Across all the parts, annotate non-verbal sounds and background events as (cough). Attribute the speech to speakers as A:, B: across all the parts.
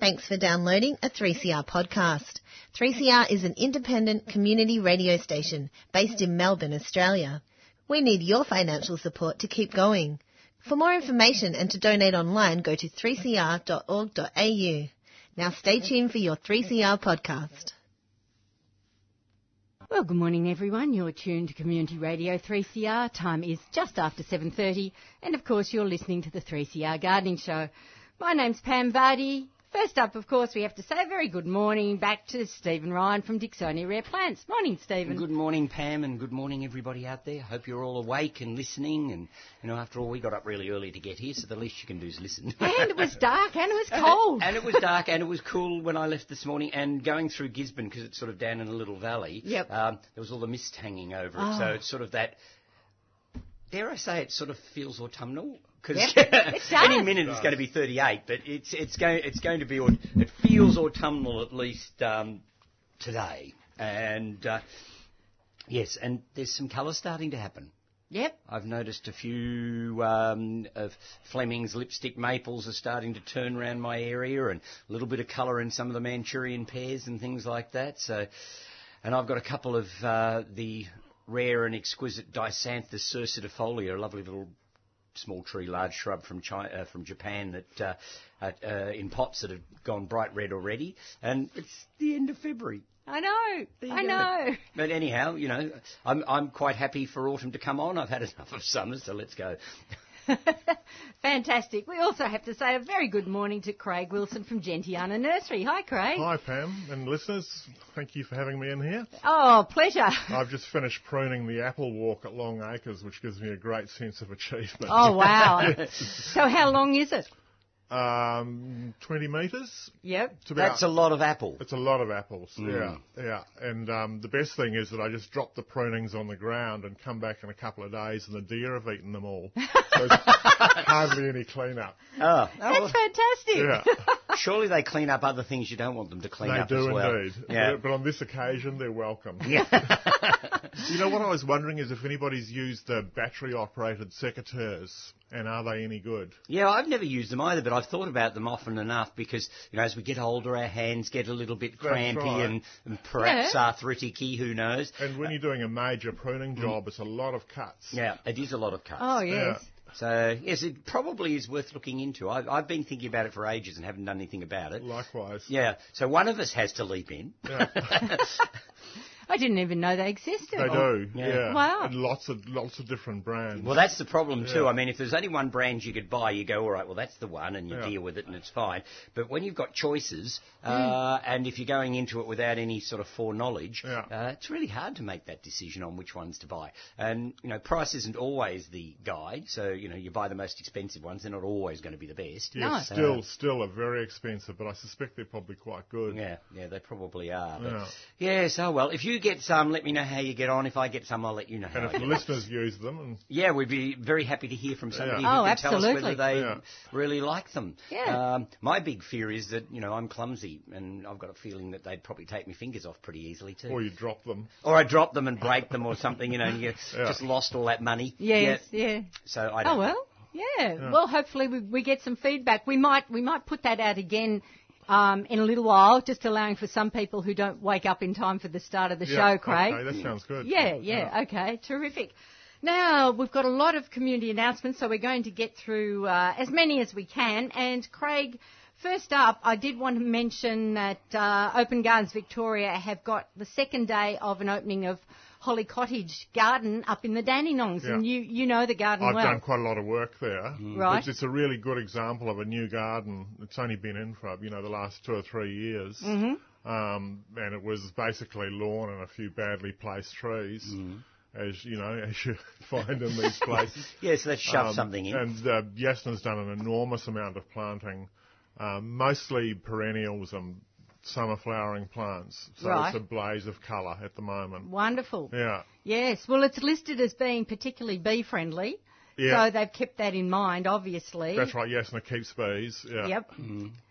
A: Thanks for downloading a 3CR podcast. 3CR is an independent community radio station based in Melbourne, Australia. We need your financial support to keep going. For more information and to donate online, go to 3cr.org.au. Now stay tuned for your 3CR podcast.
B: Well, good morning everyone. You're tuned to Community Radio 3CR. Time is just after 7:30 and of course you're listening to the 3CR Gardening Show. My name's Pam Vardy. First up, of course, we have to say a very good morning back to Stephen Ryan from Dixonia Rare Plants. Morning, Stephen.
C: Good morning, Pam, and good morning, everybody out there. Hope you're all awake and listening. And you know, after all, we got up really early to get here, so the least you can do is listen.
B: And it was dark and it was
C: (laughs)
B: cold. (laughs)
C: and it was dark, and it was cool when I left this morning. And going through Gisborne because it's sort of down in a little valley.
B: Yep. Oh.
C: Um, there was all the mist hanging over it, so it's sort of that. Dare I say, it sort of feels autumnal. Because (laughs) any
B: does.
C: minute it's going to be 38, but it's it's going it's going to be au- it feels autumnal at least um, today, and uh, yes, and there's some colour starting to happen.
B: Yep.
C: I've noticed a few um, of Fleming's lipstick maples are starting to turn around my area, and a little bit of colour in some of the Manchurian pears and things like that. So, and I've got a couple of uh, the rare and exquisite Disanthus circitifolia, a lovely little small tree, large shrub from China, uh, from Japan that uh, uh, uh, in pots that have gone bright red already, and it's the end of February.
B: I know.
C: you
B: I
C: go.
B: know.
C: But anyhow, you know, I'm I'm quite happy for autumn to come on. I've had enough of summer, so
D: (laughs)
C: let's go.
B: Fantastic. We also have to say a very good morning to Craig Wilson from Gentiana Nursery. Hi, Craig.
D: Hi, Pam and listeners. Thank you for having me in here.
B: Oh, pleasure.
D: (laughs) I've just finished pruning the apple walk at Long Acres, which gives me a great sense of achievement. (laughs)
B: Oh, wow. so how long is it?
D: Um, 20 metres.
B: Yep.
D: It's about-
C: That's a lot of apple. Mm.
D: It's a lot of apples. Yeah, yeah. And um, the best thing is that I just drop the prunings on the ground and come back in a couple of days, and the deer have eaten them
B: (laughs)
D: all. So there's hardly any cleanup.
C: Oh,
B: That's fantastic.
D: Yeah,
C: surely they clean up other things you don't want them to clean
D: they
C: up
D: do
C: as well.
D: indeed.
C: Yeah.
D: But, but on this occasion, they're welcome. Yeah.
C: (laughs)
D: (laughs) you know what I was wondering is if anybody's used the battery-operated secateurs, and are they any good?
C: Yeah, I've never used them either, but I've thought about them often enough because, you know, as we get older, our hands get a little bit crampy
D: right.
C: and, and perhaps arthritic arthriticy, who knows? Mm.
D: And when you're doing a major pruning job, it's a lot of cuts.
C: Yeah, it is a lot of cuts.
B: Oh, yes.
C: So, yes, it probably is worth looking into. I've, I've been thinking about it for ages and haven't done anything about it.
D: Likewise.
C: Yeah, so one of us has to leap in. (laughs)
D: (laughs)
B: I didn't even know they existed. Oh,
D: They do,
C: yeah.
D: yeah.
B: Wow.
D: And lots of lots of different brands.
C: Well, that's the problem too. I mean, if there's only one brand you could buy, you go, all right, well, that's the one, and you
D: Yeah. Hmm.
C: deal with it, and it's fine. But when you've got choices, uh, and if you're going into it without any sort of foreknowledge,
D: Yeah.
C: uh, it's really hard to make that decision on which ones to buy. And you know, price isn't always the guide. So you know, you buy the most expensive ones; they're not always going to be the best. Uh,
D: yeah,
B: No.
D: still, still are very expensive, but I suspect they're probably quite good.
C: Yeah, yeah, they probably are. But Yes, oh well. If you get some, let me know how you get on. If I get some, I'll let you know how
D: And
C: I
D: if
C: get
D: the
C: on.
D: listeners use them, and
C: Yeah, we'd be very happy to hear from somebody
D: Yeah.
C: who
B: Oh,
C: can tell
B: absolutely.
C: us whether they
D: Yeah.
C: really like them.
B: Yeah.
C: Um, my big fear is that, you know, I'm clumsy and I've got a feeling that they'd probably take my fingers off pretty easily too.
D: or you drop them.
C: Or I drop them and break them or something, you know,
D: (laughs)
C: and you just lost all that money.
B: Yes,
C: Yeah.
B: yeah.
C: So I don't
B: Oh well, yeah. Well, hopefully we, we get some feedback. We might we might put that out again um, in a little while, just allowing for some people who don't wake up in time for the start of the
D: Yeah,
B: show, Craig.
D: Okay, that sounds good.
B: Yeah, yeah, okay, terrific. Now, we've got a lot of community announcements, so we're going to get through uh, as many as we can. And Craig, first up, I did want to mention that uh, Open Gardens Victoria have got the second day of an opening of Holly Cottage Garden up in the Dandenongs, and
D: Yeah.
B: you, you know the garden
D: I've
B: well. Mm.
D: done quite a lot of work there.
B: Right.
D: It's, it's a really good example of a new garden. It's only been in for, you know, the last two or three years.
B: Mm-hmm.
D: Um, and it was basically lawn and a few badly placed trees,
B: Mm.
D: as, you know, (laughs) as you find in these places.
B: (laughs)
C: Yes, let's shove
D: Um,
C: something in.
D: And uh, Yasna's done an enormous amount of planting, um, mostly perennials and summer flowering plants. So
B: Right.
D: it's a blaze of colour at the moment.
B: Wonderful.
D: Yeah.
B: Yes, well, it's listed as being particularly bee friendly,
D: Yeah.
B: so they've kept that in mind, obviously.
D: That's right. Yasna keeps bees. Yeah.
B: Yep.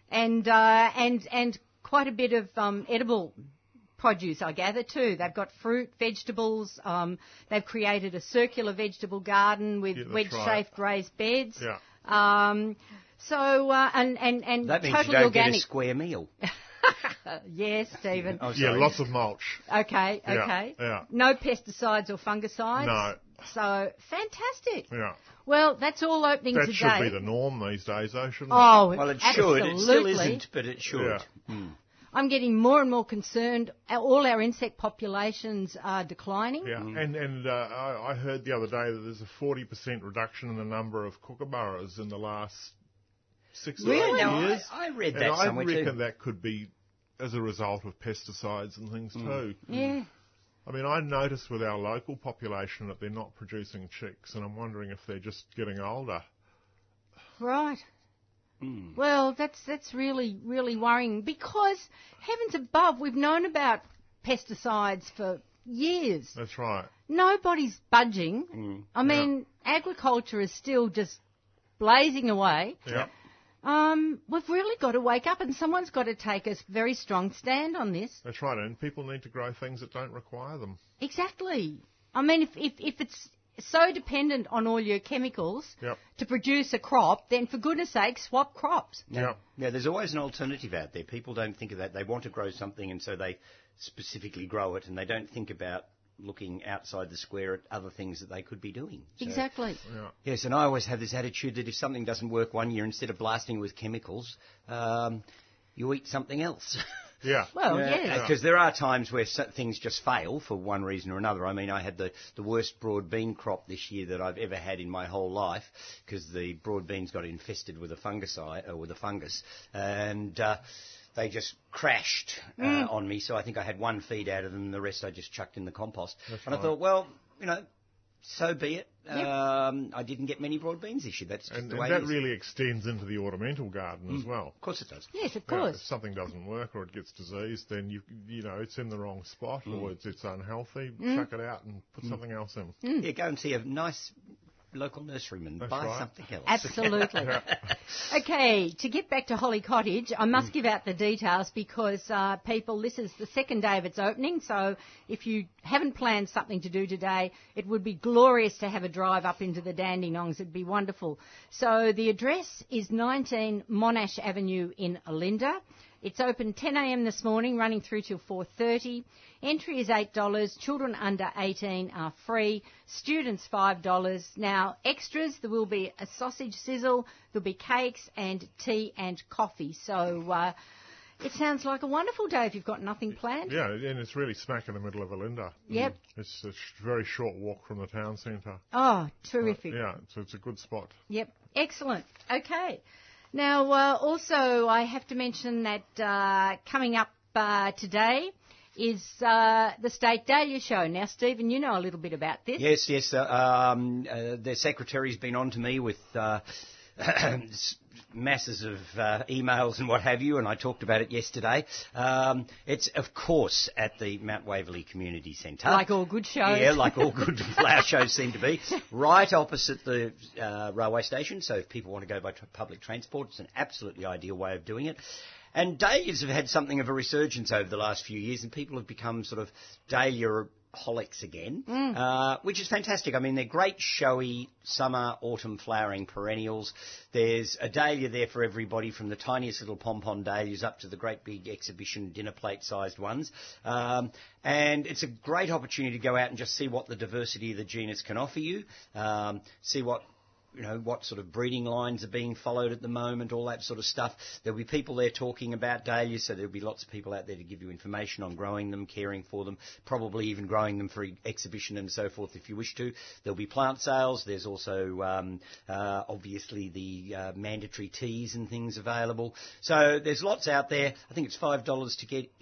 B: And uh, and and quite a bit of um, edible produce, I gather too. They've got fruit, vegetables. Um, they've created a circular vegetable garden with
D: Yeah, that's
B: wedge-shaped
D: right.
B: raised beds.
D: Yeah.
B: Um, So uh, and and and
C: That means you
B: totally
C: don't
B: organic.
C: get a square meal.
B: Uh, yes, Stephen.
C: Oh,
D: Yeah,
C: sorry.
D: lots of mulch.
B: Okay,
D: Yeah,
B: okay.
D: yeah.
B: No pesticides or fungicides.
D: No.
B: So fantastic.
D: Yeah.
B: Well, that's all opening
D: That
B: today.
D: should be the norm these days, though, shouldn't it?
B: Oh,
C: Well, it
B: absolutely.
C: should. It still isn't, but it should. Hmm.
D: Yeah.
B: I'm getting more and more concerned. Our- All our insect populations are declining.
D: Yeah,
C: Hmm. Mm.
D: and and uh, I, I heard the other day that there's a forty percent reduction in the number of kookaburras in the last six or
C: Really?
D: eight
C: Now, I-
D: years.
C: I read
D: and
C: that
D: I
C: somewhere too.
D: reckon that could be as a result of pesticides and things
C: Hmm.
D: too.
B: Yeah.
D: I mean, I notice with our local population that they're not producing chicks, and I'm wondering if they're just getting older.
B: Right.
C: Mm.
B: Well, that's that's really really worrying because heavens above, we've known about pesticides for years.
D: That's right.
B: Nobody's budging.
C: Hmm.
B: I mean, agriculture is still just blazing away.
D: Yeah.
B: Um, we've really got to wake up, and someone's got to take a very strong stand on this.
D: That's right, and people need to grow things that don't require them.
B: Exactly. I mean, if, if, if it's so dependent on all your chemicals
D: Yep.
B: to produce a crop, then for goodness sake, swap crops.
C: Now,
D: Yeah.
C: now, there's always an alternative out there. People don't think of that. They want to grow something, and so they specifically grow it, and they don't think about looking outside the square at other things that they could be doing. So-
B: Exactly.
C: Yes, and I always have this attitude that if something doesn't work one year, instead of blasting it with chemicals, um, you eat something else. (laughs)
D: Yeah.
B: Well, yes.
C: Because there are times where so- things just fail for one reason or another. I mean, I had the, the worst broad bean crop this year that I've ever had in my whole life because the broad beans got infested with a fungicide or with a fungus, and uh, they just crashed uh,
D: Mm.
C: on me. So I think I had one feed out of them, and the rest I just chucked in the compost. and I thought, well, you know, so be it. Um, I didn't get many broad beans this year. That's just
D: And,
C: the
D: and
C: way
D: that
C: it is.
D: really extends into the ornamental garden as well.
C: Mm. of course it does.
B: Yes, of
D: Yeah,
B: course.
D: if something doesn't work or it gets diseased, then you you know it's in the wrong spot
C: Mm.
D: or it's, it's unhealthy. Chuck it out and put something else in.
C: Yeah, go and see a nice local nurseryman. buy
D: Mm. right.
C: something else. (laughs)
B: Absolutely. okay, to get back to Holly Cottage, I must give out the details because uh, people, this is the second day of its opening, so if you haven't planned something to do today, it would be glorious to have a drive up into the Dandenongs. It'd be wonderful. So the address is 19 Monash Avenue in Olinda. It's open 10 a.m. this morning, running through till 4:30. Entry is eight dollars. Children under 18 are free. Students five dollars. Now extras, there will be a sausage sizzle, there'll be cakes and tea and coffee. So uh, it sounds like a wonderful day if you've got nothing planned.
D: Yeah, and it's really smack in the middle of Olinda.
C: Mm.
B: Yep.
D: It's a sh- very short walk from the town centre. Uh,
B: Oh, terrific.
D: Yeah, so it's a good spot.
B: Yep. Excellent. Okay. Now, uh, also, I have to mention that uh, coming up uh, today is uh, the State Dahlia Show. Now, Stephen, you know a little bit about this.
C: Yes, yes. Uh, um, uh, their secretary's been on to me with uh, (coughs) s- masses of uh, emails and what have you, and I talked about it yesterday. Um, it's, of course, at the Mount Waverley Community Centre.
B: Like all good shows.
C: Yeah, like all good (laughs) flower shows seem to be. Right opposite the uh, railway station, so if people want to go by tr public transport, it's an absolutely ideal way of doing it. And dahlias have had something of a resurgence over the last few years, and people have become sort of dahlia holics again,
B: Mm.
C: uh, which is fantastic. I mean, they're great showy summer, autumn flowering perennials. There's a dahlia there for everybody, from the tiniest little pom-pom dahlias up to the great big exhibition dinner plate-sized ones. Um, and it's a great opportunity to go out and just see what the diversity of the genus can offer you, um, see what you know, what sort of breeding lines are being followed at the moment, all that sort of stuff. There'll be people there talking about dahlias, so there'll be lots of people out there to give you information on growing them, caring for them, probably even growing them for e- exhibition and so forth if you wish to. There'll be plant sales. There's also um, uh, obviously the uh, mandatory teas and things available. So there's lots out there. I think it's five dollars to get in.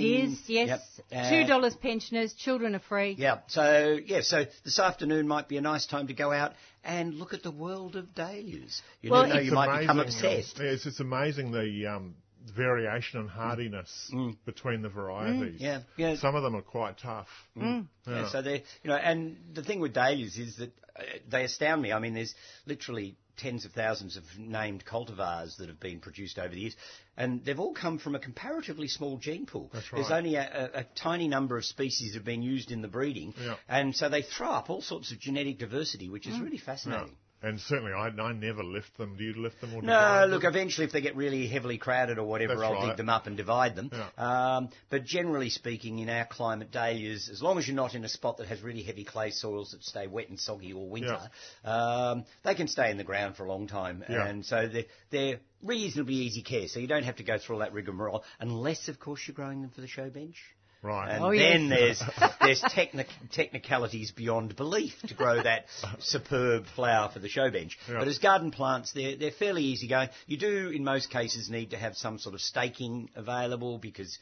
B: It is, yes.
C: Yep. Uh,
B: Two dollars pensioners, children are free.
C: yeah. So yeah. So this afternoon might be a nice time to go out and look at the world of dahlias. You
B: Well,
C: never know.
B: it's
C: You might become
D: amazing, um,
C: obsessed. Mm.
D: Yes, it's amazing the um, variation and hardiness between the varieties.
C: yeah, yeah. Mm.
D: Some of them are quite tough. Mm.
C: Yeah, so they, you know, and the thing with dahlias is that uh, they astound me. I mean, there's literally tens of thousands of named cultivars that have been produced over the years, and they've all come from a comparatively small gene pool. That's
D: right.
C: There's only a, a, a tiny number of species that have been used in the breeding,
D: Yeah.
C: and so they throw up all sorts of genetic diversity, which is really fascinating.
D: And Mm. And certainly, I, I never lift them. Do you lift them or
C: No,
D: divide
C: look,
D: them?
C: eventually if they get really heavily crowded or whatever,
D: That's
C: I'll dig
D: right.
C: them up and divide them.
D: Yeah.
C: Um, but generally speaking, in our climate day is as long as you're not in a spot that has really heavy clay soils that stay wet and soggy all winter, um, they can stay in the ground for a long time.
D: Yeah.
C: And so they're, they're reasonably easy care. So you don't have to go through all that rigmarole unless, of course, you're growing them for the show bench.
D: Right.
C: And
B: Oh, yes.
C: then there's there's technic- technicalities beyond belief to
D: (laughs)
C: grow that superb flower for the show bench.
D: Yeah.
C: But as garden plants, they're they're fairly easy going. You do, in most cases, need to have some sort of staking available because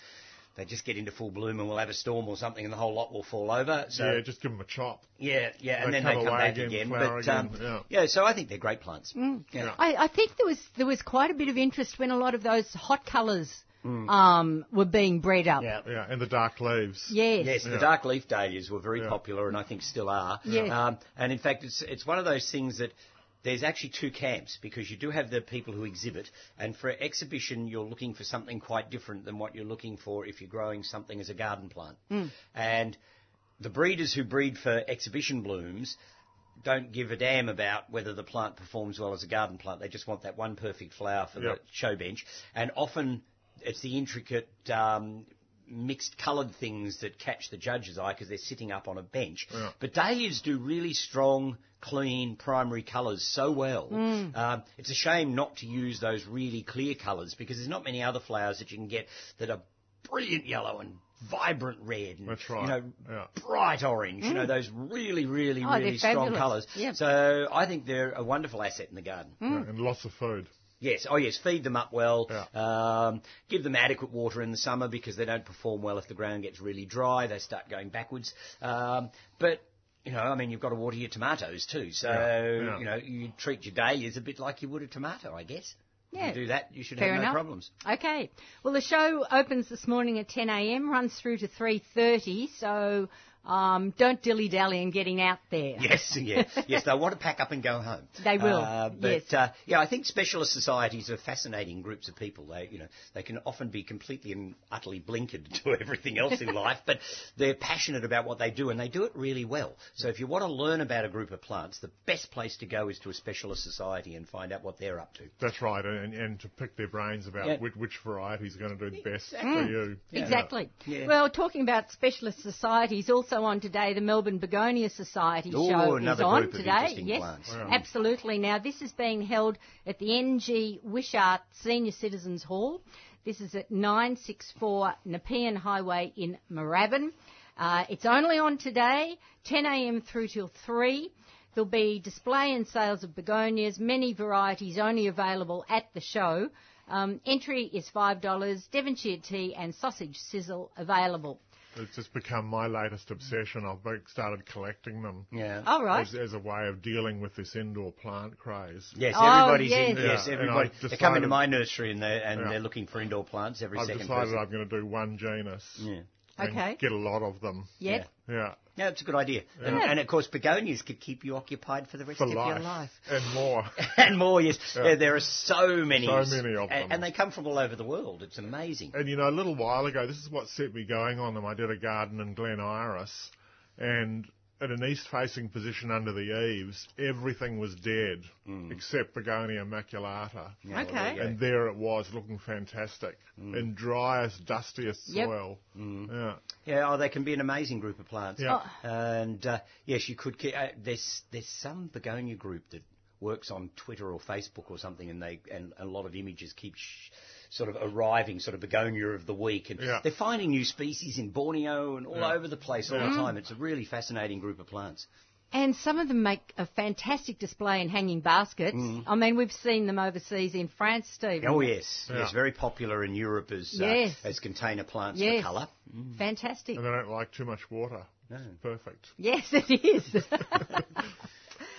C: they just get into full bloom and we'll have a storm or something and the whole lot will fall over. So
D: yeah, just give them a chop.
C: uh, yeah, yeah, and
D: They
C: then they
D: come
C: come
D: away
C: back
D: again,
C: again.
D: flower
C: But um,
D: again, yeah.
C: so I think they're great plants. Yeah.
B: I, I think there was there was quite a bit of interest when a lot of those hot colours um, were being bred up.
C: Mm. Yeah.
D: Yeah, and the dark leaves.
B: Yes.
C: Yes, the
D: Yeah.
C: dark leaf dahlias were very
D: Yeah.
C: popular, and I think still are.
B: Yes.
C: Um, and in fact, it's it's one of those things that there's actually two camps because you do have the people who exhibit, and for exhibition, you're looking for something quite different than what you're looking for if you're growing something as a garden plant.
B: Hmm.
C: And the breeders who breed for exhibition blooms don't give a damn about whether the plant performs well as a garden plant. They just want that one perfect flower for
D: Yep.
C: the show bench. And often it's the intricate um, mixed coloured things that catch the judge's eye because they're sitting up on a bench.
D: Yeah.
C: But dahlias do really strong, clean primary colours so well.
B: Mm.
C: Um, it's a shame not to use those really clear colours because there's not many other flowers that you can get that are brilliant yellow and vibrant red and
D: That's right.
C: you know
D: Yeah.
C: bright orange you know those really really
B: Mm. Oh,
C: really
B: they're
C: strong colours.
B: fabulous. Yeah. Mm.
C: So I think they're a wonderful asset in the garden.
D: Yeah, and lots of food.
C: Yes, oh yes, feed them up well.
D: Yeah.
C: Um, give them adequate water in the summer because they don't perform well if the ground gets really dry. They start going backwards. Um, but you know, I mean, you've got to water your tomatoes too. So
D: Yeah, yeah.
C: you know, you treat your dahlias a bit like you would a tomato, I guess.
B: Yeah.
C: You do that, you should
B: Fair
C: have no
B: enough.
C: problems.
B: Okay. Well, the show opens this morning at 10 a.m., runs through to 3:30, so um, don't dilly dally in getting out there.
C: (laughs) Yes, yeah, yes. They want to pack up and go home.
B: They will,
C: Uh, but
B: yes.
C: uh, yeah, I think specialist societies are fascinating groups of people. They, you know, they can often be completely and utterly blinkered (laughs) to everything else in life, but they're passionate about what they do and they do it really well. So if you want to learn about a group of plants, the best place to go is to a specialist society and find out what they're up to.
D: That's right, and, and to pick their brains about
C: Yeah.
D: which, which variety is going to do best for
C: Exactly.
D: you.
B: Mm. Exactly.
C: Yeah.
B: Well, talking about specialist societies, also on today, the Melbourne Begonia Society
C: Oh,
B: show is
C: another
B: on
C: group of
B: today.
C: interesting
B: yes,
C: plants. Wow.
B: absolutely. Now, this is being held at the NG Wishart Senior Citizens Hall. This is at 964 Nepean Highway in Moorabbin. Uh, it's only on today, 10 a.m. through till 3. There'll be display and sales of begonias, many varieties only available at the show. Um, entry is $5, Devonshire tea and sausage sizzle available.
D: It's just become my latest obsession. I've been- started collecting them
C: Yeah.
B: All right.
D: as, as a way of dealing with this indoor plant craze.
C: Yes,
B: Oh,
C: everybody's in.
B: yes.
C: Yes,
D: Yeah, and
C: everybody.
D: I've
C: they come into
D: decided-
C: my nursery and they're, and
D: Yeah.
C: they're looking for indoor plants every
D: I've
C: second
D: decided
C: person.
D: I'm going to do one genus.
C: Yeah.
D: and
B: Okay.
D: Get a lot of them.
B: Yes.
C: Yeah.
D: Yeah.
C: No, it's a good idea. And, and of course, begonias could keep you occupied for the rest
D: For
C: of
D: life.
C: your life.
D: And more.
C: (laughs) and more, yes.
D: Yeah.
C: There, there are so many.
D: So many of
C: and,
D: them.
C: And they come from all over the world. It's amazing.
D: And you know, a little while ago, this is what set me going on them. I did a garden in Glen Iris, and at an east-facing position under the eaves, everything was dead except Begonia maculata.
C: Hmm. Yeah, well, there
B: Okay.
C: you go. Hmm.
D: And there it was, looking fantastic, in driest, dustiest
B: Yep.
D: soil. Yeah.
C: Yeah, oh, they can be an amazing group of plants.
D: Yeah.
B: Oh.
C: And uh, yes, you could. ke- Uh, there's there's some begonia group that works on Twitter or Facebook or something, and they and a lot of images keep. Sh- Sort of arriving, sort of begonia of the week, and
D: Yeah.
C: they're finding new species in Borneo and all
D: Yeah.
C: over the place all
B: Mm-hmm.
C: the time. It's a really fascinating group of plants.
B: And some of them make a fantastic display in hanging baskets. I mean, we've seen them overseas in France, Stephen.
C: Mm. Oh yes,
D: Yeah.
C: it's very popular in Europe as uh,
B: Yes.
C: as container plants
B: Yes.
C: for colour. Mm.
B: Fantastic.
D: And they don't like too much water. It's perfect.
B: Yes, it
D: (laughs)
B: is.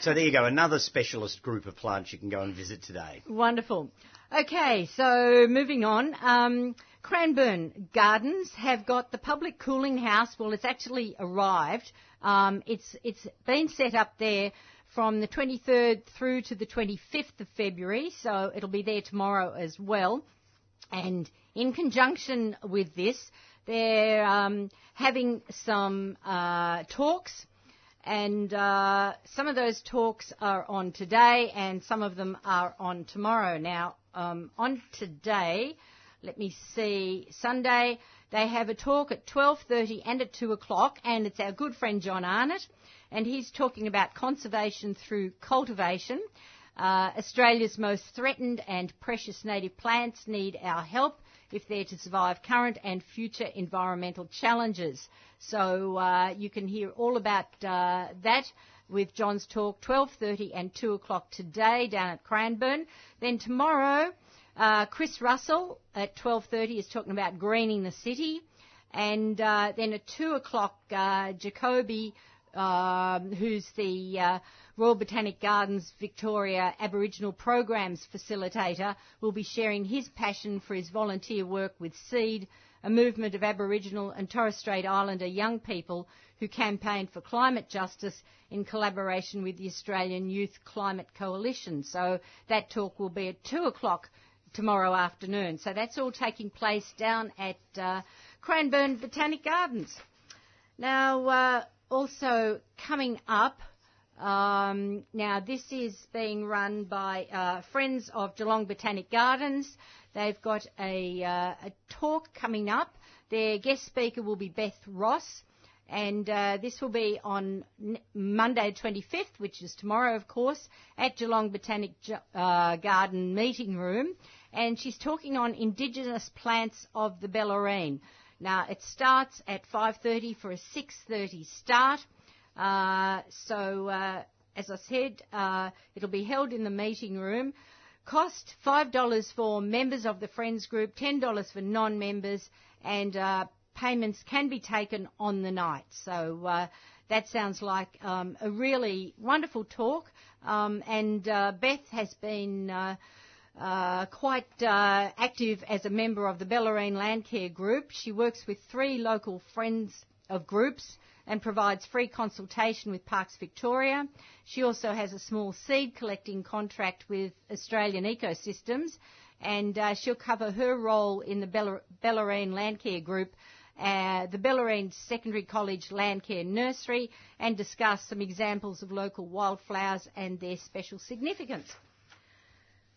C: So there you go, another specialist group of plants you can go and visit today.
B: Wonderful. Okay, so moving on. Um, Cranbourne Gardens have got the public cooling house. Well, it's actually arrived. Um, it's it's been set up there from the 23rd through to the 25th of February, so it'll be there tomorrow as well. And in conjunction with this, they're um, having some uh, talks And uh, some of those talks are on today, and some of them are on tomorrow. Now, um, on today, let me see, Sunday they have a talk at 12:30 and at 2 o'clock, and it's our good friend John Arnott, and he's talking about conservation through cultivation. Uh, Australia's most threatened and precious native plants need our help if they're to survive current and future environmental challenges. So uh, you can hear all about uh, that with John's talk 12:30 and 2 o'clock today down at Cranbourne. Then tomorrow. Uh, Chris Russell at 12:30 is talking about greening the city, and uh, then at two o'clock, uh, Jacoby, um, who's the uh, Royal Botanic Gardens Victoria Aboriginal Programs facilitator, will be sharing his passion for his volunteer work with Seed, a movement of Aboriginal and Torres Strait Islander young people who campaign for climate justice in collaboration with the Australian Youth Climate Coalition. So that talk will be at two o'clock tomorrow afternoon. So that's all taking place down at uh, Cranbourne Botanic Gardens. Now, uh, also coming up, um, now this is being run by uh, Friends of Geelong Botanic Gardens. They've got a, uh, a talk coming up. Their guest speaker will be Beth Ross. And uh, this will be on n- Monday 25th, which is tomorrow, of course, at Geelong Botanic Ge- uh, Garden Meeting Room. And she's talking on Indigenous plants of the Bellarine. Now it starts at 5:30 for a 6:30 start. Uh, so uh, as I said, uh, it'll be held in the meeting room. Cost $5 for members of the Friends group, $10 for non-members, and uh, payments can be taken on the night. So uh, that sounds like um, a really wonderful talk. Um, and uh, Beth has been uh, uh, quite uh, active as a member of the Bellarine Landcare Group. She works with three local friends of groups and provides free consultation with Parks Victoria. She also has a small seed collecting contract with Australian Ecosystems and uh, she'll cover her role in the Bellar- Bellarine Landcare Group, uh, the Bellarine Secondary College Landcare Nursery, and discuss some examples of local wildflowers and their special significance.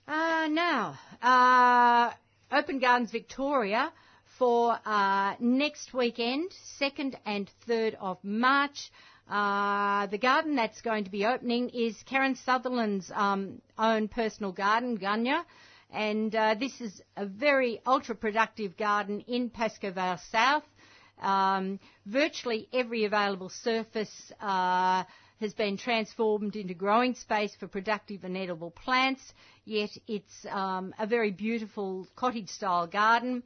B: Uh, now, uh, Open Gardens Victoria for uh, next weekend, 2nd and 3rd of March. Uh, the garden that's going to be opening is Karen Sutherland's um, own personal garden, Gunya. And uh, this is a very ultra productive garden in Pasco Vale South. Um, virtually every available surface uh, has been transformed into growing space for productive and edible plants, yet it's um, a very beautiful cottage style garden.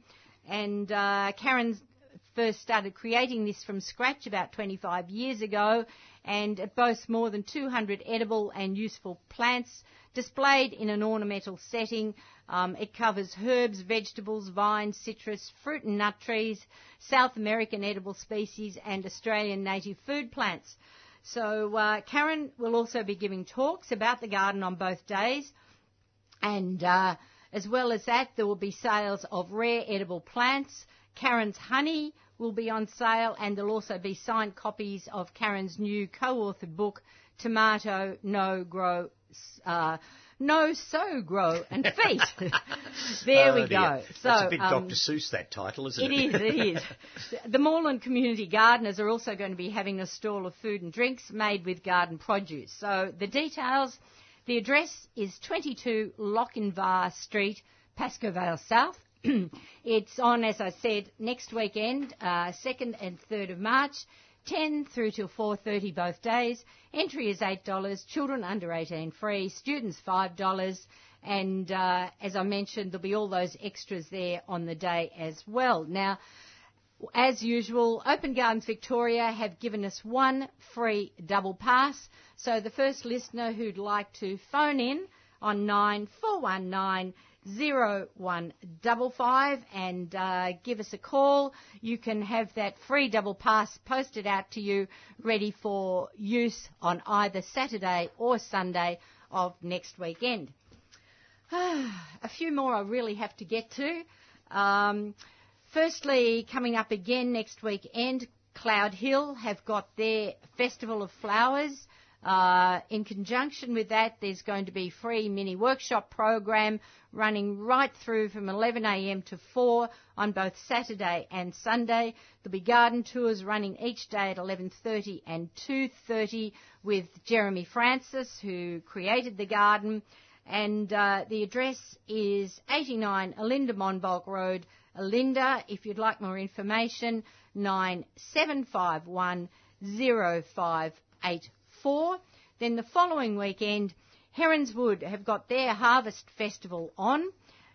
B: And uh, Karen first started creating this from scratch about 25 years ago, and it boasts more than 200 edible and useful plants displayed in an ornamental setting. Um, it covers herbs, vegetables, vines, citrus, fruit and nut trees, South American edible species, and Australian native food plants. So uh, Karen will also be giving talks about the garden on both days, and uh, as well as that, there will be sales of rare edible plants. Karen's honey will be on sale, and there'll also be signed copies of Karen's new co-authored book, Tomato No Grow uh, no, so grow
C: (laughs)
B: and feet. (laughs) there
C: Oh,
B: we go.
C: dear.
B: So
C: That's a bit
B: um,
C: Dr. Seuss, that title, isn't
B: it
C: it?
B: is, it is.
C: (laughs)
B: The Moreland Community Gardeners are also going to be having a stall of food and drinks made with garden produce. So the details, the address is 22 Lochinvar Street, Pasco Vale South. (clears throat) it's on, as I said, next weekend, uh, 2nd and 3rd of March. 10 through till 4.30 both days. Entry is $8. Children under 18 free. Students $5. And uh, as I mentioned, there'll be all those extras there on the day as well. Now, as usual, Open Gardens Victoria have given us one free double pass. So the first listener who'd like to phone in on 9419 0155 and uh, give us a call. You can have that free double pass posted out to you, ready for use on either Saturday or Sunday of next weekend. (sighs) a few more I really have to get to. Um, Firstly, coming up again next weekend, Cloud Hill have got their Festival of Flowers. Uh, in conjunction with that, there's going to be free mini workshop program running right through from 11am to 4 on both Saturday and Sunday. There'll be garden tours running each day at 11.30 and 2.30 with Jeremy Francis, who created the garden. And uh, the address is 89 Alinda Monbulk Road, Alinda. If you'd like more information, 9751 0584. Then the following weekend, Heronswood have got their Harvest Festival on.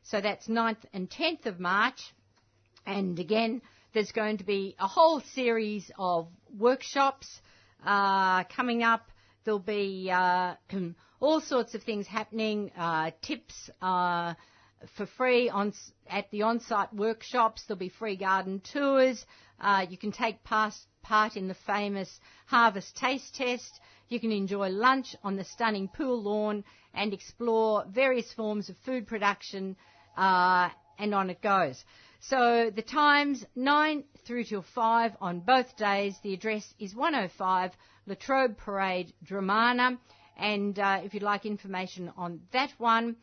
B: So that's 9th and 10th of March. And again, there's going to be a whole series of workshops uh, coming up. There'll be uh, all sorts of things happening, uh, tips uh, for free on s- at the on-site workshops. There'll be free garden tours. Uh, you can take past, part in the famous harvest taste test. You can enjoy lunch on the stunning pool lawn and explore various forms of food production, uh, and on it goes. So the times 9 through till 5 on both days. The address is 105 Latrobe Parade, Dramana. And uh, if you'd like information on that one,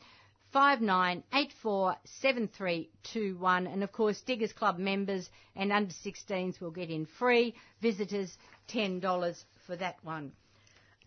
B: 59847321. And of course, Diggers Club members and under 16s will get in free. Visitors, $10 for that one.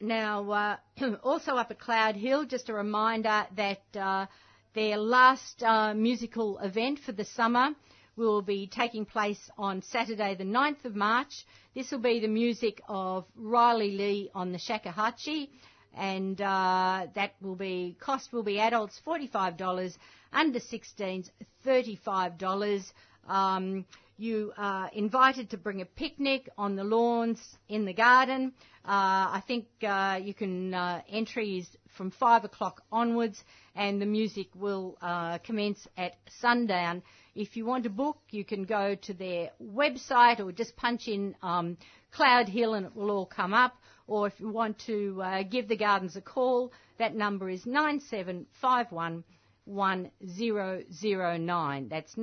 B: Now, uh, (clears throat) also up at Cloud Hill, just a reminder that uh, their last uh, musical event for the summer will be taking place on Saturday, the 9th of March. This will be the music of Riley Lee on the Shakuhachi, and uh, that will be cost will be adults $45, under 16s $35. Um, you are invited to bring a picnic on the lawns in the garden. Uh, I think uh, you can uh, entry is from five o'clock onwards, and the music will uh, commence at sundown. If you want to book, you can go to their website or just punch in um, Cloud Hill, and it will all come up. Or if you want to uh, give the gardens a call, that number is nine seven five one. 1009. That's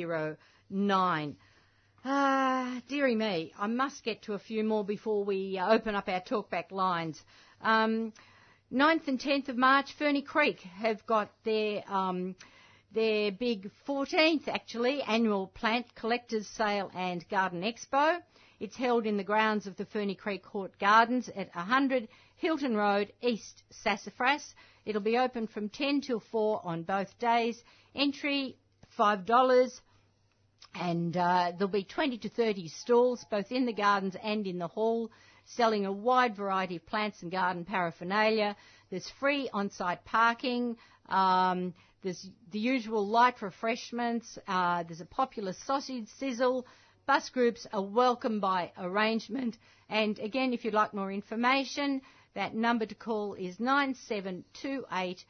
B: 97511009. Ah, dearie me, I must get to a few more before we uh, open up our talkback lines. Um, 9th and 10th of March, Ferny Creek have got their, um, their big 14th actually annual plant collectors sale and garden expo. It's held in the grounds of the Ferny Creek Court Gardens at 100 Hilton Road, East Sassafras. It'll be open from 10 till 4 on both days. Entry $5 and uh, there'll be 20 to 30 stalls both in the gardens and in the hall selling a wide variety of plants and garden paraphernalia. There's free on-site parking. Um, there's the usual light refreshments. Uh, there's a popular sausage sizzle. Bus groups are welcome by arrangement. And again, if you'd like more information, that number to call is 9728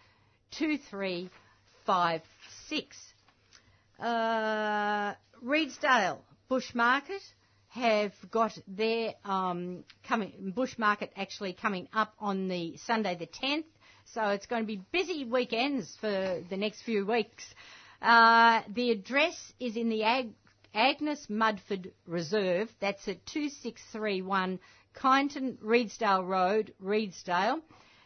B: 2356. Uh, Reedsdale Bush Market have got their um, coming Bush Market actually coming up on the Sunday the 10th. So it's going to be busy weekends for the next few weeks. Uh, the address is in the Ag- Agnes Mudford Reserve. That's at 2631 Kyneton, Reedsdale Road, Reedsdale.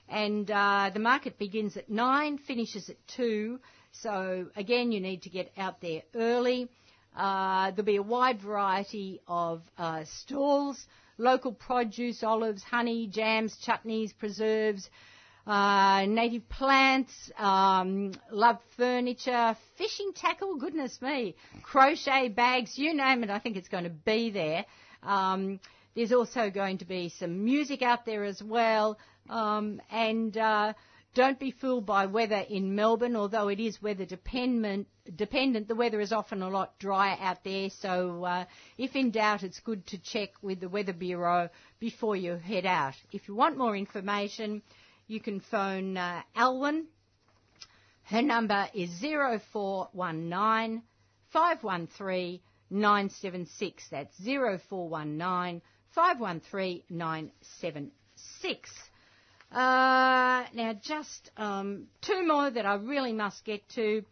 B: And uh, the market begins at 9, finishes at 2. So again, you need to get out there early. Uh, there'll be a wide variety of uh, stalls, local produce, olives, honey, jams, chutneys, preserves, uh, native plants, um, love furniture, fishing tackle, goodness me, crochet bags, you name it, I think it's going to be there. Um, there's also going to be some music out there as well, um, and uh, don't be fooled by weather in Melbourne, although it is weather dependent. Dependent, the weather is often a lot drier out there, so uh, if in doubt, it's good to check with the Weather Bureau before you head out. If you want more information, you can phone uh, Alwyn. Her number is 0419 513 976. That's 0419 513 976. Uh, now, just um, two more that I really must get to.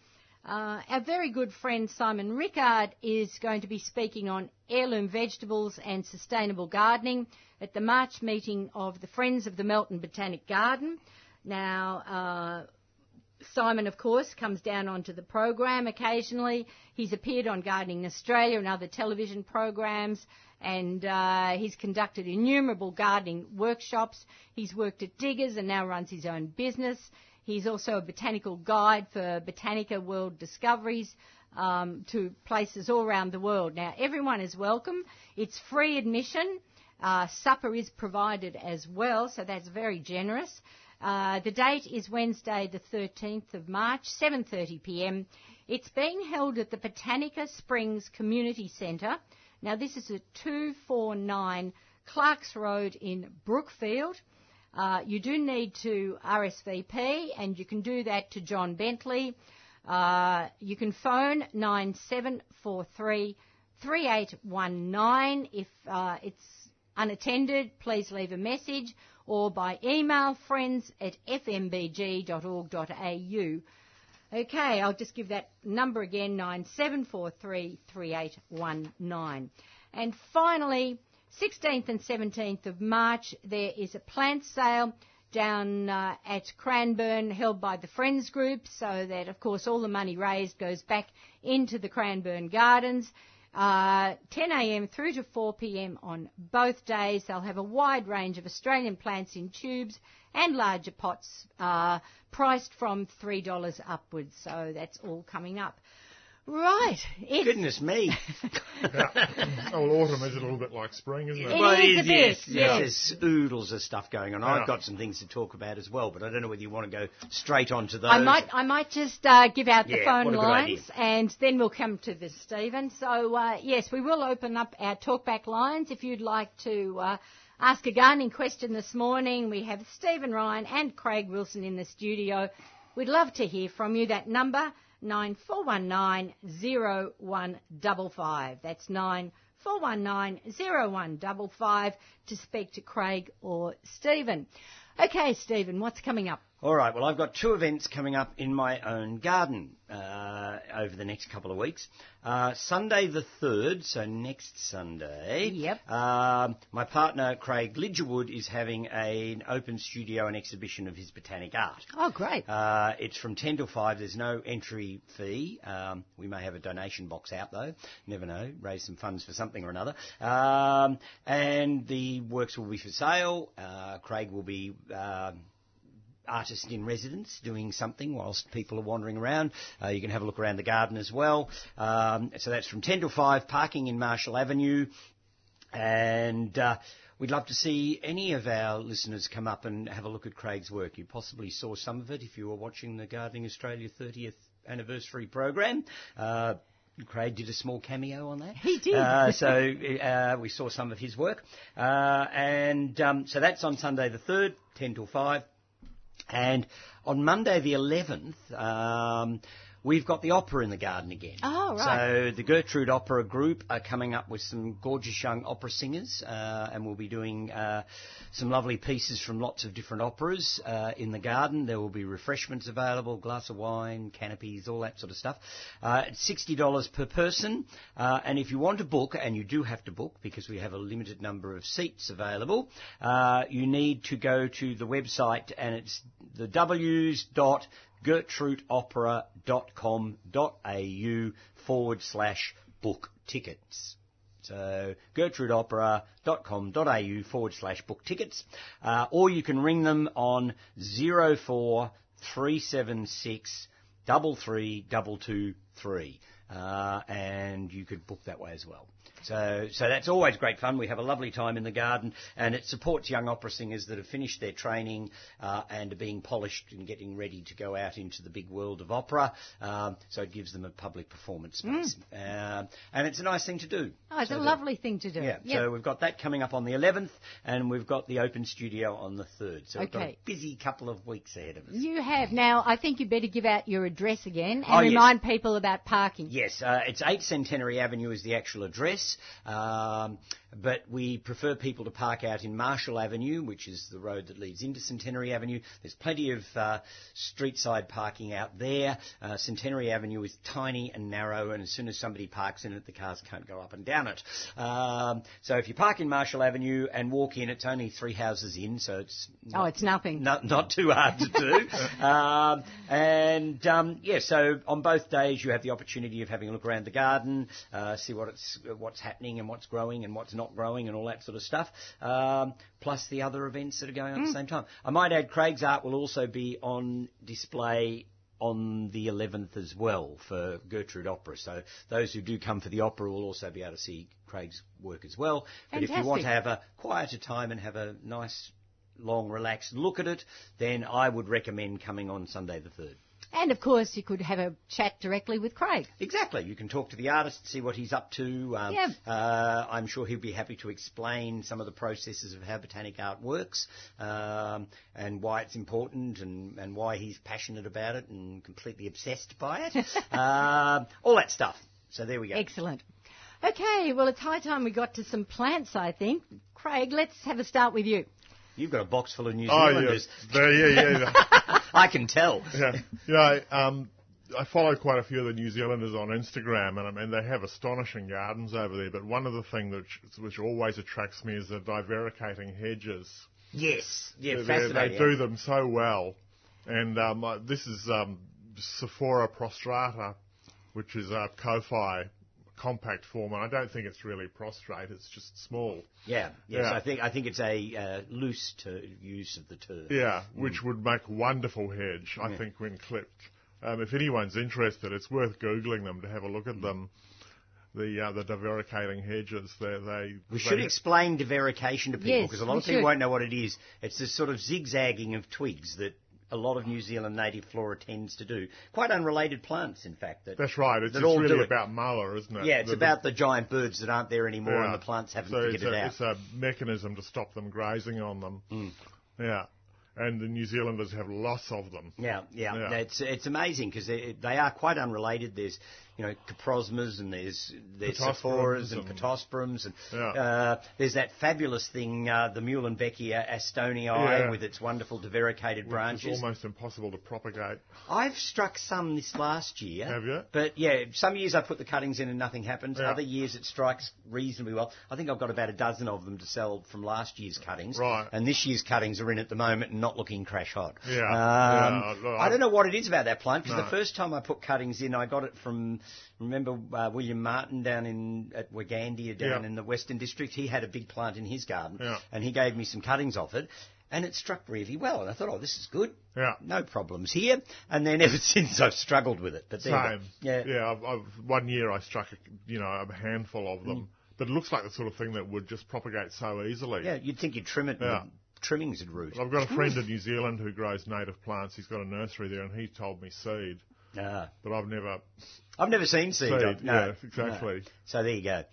B: Uh, our very good friend Simon Rickard is going to be speaking on heirloom vegetables and sustainable gardening at the March meeting of the Friends of the Melton Botanic Garden. Now, uh, Simon, of course, comes down onto the program occasionally. He's appeared on Gardening Australia and other television programs, and uh, he's conducted innumerable gardening workshops. He's worked at Diggers and now runs his own business. He's also a botanical guide for Botanica World Discoveries um, to places all around the world. Now, everyone is welcome. It's free admission. Uh, supper is provided as well, so that's very generous. Uh, the date is Wednesday, the 13th of March, 7:30 p.m. It's being held at the Botanica Springs Community Centre. Now, this is at 249 Clark's Road in Brookfield. Uh, you do need to RSVP, and you can do that to John Bentley. Uh, you can phone 9743 3819 if uh, it's unattended, please leave a message or by email friends at fmbg.org.au. Okay, I'll just give that number again 97433819. And finally, 16th and 17th of March, there is a plant sale down uh, at Cranbourne held by the Friends Group, so that of course all the money raised goes back into the Cranbourne Gardens. Uh, 10 a.m. through to 4 p.m. on both days. They'll have a wide range of Australian plants in tubes and larger pots, uh, priced from $3 upwards. So that's all coming up. Right. It's,
C: Goodness
B: (laughs)
C: me.
D: Oh, well, autumn is a little bit like spring, isn't
B: It
D: it?
B: is
C: Well, it
B: a
C: is,
B: bit,
C: yes,
B: yes.
C: There's oodles of stuff going on.
D: Yeah.
C: I've got some things to talk about as well, but I don't know whether you want to go straight on to those.
B: I might, I might just uh, give out the
C: Yeah, what a
B: phone
C: good
B: lines and then we'll come to this, Stephen. So, uh, yes, we will open up our talkback lines if you'd like to uh, ask a gardening question this morning. We have Stephen Ryan and Craig Wilson in the studio. We'd love to hear from you. That number, 9419-0155. That's 9419-0155 to speak to Craig or Stephen. Okay, Stephen, what's coming up?
C: All right. Well, I've got two events coming up in my own garden uh, over the next couple of weeks. Uh, Sunday the third, so next Sunday.
B: Yep.
C: Um, my partner Craig Lidgerwood is having a- an open studio and exhibition of his botanic art.
B: Oh, great.
C: Uh, it's from 10 to 5. There's no entry fee. Um, we may have a donation box out, though. Never know. Raise some funds for something or another. Um, and the works will be for sale. Uh, Craig will be. um Artist in residence doing something whilst people are wandering around. Uh, you can have a look around the garden as well. Um, so that's from 10 to 5, parking in Marshall Avenue. And uh, we'd love to see any of our listeners come up and have a look at Craig's work. You possibly saw some of it if you were watching the Gardening Australia 30th anniversary program. Uh, Craig did a small cameo on that.
B: He did.
C: Uh, so uh, we saw some of his work. Uh, and um, so that's on Sunday the 3rd, 10 till 5. And on Monday the 11th, um, we've got the opera in the garden again.
B: Oh, right.
C: So the Gertrude Opera Group are coming up with some gorgeous young opera singers, uh, and we'll be doing uh, some lovely pieces from lots of different operas uh, in the garden. There will be refreshments available, glass of wine, canopies, all that sort of stuff. Uh, it's $60 per person, uh, and if you want to book, and you do have to book because we have a limited number of seats available, uh, you need to go to the website, and it's the W's dot gertrudeopera.com.au forward slash book tickets. So gertrudeopera.com.au forward slash book tickets, uh, or you can ring them on 04376 33223, uh, and you could book that way as well. So, so that's always great fun. We have a lovely time in the garden, and it supports young opera singers that have finished their training uh, and are being polished and getting ready to go out into the big world of opera. Um, so it gives them a public performance space, Um, and it's a nice thing to do.
B: Mm. Oh, it's
C: So
B: a
C: the-
B: lovely thing to do.
C: Yeah,
B: Yep.
C: so we've got that coming up on the 11th, and we've got the open studio on the 3rd. So we've got a
B: Okay.
C: busy couple of weeks ahead of us.
B: you have now. I think you better give out your address again and
C: Oh, yes.
B: remind people about parking.
C: yes, uh, it's 8 Centenary Avenue is the actual address, um, but we prefer people to park out in Marshall Avenue, which is the road that leads into Centenary Avenue. There's plenty of uh, street side parking out there. Uh, Centenary Avenue is tiny and narrow, and as soon as somebody parks in it, the cars can't go up and down it. Um, so if you park in Marshall Avenue and walk in, it's only three houses in, so it's
B: Oh, it's nothing.
C: not, not too hard to do. um, and um, yeah, so on both days you have the opportunity of having a look around the garden, uh, see what it's, what's happening and what's growing and what's not growing and all that sort of stuff. Um, plus the other events that are going on at the same time. I might add, Craig's art will also be on display. On the 11th as well for Gertrude Opera. So those who do come for the opera will also be able to see Craig's work as well. But if you want
B: Fantastic.
C: to have a quieter time and have a nice, long, relaxed look at it, then I would recommend coming on Sunday the 3rd.
B: And of course, you could have a chat directly with Craig.
C: Exactly. You can talk to the artist, see what he's up to. Um,
B: Yeah.
C: uh, I'm sure he'll be happy to explain some of the processes of how botanic art works um, and why it's important and, and why he's passionate about it and completely obsessed by (laughs) it. um, all that stuff. So there we go.
B: Excellent. Okay, well, it's high time we got to some plants, I think. Craig, let's have a start with you.
C: You've got a box full of New
D: Oh, yeah.
C: Zealanders.
D: There, yeah, yeah. yeah.
C: (laughs) I can tell.
D: (laughs) yeah. You know, um, I follow quite a few of the New Zealanders on Instagram, and I mean they have astonishing gardens over there. But one of the things which, which always attracts me is the divaricating hedges.
C: Yes. Yeah,
D: They- they,
C: fascinating.
D: they do them so well, and um, uh, this is um, Sephora prostrata, which is a Kofi compact form, and I don't think it's really prostrate; it's just small.
C: Yeah. Yes,
D: Yeah.
C: I think I think it's a uh, loose ter- use of the term. Mm.
D: Yeah, which would make wonderful hedge, I think, when clipped. Um, if anyone's interested, it's worth googling them to have a look
C: Mm.
D: at them. The uh, the divaricating hedges, they they
C: We should
D: they-
C: explain divarication to people
B: Yes,
C: because a lot
B: we
C: of people
B: should.
C: won't know what it is. It's this sort of zigzagging of twigs that a lot of New Zealand native flora tends to do. Quite unrelated plants, in fact. That,
D: That's right. It's,
C: that
D: it's
C: all do
D: really
C: it.
D: about mower, isn't it?
C: Yeah, it's
D: The- the-
C: about the giant birds that aren't there anymore
D: yeah.
C: and the plants haven't
D: so
C: figured
D: it's
C: it
D: a,
C: out. Mm.
D: It's a mechanism to stop them grazing on them. Yeah, and the New Zealanders have lots of them.
C: Yeah, yeah,
D: Yeah.
C: it's it's amazing because they, they are quite unrelated. There's you know caprosmas and there's there's
D: Pittosporums
C: sephoras and
D: and-
C: pittosporums and
D: Yeah.
C: uh, there's that fabulous thing uh, the Muhlenbeckia astonii
D: Yeah.
C: with its wonderful divaricated branches.
D: It's almost impossible to propagate.
C: I've struck some this last year.
D: Have you?
C: But yeah, some years I put the cuttings in and nothing happens.
D: Yeah.
C: Other years it strikes reasonably well. I think I've got about a dozen of them to sell from last year's cuttings.
D: Right.
C: And this year's cuttings are in at the moment and not looking crash hot.
D: Yeah.
C: Um,
D: Yeah, I-
C: I don't know what it is about that plant because
D: No.
C: the first time I put cuttings in, I got it from remember uh, William Martin down in at Wagandia down
D: Yeah.
C: in the Western District. He had a big plant in his garden
D: Yeah.
C: and he gave me some cuttings off it. And it struck really well, and I thought, oh, this is good
D: Yeah.
C: no problems here. And then ever (laughs) since I've struggled with it. But there you
D: Same.
C: go. Yeah.
D: Yeah. I've, I've, one year I struck, a, you know, a handful of
C: Mm.
D: them, but it looks like the sort of thing that would just propagate so easily.
C: Yeah, You'd think you'd trim it.
D: Yeah.
C: And the trimmings would root.
D: I've got a
C: (laughs)
D: friend in New Zealand who grows native plants. He's got a nursery there, and he told me seed,
C: Ah.
D: but I've never
C: I've never seen seed.
D: seed.
C: I've- no,
D: yeah, exactly.
C: no. So there you go.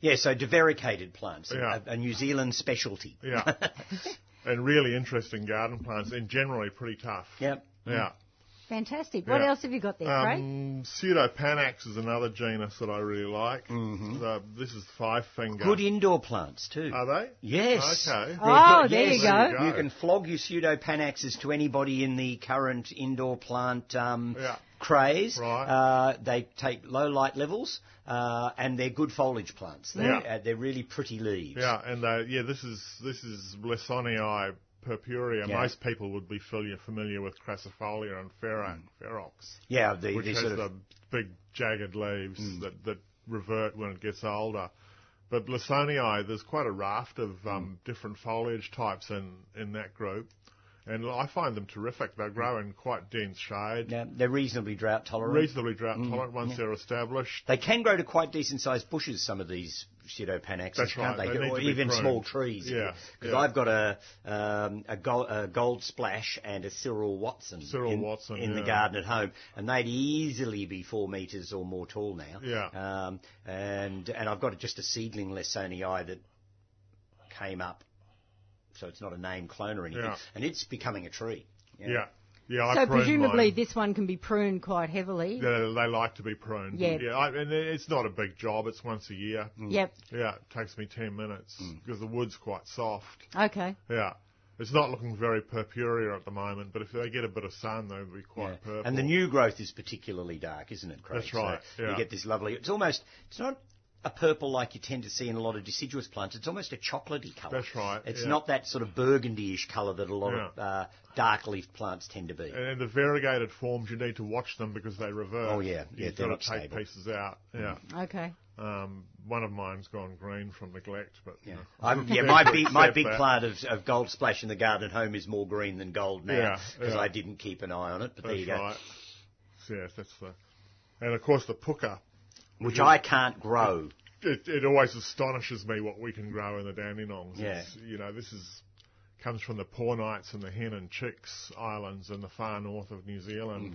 C: Yeah, so divaricated plants, a-
D: Yeah.
C: a, a New Zealand specialty.
D: Yeah.
C: (laughs)
D: and really interesting garden plants, and generally pretty tough.
C: Yep.
D: Yeah.
B: Fantastic. What
D: Yeah.
B: else have you got there, Craig?
D: Um, Pseudopanax is another genus that I really like. So this is five finger.
C: Mm-hmm. Good indoor plants too.
D: Are they?
C: Yes.
D: Okay.
C: They've
B: Oh,
C: got-
B: there you
D: There you go. go.
C: You can flog your pseudopanaxes to anybody in the current indoor plant um,
D: Yeah.
C: craze.
D: Right.
C: Uh, they take low light levels uh, and they're good foliage plants. They're,
D: Yeah.
C: uh, they're really pretty leaves.
D: Yeah, and uh, yeah, this is this is Blessonii purpurea.
C: Yeah.
D: Most people would be familiar, familiar with Crassifolia and Ferox, Ferox
C: Mm. Yeah, the,
D: which
C: the
D: has
C: sort
D: the
C: of Mm.
D: big jagged leaves that, that revert when it gets older. But Lissonii, there's quite a raft of
C: Mm.
D: um, different foliage types in, in that group. And I find them terrific. They grow in quite dense shade,
C: Mm. yeah, they're reasonably drought tolerant. Mm,
D: reasonably drought tolerant once they're established.
C: They can grow to quite decent sized bushes, some of these pseudopanaxes,
D: That's right.
C: can't they?
D: They need
C: or
D: to be
C: even
D: pruned.
C: small trees.
D: Yeah,
C: Because
D: yeah.
C: I've got a, um, a, gold, a gold splash and a Cyril Watson
D: Cyril
C: in,
D: Watson,
C: in the
D: yeah.
C: garden at home, and they'd easily be four metres or more tall now.
D: Yeah.
C: Um, and, and I've got just a seedling Lessonii that came up, so it's not a name clone or anything,
D: Yeah.
C: and it's becoming a tree.
D: Yeah. Yeah, I
B: so
D: prune
B: presumably
D: mine.
B: this one can be pruned quite heavily.
D: Yeah, they, they like to be pruned.
B: Yeah. Mm.
D: yeah I, and it's not a big job. It's once a year.
B: Yep.
D: Yeah, it takes me 10 minutes
C: Mm.
D: because the wood's quite soft.
B: Okay.
D: Yeah. It's not looking very purpurea at the moment, but if they get a bit of sun, they'll be quite
C: Yeah.
D: purple.
C: And the new growth is particularly dark, isn't it, Craig?
D: That's right,
C: So
D: yeah.
C: You get this lovely. It's almost. It's not a purple like you tend to see in a lot of deciduous plants. It's almost a chocolatey colour.
D: That's right,
C: It's
D: yeah.
C: not that sort of burgundy-ish colour that a lot of
D: Yeah.
C: uh, dark leaf plants tend to be.
D: And then the variegated forms, you need to watch them because they revert.
C: Oh, yeah. Yeah,
D: You've
C: they're
D: got
C: Mm. not
D: to take
C: stable.
D: pieces out. Yeah.
B: Okay.
D: Um, one of mine's gone green from neglect, but you
C: Yeah,
D: know,
C: I'm, yeah.
D: (laughs) prepared
C: My
D: to
C: big my
D: accept
C: big
D: that.
C: plant of, of gold splash in the garden at home is more green than gold now
D: Yeah,
C: because
D: yeah.
C: I didn't keep an eye on it. But
D: That's
C: there you go.
D: right. Yes, that's the. And of course, the puka.
C: Which I can't grow.
D: It, it always astonishes me what we can grow in the Dandenongs.
C: Yeah.
D: It's, you know, this is comes from the Poor Knights and the Hen and Chicks Islands in the far north of New Zealand.
C: Hmm.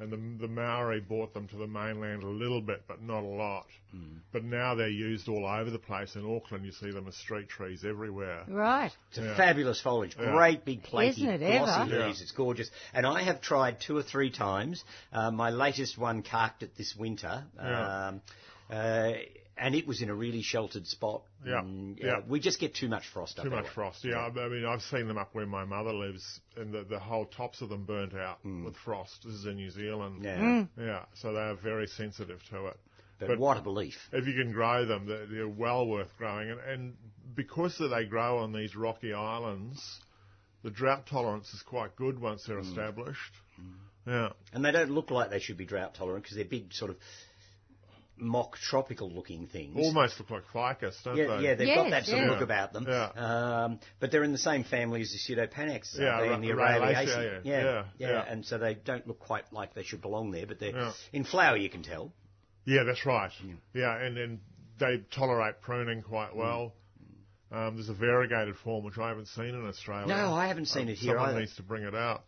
D: And the, the Maori brought them to the mainland a little bit, but not a lot.
C: Hmm.
D: But now they're used all over the place. In Auckland, you see them as street trees everywhere.
B: Right.
C: It's a
D: Yeah.
C: fabulous foliage, great big platy,
B: Isn't it
C: glossy
D: ever?
C: leaves.
D: Yeah.
C: It's gorgeous, and I have tried two or three times. Uh, my latest one carked it this winter,
D: Yeah.
C: um, uh, and it was in a really sheltered spot.
D: Yeah,
C: And, uh,
D: yeah.
C: we just get too much frost up
D: Too
C: our
D: much
C: way.
D: frost. Yeah, I I mean, I've seen them up where my mother lives, and the, the whole tops of them burnt out with frost. This is in New Zealand.
C: Mm. Yeah.
D: Yeah, so they are very sensitive to it.
C: But,
D: But-
C: what a belief!
D: If you can grow them, they're, they're well worth growing. And, and because that they grow on these rocky islands, the drought tolerance is quite good once they're
C: Mm.
D: established. Yeah,
C: And they don't look like they should be drought tolerant because they're big, sort of mock tropical looking things.
D: almost look like ficus, don't
C: Yeah,
D: they?
C: yeah, they've got
B: Yes,
C: that sort of
D: yeah.
C: look about them.
D: Yeah.
C: Um, but they're in the same family as the pseudopanax, aren't
D: Yeah,
C: they?
D: ra-
C: And the
D: Raleaceae,
C: Araliaceae.
D: yeah,
C: yeah,
D: yeah.
C: And so they don't look quite like they should belong there, but they're
D: Yeah.
C: in flower. You can tell.
D: Yeah, that's right. Yeah, and then they tolerate pruning quite well. Um, there's a variegated form which I haven't seen in Australia.
C: No, I haven't seen
D: Um,
C: it here
D: Someone
C: either.
D: needs to bring it out.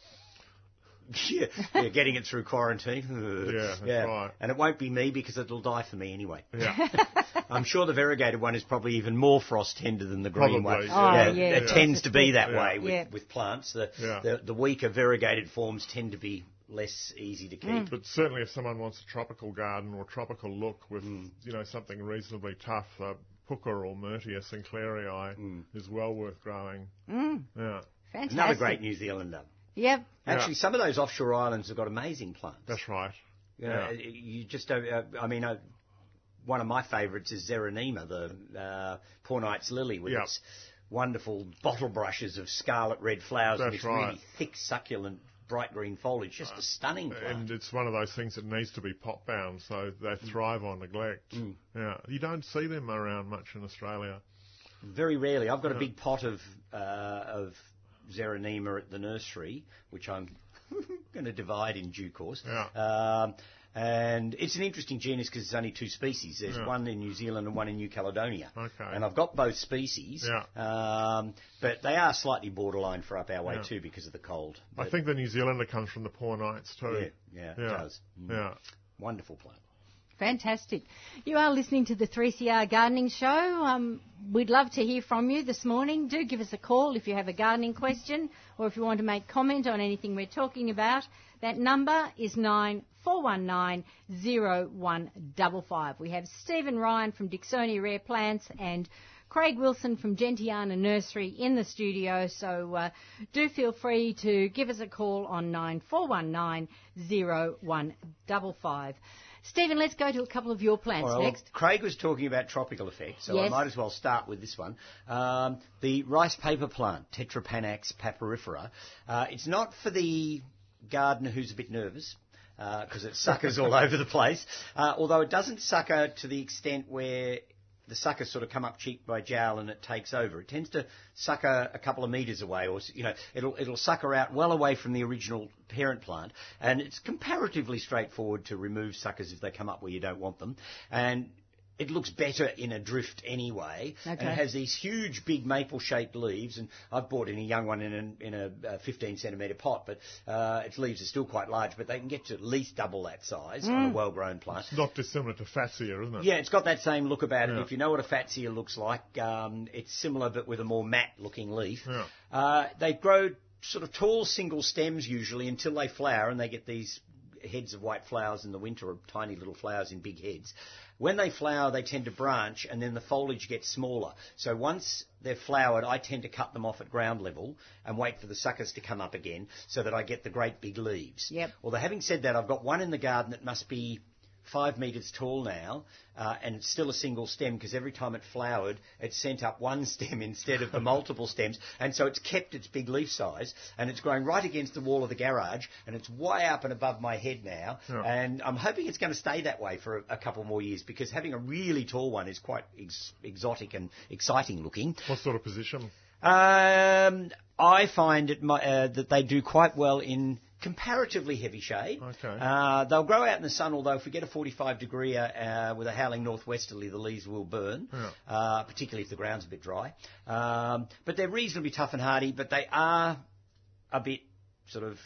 C: (laughs) yeah, yeah, getting it through quarantine. yeah,
D: that's right.
C: And it won't be me because it'll die for me anyway.
D: Yeah,
C: (laughs) I'm sure the variegated one is probably even more frost tender than the green
D: Probably,
C: one.
D: yeah.
B: Oh, yeah,
C: it
B: yeah.
C: tends to be that
D: Yeah.
C: way with,
B: Yeah.
C: with plants. The,
D: Yeah.
C: the the weaker variegated forms tend to be less easy to keep.
B: Mm.
D: but certainly if someone wants a tropical garden or tropical look with
C: Mm.
D: you know something reasonably tough, uh, puka or myrtia sinclairii is well worth growing. Yeah,
B: Mm. Fantastic.
C: Mm. Another great New Zealander.
B: Yep.
C: Actually, some of those offshore islands have got amazing plants.
D: that's right.
C: You, know, you just don't. Uh, I mean, uh, one of my favourites is Zeranema, the uh, Poor Knight's Lily, with
D: Yeah.
C: its wonderful bottle brushes of scarlet red flowers and
D: That's
C: its
D: right.
C: really thick, succulent, bright green foliage. Just a stunning plant. Mm.
D: And it's one of those things that needs to be pot bound, so they thrive on neglect. Yeah, you don't see them around much in Australia.
C: Very rarely. I've got a big pot of uh, of Zeranema at the nursery, which I'm (laughs) going to divide in due course.
D: Yeah.
C: Um, and it's an interesting genus because there's only two species. There's one in New Zealand and one in New Caledonia.
D: Okay.
C: And I've got both species.
D: Yeah.
C: Um, but they are slightly borderline for up our way too because of the cold.
D: I think the New Zealander comes from the Poor Knights
C: Yeah,
D: too.
C: yeah, it
D: Yeah.
C: does. Mm.
D: Yeah.
C: Wonderful plant.
B: Fantastic. You are listening to the 3CR Gardening Show. Um, we'd love to hear from you this morning. Do give us a call if you have a gardening question or if you want to make comment on anything we're talking about. That number is 94190155. We have Stephen Ryan from Dixonia Rare Plants and Craig Wilson from Gentiana Nursery in the studio, so uh, do feel free to give us a call on 94190155. Stephen, let's go to a couple of your plants
C: Well,
B: next.
C: Craig was talking about tropical effects, so I
B: Yes.
C: might as well start with this one. Um, the rice paper plant, Tetrapanax papyrifera. Uh, it's not for the gardener who's a bit nervous. Because it suckers all (laughs) over the place, uh, although it doesn't sucker to the extent where the suckers sort of come up cheek by jowl and it takes over. It tends to sucker a couple of meters away, or you know, it'll it'll sucker out well away from the original parent plant, and it's comparatively straightforward to remove suckers if they come up where you don't want them, and it looks better in a drift anyway. And
B: Okay.
C: it has these huge, big maple-shaped leaves, and I've bought in a young one in a, in a uh, 15 centimetre pot, but uh, its leaves are still quite large, but they can get to at least double that size on a well-grown plant.
D: It's not dissimilar to fascia, isn't it?
C: Hmm. Yeah, it's got that same look about it. If you know what a fatsia looks like, um, it's similar but with a more matte looking leaf.
D: Yeah.
C: Uh, they grow sort of tall single stems usually until they flower and they get these heads of white flowers in the winter or tiny little flowers in big heads. When they flower, they tend to branch and then the foliage gets smaller. So once they're flowered, I tend to cut them off at ground level and wait for the suckers to come up again so that I get the great big leaves.
B: Yep.
C: Although having said that, I've got one in the garden that must be five metres tall now, uh, and it's still a single stem because every time it flowered, it sent up one (laughs) stem instead of the multiple stems, and so it's kept its big leaf size, and it's growing right against the wall of the garage, and it's way up and above my head now,
D: Yeah.
C: and I'm hoping it's going to stay that way for a, a couple more years because having a really tall one is quite ex- exotic and exciting looking.
D: What sort of position?
C: Um, I find it my, uh, that they do quite well in comparatively heavy shade.
D: Okay.
C: Uh, they'll grow out in the sun, although if we get a 45 degree uh, uh, with a howling northwesterly, the leaves will burn,
D: Yeah.
C: uh, particularly if the ground's a bit dry. Um, but they're reasonably tough and hardy, but they are a bit sort of.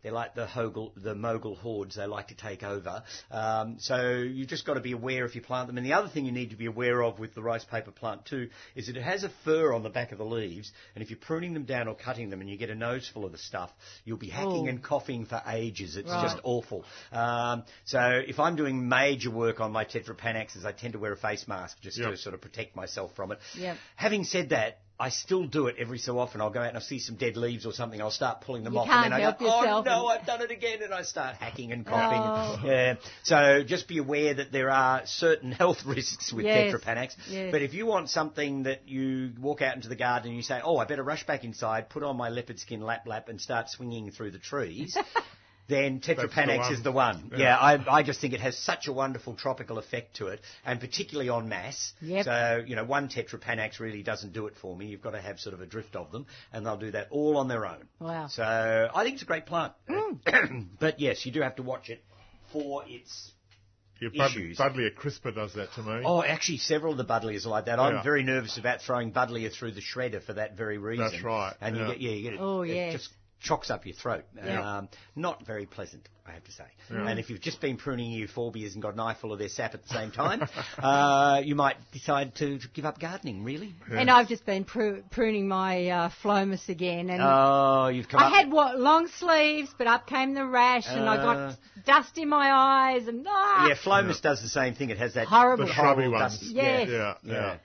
C: They're like the Hogel, the Mogul hordes. They like to take over. Um, so you've just got to be aware if you plant them. And the other thing you need to be aware of with the rice paper plant too is that it has a fur on the back of the leaves. And if you're pruning them down or cutting them, and you get a nose full of the stuff, you'll be hacking
B: Oh.
C: and coughing for ages. It's
B: Right.
C: just awful. Um, so if I'm doing major work on my tetrapanaxes, I tend to wear a face mask just
D: Yep.
C: to sort of protect myself from it.
B: Yep.
C: Having said that, I still do it every so often. I'll go out and I'll see some dead leaves or something. I'll start pulling them
B: You
C: off,
B: can't
C: and then I
B: help
C: go,
B: yourself Oh.
C: "Oh no,
B: and-
C: I've done it again!" And I start hacking and coughing. Yeah. So just be aware that there are certain (laughs) health risks with
B: Yes.
C: tetrapanax.
B: Yes.
C: But if you want something that you walk out into the garden and you say, "Oh, I better rush back inside, put on my leopard skin lap lap, and start swinging through the
B: (laughs)
C: trees." Then
D: the
C: tetrapanax
D: one.
C: is the one. Yeah, I, I just think it has such a wonderful tropical effect to it, and particularly on mass.
B: Yep.
C: So, you know, one tetrapanax really doesn't do it for me. You've got to have sort of a drift of them, and they'll do that all on their own.
B: Wow.
C: So I think it's a great plant.
B: Mm.
C: (coughs) but yes, you do have to watch it for its
D: Your bud,
C: Issues.
D: Budley at CRISPR does that to me.
C: Oh, actually, several of the Budleys are like that. I'm
D: Yeah.
C: very nervous about throwing Budleya through the shredder for that very reason.
D: That's right,
C: And you
D: yeah.
C: get, yeah, you get it.
B: Oh,
C: it
B: yes.
C: just chocks up your throat.
B: Yeah.
C: Um, not very pleasant, I have to say. And if you've just been pruning euphorbias and got an eyeful of their sap at
D: (laughs)
C: the same time, uh, you might decide to give up gardening, really.
B: And I've just been pru- pruning my uh, phlomis again, and
C: Oh, you've come
B: I
C: up.
B: had what long sleeves, but up came the rash, and I
C: Uh.
B: got dust in my eyes, and ah,
C: yeah, Flomus does the same thing. It has that
B: horrible.
D: The shrubby
C: horrible
D: ones.
C: dust.
B: Yes.
D: Yeah, yeah.
C: Yeah.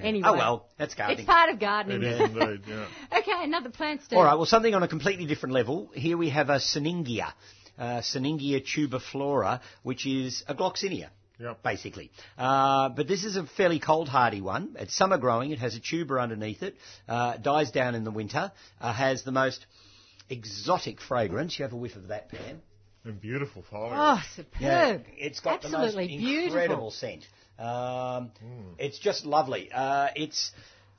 B: Anyway,
C: Oh, well, that's gardening.
B: it's part of
D: It
B: gardening.
D: is indeed, yeah.
B: (laughs) Okay, another plant. Steve.
C: All right, well, something on a completely different level. Here we have a Syningia, uh, Syningia tubiflora, which is a gloxinia.
D: Yep.
C: Basically. Uh, but this is a fairly cold hardy one. It's summer growing. It has a tuber underneath it. Uh, dies down in the winter. Uh, has the most exotic fragrance. You have a whiff of that, Pam.
D: And beautiful foliage.
B: Oh, superb.
C: It's got
B: Absolutely
C: the most
B: beautiful.
C: incredible scent. Um,
D: Hmm.
C: It's just lovely. Uh, it's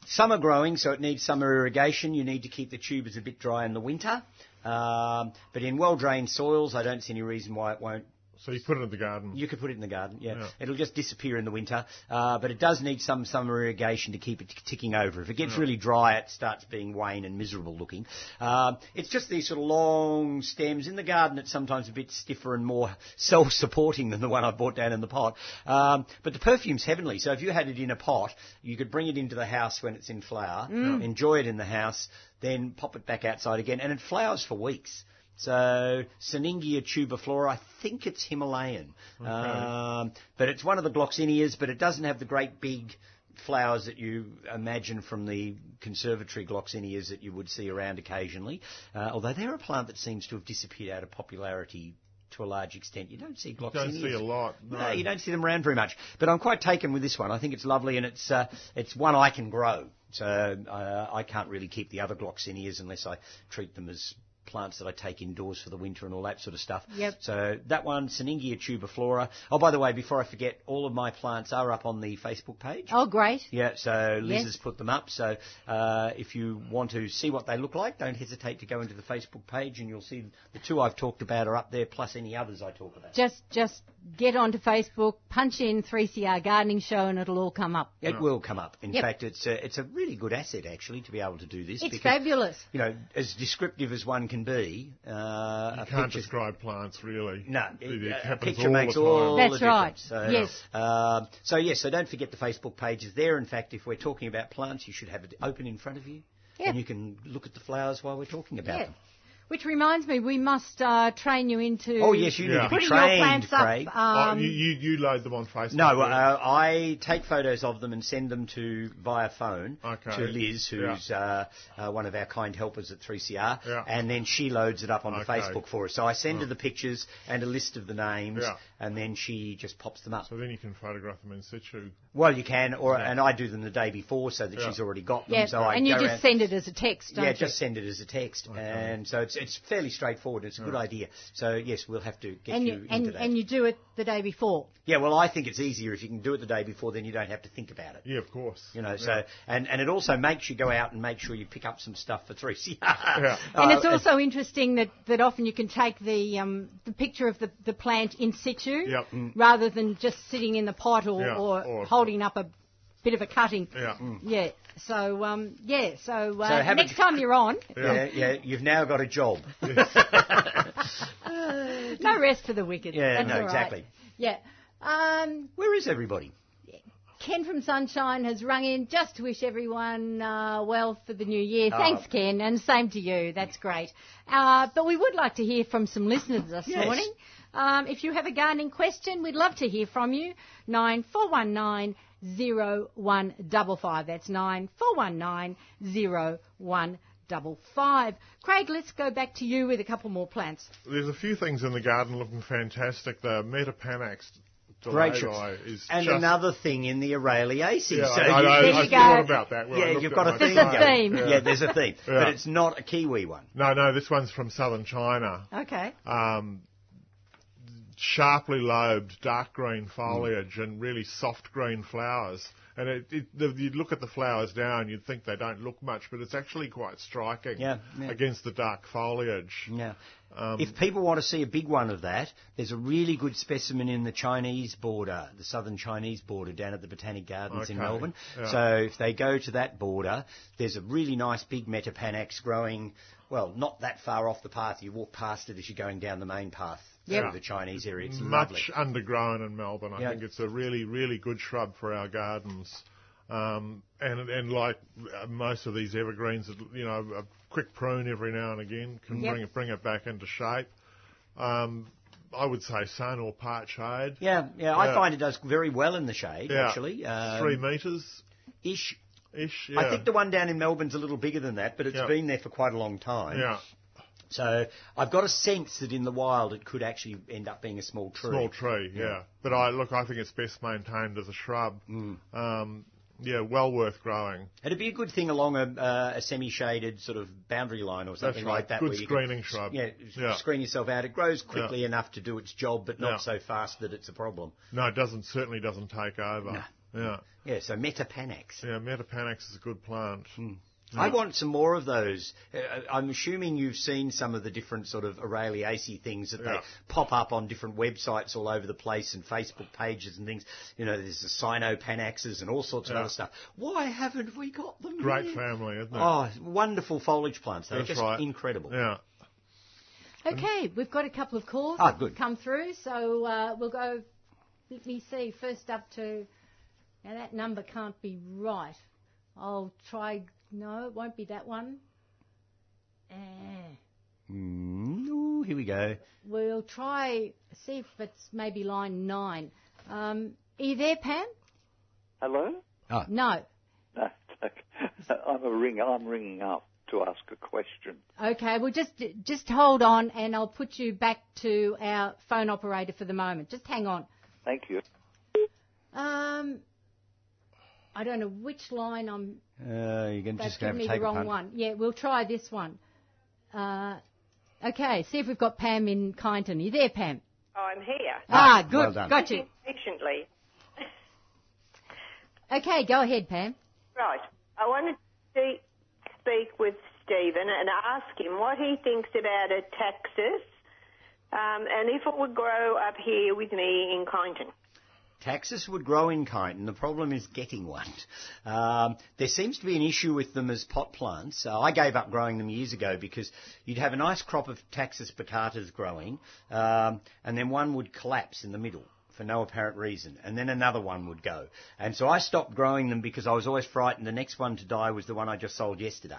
C: summer growing, so it needs summer irrigation. You need to keep the tubers a bit dry in the winter. Um, but in well drained soils, I don't see any reason why it won't
D: So you put it in the garden.
C: you could put it in the garden, yeah.
D: Yeah.
C: It'll just disappear in the winter, uh, but it does need some summer irrigation to keep it t- ticking over. If it gets really dry, it starts being wan and miserable looking. Um, it's just these sort of long stems in the garden. It's sometimes a bit stiffer and more (laughs) self-supporting than the one I bought down in the pot. Um, but the perfume's heavenly. So if you had it in a pot, you could bring it into the house when it's in flower, enjoy it in the house, then pop it back outside again, and it flowers for weeks. So Syningia tubiflora, I think it's Himalayan, um, but it's one of the gloxinias, but it doesn't have the great big flowers that you imagine from the conservatory gloxinias that you would see around occasionally. Uh, although they're a plant that seems to have disappeared out of popularity to a large extent. You don't see gloxinias.
D: Don't see a lot. No,
C: No, you don't see them around very much. But I'm quite taken with this one. I think it's lovely, and it's uh, it's one I can grow. So uh, I can't really keep the other gloxinias unless I treat them as plants that I take indoors for the winter and all that sort of stuff.
B: Yep.
C: So that one, Syningia tubiflora. Oh, by the way, before I forget, all of my plants are up on the Facebook page.
B: Oh, great.
C: Yeah, so Liz
B: Yes.
C: has put them up. So uh, if you want to see what they look like, don't hesitate to go into the Facebook page, and you'll see the two I've talked about are up there, plus any others I talk about.
B: Just, just get onto Facebook, punch in 3CR Gardening Show, and it'll all come up.
C: It will come up. In
B: Yep.
C: fact, it's a, it's a really good asset actually to be able to do this.
B: It's
C: because,
B: fabulous.
C: You know, as descriptive as one can be, uh, a
D: You can't
C: picture-
D: describe plants really.
C: no,
D: it,
C: a-
D: it
C: a
D: happens
C: picture
D: all
C: makes
D: the time.
C: all
B: That's
C: the
B: right.
C: difference. So,
B: Yes.
C: um, so yes, so don't forget the Facebook page is there. In fact, if we're talking about plants, you should have it open in front of you.
B: Yeah.
C: and you can look at the flowers while we're talking about
B: Yeah.
C: them.
B: Which reminds me, we must uh, train you into.
C: Oh yes, you
D: Yeah.
C: need to be
B: putting your
C: trained,
B: plants
C: Craig.
B: up.
D: Oh,
B: Um,
D: you, you you load them on Facebook.
C: No,
D: yeah?
C: uh, I take photos of them and send them to via phone
D: Okay.
C: to Liz, who's uh, uh, one of our kind helpers at 3CR,
D: Yeah.
C: and then she loads it up on
D: Okay. Oh.
C: Facebook for us. So I send her the pictures and a list of the names,
D: Yeah.
C: and then she just pops them up.
D: so then you can photograph them in situ.
C: well, you can, or and I do them the day before so that
D: Yeah.
C: she's already got them.
B: yeah,
C: So I
B: and you
C: go
B: just
C: around-
B: send it as a text, don't
C: yeah,
B: you?
C: just send it as a text, and so it's it's fairly straightforward. It's a good idea. So yes, we'll have to get
B: and
C: you,
B: you,
C: into
B: and,
C: that.
B: and you do it the day before.
C: yeah, well, I think it's easier if you can do it the day before. Then you don't have to think about it.
D: Yeah, of course.
C: You know, so and, and it also makes you go out and make sure you pick up some stuff for three (laughs) Uh, CR. Yeah.
B: And it's also interesting that, that often you can take the um, the picture of the, the plant in situ
D: Yep. Mm.
B: rather than just sitting in the pot or,
D: Yeah,
B: or,
D: or-
B: holding up a bit of a cutting.
D: Yeah. Mm.
B: Yeah. So um, yeah. So,
C: So
B: uh,
C: have a-
B: next time you're on,
C: yeah, yeah, you've now got a job.
B: Uh, no rest for the wicked.
C: Yeah,
B: That's
C: no,
B: all right.
C: exactly.
B: Yeah. Um,
C: (laughs) Where is everybody?
B: Ken from Sunshine has rung in just to wish everyone uh, well for the new year. Thanks, Ken, and same to you. That's great. Uh, but we would like to hear from some listeners this
C: Yes.
B: morning. Um, if you have a gardening question, we'd love to hear from you. Nine four one nine zero one double five. That's nine four one nine zero one double five. Craig, let's go back to you with a couple more plants.
D: There's a few things in the garden looking fantastic. The Metapanax
C: Great
D: delayed
C: choice.
D: eye is
C: And
D: just,
C: another thing in the Aureliaceae.
D: Yeah,
C: so
D: I, I,
C: you-
D: I,
B: There
D: I
B: you
D: thought
B: go.
D: about that. When I
C: yeah,
D: looked
C: you've
D: at
C: got
D: my
C: a theme.
B: There's a
D: garden.
B: theme.
C: Yeah.
D: Yeah.
C: there's a theme,
D: (laughs) Yeah.
C: but it's not a Kiwi one.
D: No, no, this one's from southern China.
B: Okay.
D: um, sharply lobed, dark green foliage and really soft green flowers. And it, it, the, you'd look at the flowers now and you'd think they don't look much, but it's actually quite striking
C: Yeah, yeah.
D: against the dark foliage.
C: Yeah.
D: Um,
C: if people want to see a big one of that, there's a really good specimen in the Chinese border, the southern Chinese border down at the Botanic Gardens in
D: Okay,
C: Melbourne.
D: yeah.
C: So if they go to that border, there's a really nice big Metapanax growing, well, not that far off the path. You walk past it as you're going down the main path
B: Yeah.
C: through the Chinese area. It's lovely.
D: Much undergrown in Melbourne. I
C: Yeah.
D: think it's a really, really good shrub for our gardens. Um, and, and like uh, most of these evergreens, you know, a quick prune every now and again can
B: Yep.
D: bring, it, bring it back into shape. Um, I would say sun or part shade.
C: Yeah, yeah, I
D: Yeah.
C: find it does very well in the shade,
D: Yeah.
C: actually. Um,
D: Three metres
C: ish.
D: ish.
C: I think the one down in Melbourne's a little bigger than that, but it's
D: Yeah.
C: been there for quite a long time.
D: yeah,
C: So I've got a sense that in the wild it could actually end up being a small tree.
D: small tree. Yeah. but I look. I think it's best maintained as a shrub.
C: Mm.
D: Um, yeah, well worth growing.
C: It'd be a good thing along a, uh, a semi-shaded sort of boundary line or something
D: right.
C: like that.
D: Good
C: where you
D: screening
C: can,
D: shrub.
C: Yeah,
D: Yeah.
C: screen yourself out. It grows quickly enough to do its job, but not
D: Yeah.
C: so fast that it's a problem.
D: No, it doesn't. Certainly doesn't take over. Yeah,
C: Yeah, so metapanax. Mm.
D: yeah. Metapanax is a good plant.
C: I want some more of those. Uh, I'm assuming you've seen some of the different sort of Aureliaceae things that they
D: Yeah.
C: pop up on different websites all over the place and Facebook pages and things. You know, there's the Sinopanaxes and all sorts of
D: Yeah.
C: other stuff. (laughs) Why haven't we got them?
D: Great
C: here?
D: family, isn't it?
C: Oh, wonderful foliage plants. They're
D: That's
C: just
D: right.
C: incredible.
D: Yeah.
B: Okay, we've got a couple of calls
C: Ah,
B: that
C: good.
B: come through, so uh, we'll go. Let me see. First up to now that number can't be right. I'll try. No, it won't be that one. Eh,
C: Mm, ooh, here we go.
B: we'll try see if it's maybe line nine. Um, are you there, Pam?
E: Hello?
B: No.
E: No, it's okay. (laughs) I'm a ring. I'm ringing up to ask a question.
B: Okay, well just just hold on, and I'll put you back to our phone operator for the moment. Just hang on.
E: Thank you.
B: Um, I don't know which line I'm
C: Uh, you're going to
B: That's
C: just going
B: giving
C: to
B: me
C: take a
B: the wrong
C: punt.
B: one. Yeah, we'll try this one. Uh, okay, see if we've got Pam in Kyneton. Are you there, Pam?
F: Oh, I'm here
B: Ah, good.
C: well done.
B: Got you.
F: patiently.
B: Okay, go ahead, Pam.
F: Right. I wanted to speak with Stephen and ask him what he thinks about a taxus um, and if it would grow up here with me in Kyneton.
C: Taxes would grow in Kyneton. The problem is getting one. Um, there seems to be an issue with them as pot plants. Uh, I gave up growing them years ago because you'd have a nice crop of Taxus bacatas growing, um, and then one would collapse in the middle for no apparent reason, and then another one would go. And so I stopped growing them because I was always frightened the next one to die was the one I just sold yesterday.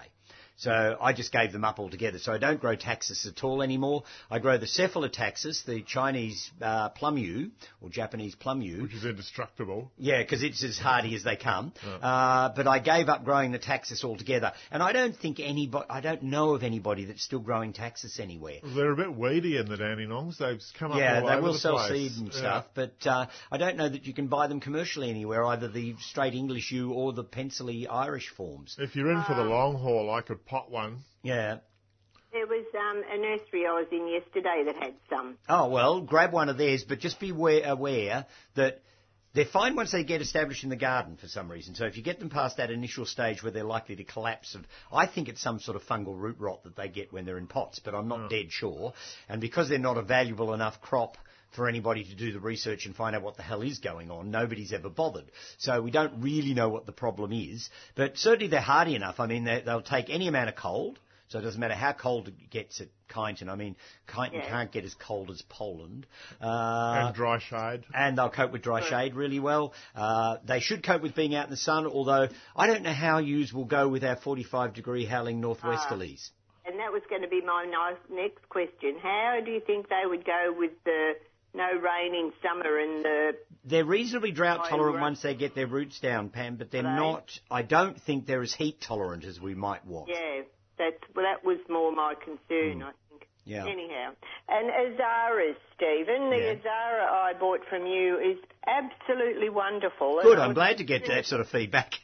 C: So I just gave them up altogether. So I don't grow taxus at all anymore. I grow the cephalotaxis, the Chinese uh, plum yew or Japanese plum yew.
D: which is indestructible.
C: Yeah, because it's as hardy as they come. Uh, but I gave up growing the taxus altogether, and I don't think anybody, I don't know of anybody that's still growing taxus anywhere.
D: They're a bit weedy in the Dandenongs. They've come up
C: Yeah,
D: all
C: they
D: over
C: will
D: the
C: sell
D: place.
C: seed and
D: Yeah.
C: stuff, but uh, I don't know that you can buy them commercially anywhere, either the straight English U or the pencily Irish forms.
D: If you're in for the long haul, I could pot one.
C: Yeah.
F: There was um, a nursery I was in yesterday that had some.
C: Oh well, grab one of theirs, but just be wa- aware that they're fine once they get established in the garden for some reason. So if you get them past that initial stage where they're likely to collapse, of I think it's some sort of fungal root rot that they get when they're in pots, but I'm not dead sure. And because they're not a valuable enough crop. For anybody to do the research and find out what the hell is going on, nobody's ever bothered. So we don't really know what the problem is. But certainly they're hardy enough. I mean, they, they'll take any amount of cold. So it doesn't matter how cold it gets at Kyneton. I mean, Kyneton
F: Yeah.
C: can't get as cold as Poland. Uh,
D: and dry shade.
C: and they'll cope with dry shade really well. Uh, they should cope with being out in the sun, although I don't know how yous will go with our 45 degree howling
F: Ah.
C: northwesterlies.
F: And that was going to be my ni- next question. How do you think they would go with the no rain in summer and the
C: They're reasonably drought
F: Oh,
C: tolerant
F: right.
C: once they get their roots down, Pam, but they're
F: Right.
C: not, I don't think they're as heat tolerant as we might want.
F: yeah? That well, that was more my
C: Hmm.
F: concern, I think.
C: Yeah.
F: Anyhow, and Azara, Stephen, the
C: Yeah.
F: Azara I bought from you is absolutely wonderful. And
C: Good,
F: I
C: I'm
F: was-
C: glad to get that sort of feedback.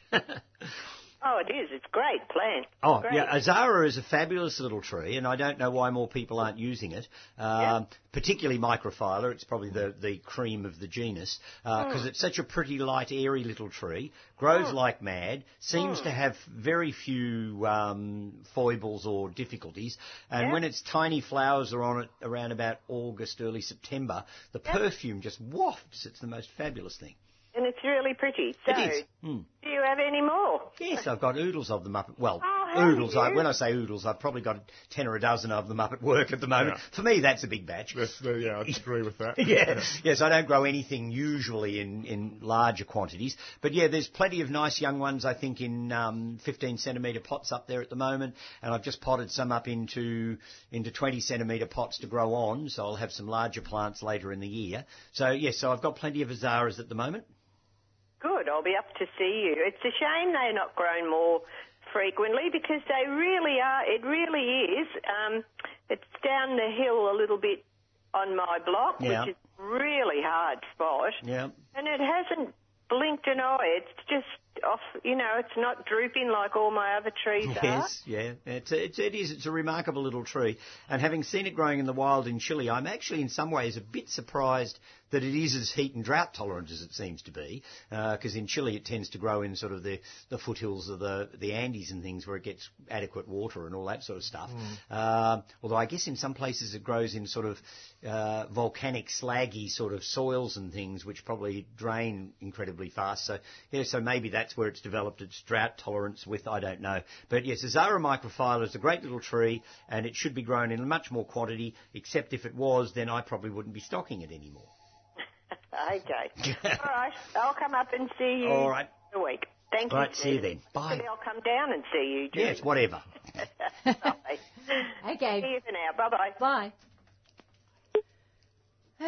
F: Oh, it is. It's great plant.
C: Oh,
F: Great.
C: yeah, Azara is a fabulous little tree, and I don't know why more people aren't using it, um, particularly microphyla. It's probably the, the cream of the genus because it's such a pretty, light, airy little tree, grows like mad, seems to have very few um, foibles or difficulties, and when its tiny flowers are on it around about August, early September, the perfume just wafts. It's the most fabulous thing.
F: and it's really pretty. So,
C: It is. Mm.
F: do you have any more?
C: Yes, I've got oodles of them up. At, well,
F: Oh, have
C: oodles. I,
F: you?
C: when I say oodles, I've probably got ten or a dozen of them up at work at the moment.
D: Yeah.
C: For me, that's a big batch.
D: That's the,
C: (laughs)
D: yeah, I agree with that.
C: Yeah. Yes, I don't grow anything usually in, in larger quantities. But yeah, there's plenty of nice young ones, I think, in um, 15 centimetre pots up there at the moment. And I've just potted some up into, into 20 centimetre pots to grow on. So I'll have some larger plants later in the year. So yes, so I've got plenty of Azaras at the moment.
F: Good, I'll be up to see you. It's a shame they're not grown more frequently because they really are, it really is. Um, it's down the hill a little bit on my block,
C: Yeah.
F: which is a really hard spot.
C: Yeah.
F: And it hasn't blinked an eye. It's just off, you know, it's not drooping like all my other trees are.
C: Yes, yeah, it's a, it's, it is. It's a remarkable little tree, and having seen it growing in the wild in Chile, I'm actually in some ways a bit surprised that it is as heat and drought tolerant as it seems to be, because in Chile it tends to grow in sort of the, the foothills of the the Andes and things where it gets adequate water and all that sort of stuff. Um, although I guess in some places it grows in sort of uh, volcanic slaggy sort of soils and things, which probably drain incredibly fast. So yeah, so maybe that's where it's developed its drought tolerance with. I don't know, but yes, Azara microphylla is a great little tree, and it should be grown in much more quantity. Except if it was, then I probably wouldn't be stocking it anymore.
F: Okay.
C: (laughs)
F: all right, I'll come up and see you
C: All right.
F: in a week. Thank
C: All
F: you.
C: right, see you then. Bye.
F: Maybe I'll come down and see you, too.
C: Yes, whatever.
F: (laughs) Bye. See
B: (laughs) Okay.
F: you for now. Bye-bye.
B: Bye.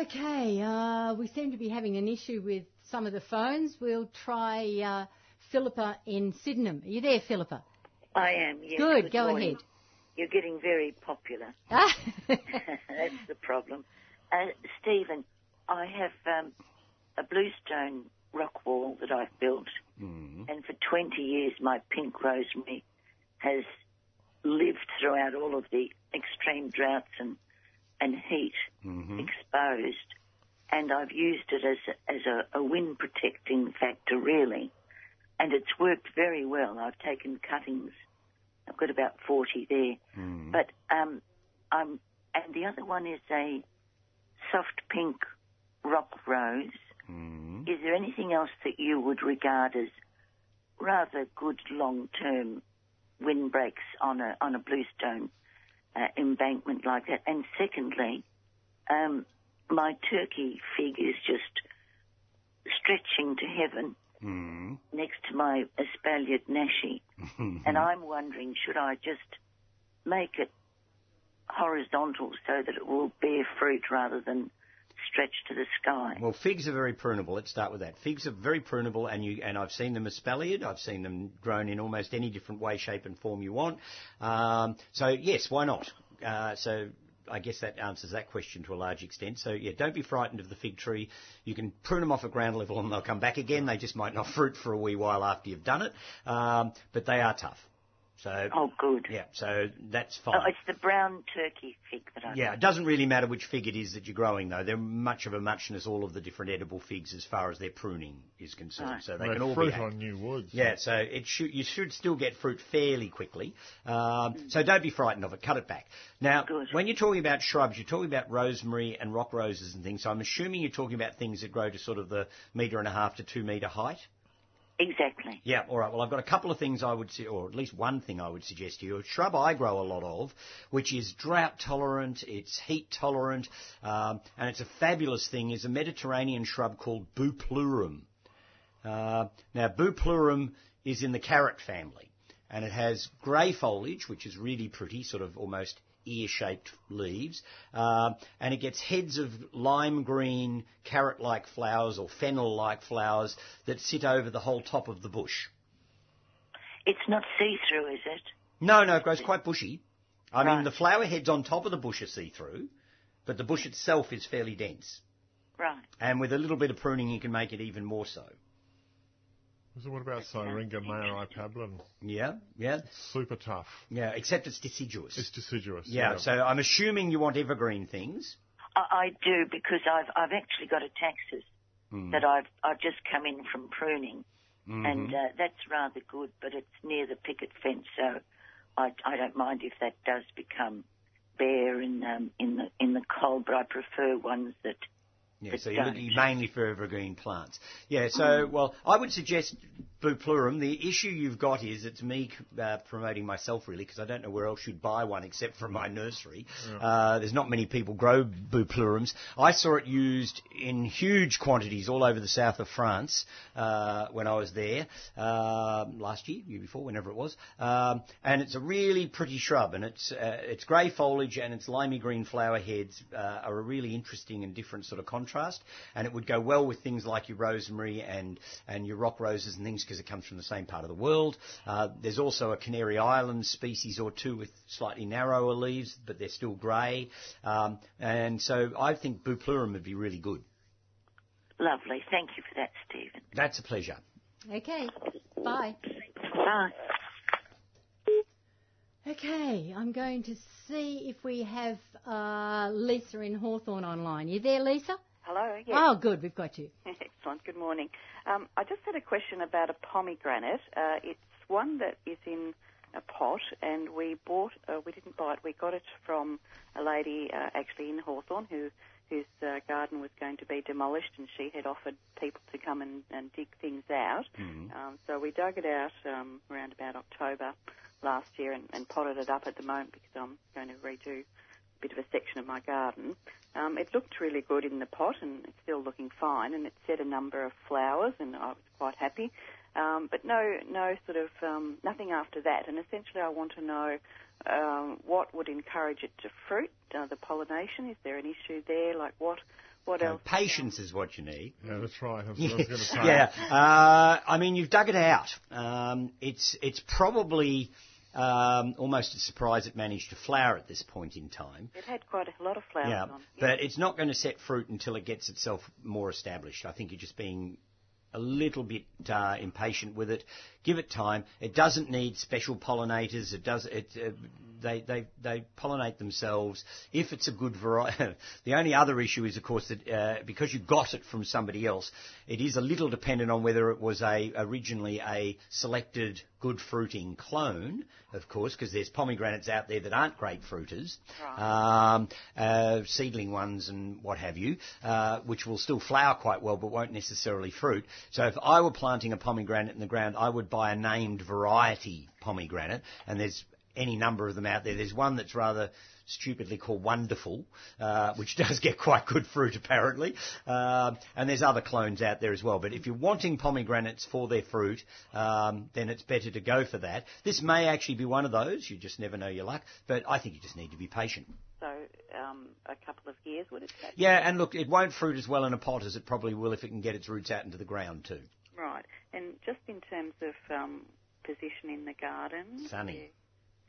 B: Okay, uh, we seem to be having an issue with some of the phones. We'll try uh, Philippa in Sydenham. Are you there, Philippa?
G: I am, yes.
B: Good, go
G: morning.
B: ahead.
G: You're getting very
B: (laughs)
G: popular.
B: Ah.
G: That's the problem. Uh, Stephen, I have um, a bluestone rock wall that I've built, and for 20 years my pink rosemary has lived throughout all of the extreme droughts and, and heat
C: Mm-hmm.
G: exposed, and I've used it as a, as a, a wind protecting factor, really. And it's worked very well. I've taken cuttings. I've got about 40 there. But um, um, and the other one is a soft pink rock rose. Is there anything else that you would regard as rather good long-term windbreaks on a on a bluestone uh, embankment like that? And secondly, um, my turkey fig is just stretching to heaven,
C: Mm.
G: next to my espaliered nashi, and
C: Mm-hmm.
G: I'm wondering should I just make it horizontal so that it will bear fruit rather than stretch to the sky?
C: Well, figs are very prunable. Let's start with that. Figs are very prunable, and you and I've seen them espaliered. I've seen them grown in almost any different way, shape, and form you want. Um, so yes, why not? Uh, so. I guess that answers that question to a large extent. So yeah, don't be frightened of the fig tree. You can prune them off at ground level and they'll come back again. They just might not fruit for a wee while after you've done it, um, but they are tough. So
G: oh, good.
C: yeah, so that's fine.
G: Oh, it's the brown turkey fig that I
C: Yeah, it doesn't really matter which fig it is that you're growing, though. They're much of a muchness, all of the different edible figs, as far as their pruning is concerned.
G: Right.
C: So they
D: They
C: can all
D: fruit
C: be. had.
D: on new woods.
C: Yeah, so it should, you should still get fruit fairly quickly. Um, so don't be frightened of it. Cut it back. Now,
G: Good.
C: when you're talking about shrubs, you're talking about rosemary and rock roses and things. So I'm assuming you're talking about things that grow to sort of the metre and a half to two metre height.
G: Exactly.
C: Yeah, all right. Well, I've got a couple of things I would, su- or at least one thing I would suggest to you. A shrub I grow a lot of, which is drought tolerant, it's heat tolerant, um, and it's a fabulous thing, is a Mediterranean shrub called Buplurum. Uh, now, Buplurum is in the carrot family, and it has grey foliage, which is really pretty, sort of almost ear-shaped leaves, Um and it gets heads of lime green, carrot-like flowers or fennel-like flowers that sit over the whole top of the bush.
G: It's not see through, is it?
C: No, no, it grows quite bushy. I mean,
G: Right.
C: the flower heads on top of the bush are see-through, but the bush itself is fairly dense.
G: Right.
C: And with a little bit of pruning, you can make it even more so.
D: So what about Syringa mairi pablum?
C: Yeah, yeah,
D: Super tough.
C: yeah. Except it's deciduous.
D: It's deciduous.
C: Yeah, so I'm assuming you want evergreen things.
G: I, I do because I've I've actually got a taxus that I've I've just come in from pruning, and uh, that's rather good. But it's near the picket fence, so I I don't mind if that does become bare in um, in the in the cold. But I prefer ones that
C: Yeah,
G: But
C: so you're
G: don't.
C: looking mainly for evergreen plants. Yeah, so, well, I would suggest Buplurum. The issue you've got is it's me uh, promoting myself, really, because I don't know where else you'd buy one except from my nursery. Uh, there's not many people grow Buplurums. I saw it used in huge quantities all over the south of France uh, when I was there uh, last year, year before, whenever it was. Um, and it's a really pretty shrub, and it's uh, it's grey foliage and its limey green flower heads uh, are a really interesting and different sort of contrast. And it would go well with things like your rosemary and and your rock roses and things because it comes from the same part of the world. Uh, there's also a Canary Island species or two with slightly narrower leaves, but they're still grey. Um, and so I think Bupleurum would be really good.
G: lovely. Thank you for that, Stephen.
C: That's a pleasure.
B: Okay. Bye.
G: Bye.
B: Okay, I'm going to see if we have uh, Lisa in Hawthorne online. You there, Lisa?
H: Hello. Yes.
B: Oh, good, we've got you.
H: (laughs) Excellent. Good morning. Um, I just had a question about a pomegranate. Uh, it's one that is in a pot, and we bought. Uh, we didn't buy it. We got it from a lady uh, actually in Hawthorne who whose uh, garden was going to be demolished, and she had offered people to come and, and dig things out. Um, so we dug it out um, around about October last year and, and potted it up at the moment because I'm going to redo a bit of a section of my garden. Um, it looked really good in the pot and it's still looking fine and it set a number of flowers and I was quite happy. Um, but no, no sort of, um, nothing after that. And essentially I want to know um, what would encourage it to fruit, uh, the pollination. Is there an issue there? Like what, what
C: Uh,
H: else?
C: patience is what you need.
D: Yeah, that's right. That's what I was
C: (laughs)
D: going to say.
C: yeah. Uh, I mean, you've dug it out. Um, it's it's probably um, almost a surprise it managed to flower at this point in time.
H: It had quite a lot of flowers
C: Yeah,
H: on. it.
C: but it's not going to set fruit until it gets itself more established. I think you're just being a little bit uh, impatient with it. Give it time. It doesn't need special pollinators. It does. It uh, they they they pollinate themselves if it's a good variety. (laughs) the only other issue is, of course, that uh, because you got it from somebody else, it is a little dependent on whether it was a originally a selected good fruiting clone, of course, because there's pomegranates out there that aren't grapefruiters, um, uh, seedling ones and what have you, uh, which will still flower quite well but won't necessarily fruit. So if I were planting a pomegranate in the ground, I would buy a named variety pomegranate, and there's any number of them out there. There's one that's rather stupidly called Wonderful, uh, which (laughs) does get quite good fruit apparently. Um and there's other clones out there as well. But if you're wanting pomegranates for their fruit, um, then it's better to go for that. This may actually be one of those. You just never know your luck. But I think you just need to be patient.
H: So um, a couple of years would it take?
C: Yeah, and look, it won't fruit as well in a pot as it probably will if it can get its roots out into the ground too.
H: Right. And just in terms of um, position in the garden.
C: Sunny.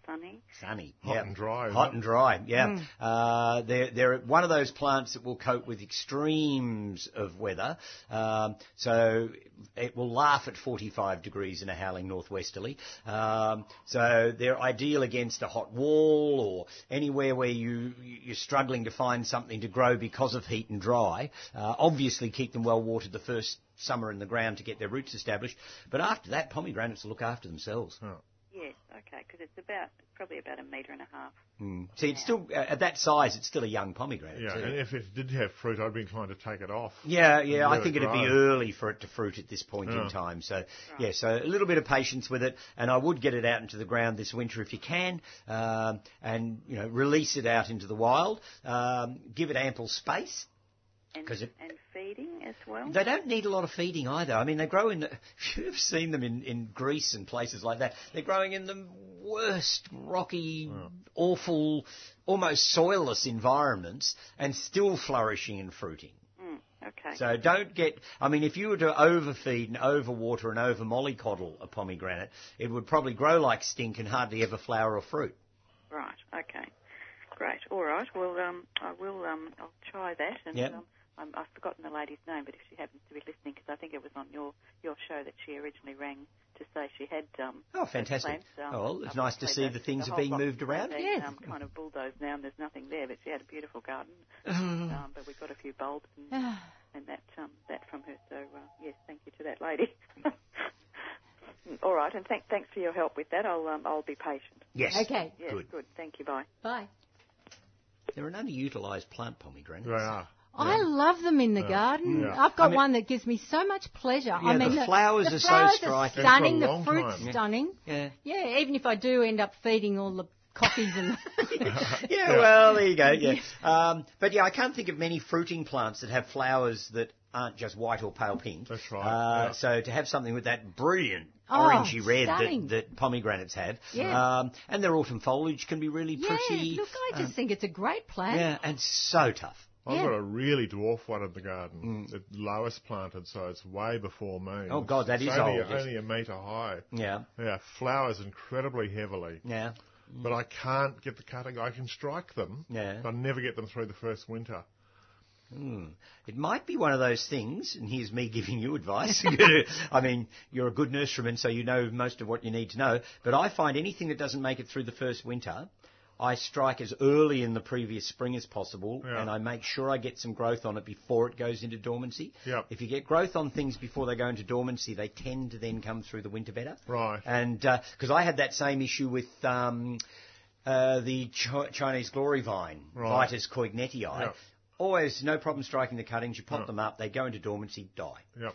H: Sunny.
C: Sunny.
D: Hot
C: yeah.
D: and dry. isn't
C: Hot
D: it?
C: and dry, yeah. Uh, they're, they're one of those plants that will cope with extremes of weather. Um, so it will laugh at 45 degrees in a howling northwesterly. Um, so they're ideal against a hot wall or anywhere where you, you're struggling to find something to grow because of heat and dry. Uh, obviously keep them well watered the first summer in the ground to get their roots established. But after that, pomegranates will look after themselves.
D: Oh.
H: Yes. Okay. Because it's about probably about a metre and a half.
C: See, it's still, uh, at that size, it's still a young pomegranate.
D: Mm. Yeah,
C: too.
D: and if it did have fruit, I'd be inclined to take it off.
C: Yeah, yeah.
D: Let
C: I
D: it
C: think it'd be
D: grow.
C: early for it to fruit at this point in
D: Yeah.
C: time. So, yeah, so a little bit of patience with it, and I would get it out into the ground this winter if you can, um, and you know, release it out into the wild. Um, give it ample space.
H: And,
C: 'Cause it-
H: and feeding as well.
C: They don't need a lot of feeding either. I mean, they grow (laughs) in. If you've seen them in, in Greece and places like that, they're growing in the worst rocky, awful, almost soilless environments, and still flourishing and fruiting.
H: Mm,
B: Hmm,
H: okay.
C: So don't get. I mean, if you were to overfeed and overwater and over mollycoddle a pomegranate, it would probably grow like stink and hardly ever flower or
B: (sighs)
C: fruit.
H: Right. Okay. Great. All right. Well, um, I will. Um, I'll try that. And
C: Yep.
H: um, I'm, I've forgotten the lady's name, but if she happens to be listening, because I think it was on your your show that she originally rang to say she had. Um,
C: Oh, fantastic!
H: plants, um,
C: oh, well, it's
H: up-
C: nice to
H: say
C: see
H: the-
C: the things
H: the
C: are
H: whole
C: being
H: lot
C: moved around.
H: They've,
B: Yes.
H: um, kind of bulldozed now, and there's nothing there. But she had a beautiful garden.
C: Mm.
H: um, but we got a few bulbs and, and that um, that from her. So uh, yes, thank you to that lady. (laughs) All right, and thank, thanks for your help with that. I'll um, I'll be patient.
C: Yes.
B: Okay.
H: Yes,
C: Good.
H: good. Thank you. Bye.
B: Bye.
C: They're an underutilised plant,
D: They
C: pomegranate.
D: are.
B: I love them in the garden.
D: Yeah.
B: I've got
C: I mean-
B: one that gives me so much pleasure. I
C: Yeah,
B: mean,
C: the flowers
B: the
C: are so
B: flowers
D: They're
C: striking.
D: for a
B: stunning. The
D: long
B: fruit's
D: time. Yeah.
B: stunning.
C: Yeah.
B: Yeah, even if I do end up feeding all the coffees and (laughs)
C: yeah, well, there you go. Yeah. Um, but yeah, I can't think of many fruiting plants that have flowers that aren't just white or pale pink.
D: That's right,
C: Uh,
D: yeah.
C: So to have something with that brilliant
B: Oh,
C: orangey red
B: stunning.
C: that, that pomegranates have,
B: Yeah.
C: um, and their autumn foliage can be really
B: yeah,
C: pretty. uh,
B: look, I just think it's a great plant.
C: yeah, and so tough.
D: I've
B: Yeah.
D: got a really dwarf one in the garden. The lowest planted, so it's way before me.
C: Mm. Oh, God, that
D: It's
C: is
D: only,
C: old, isn't
D: Only a metre high.
C: Yeah,
D: Yeah, flowers incredibly heavily,
C: yeah.
D: but I can't get the cutting. I can strike them,
C: Yeah.
D: but I never get them through the first winter.
C: Hmm. It might be one of those things, and here's me (laughs) giving
D: (laughs)
C: you advice. I mean, you're a good nurseryman, so you know most of what you need to know. But I find anything that doesn't make it through the first winter, I strike as early in the previous spring as possible,
D: Yeah.
C: and I make sure I get some growth on it before it goes into dormancy.
D: Yep.
C: If you get growth on things before they go into dormancy, they tend to then come through the winter better.
D: Right.
C: And because I had that same issue with. Um, uh, the Ch- Chinese glory vine,
D: Right.
C: Vitis coignetii,
D: Yeah.
C: Always no problem striking the cuttings. You pop them up, they go into dormancy, die.
D: Yep.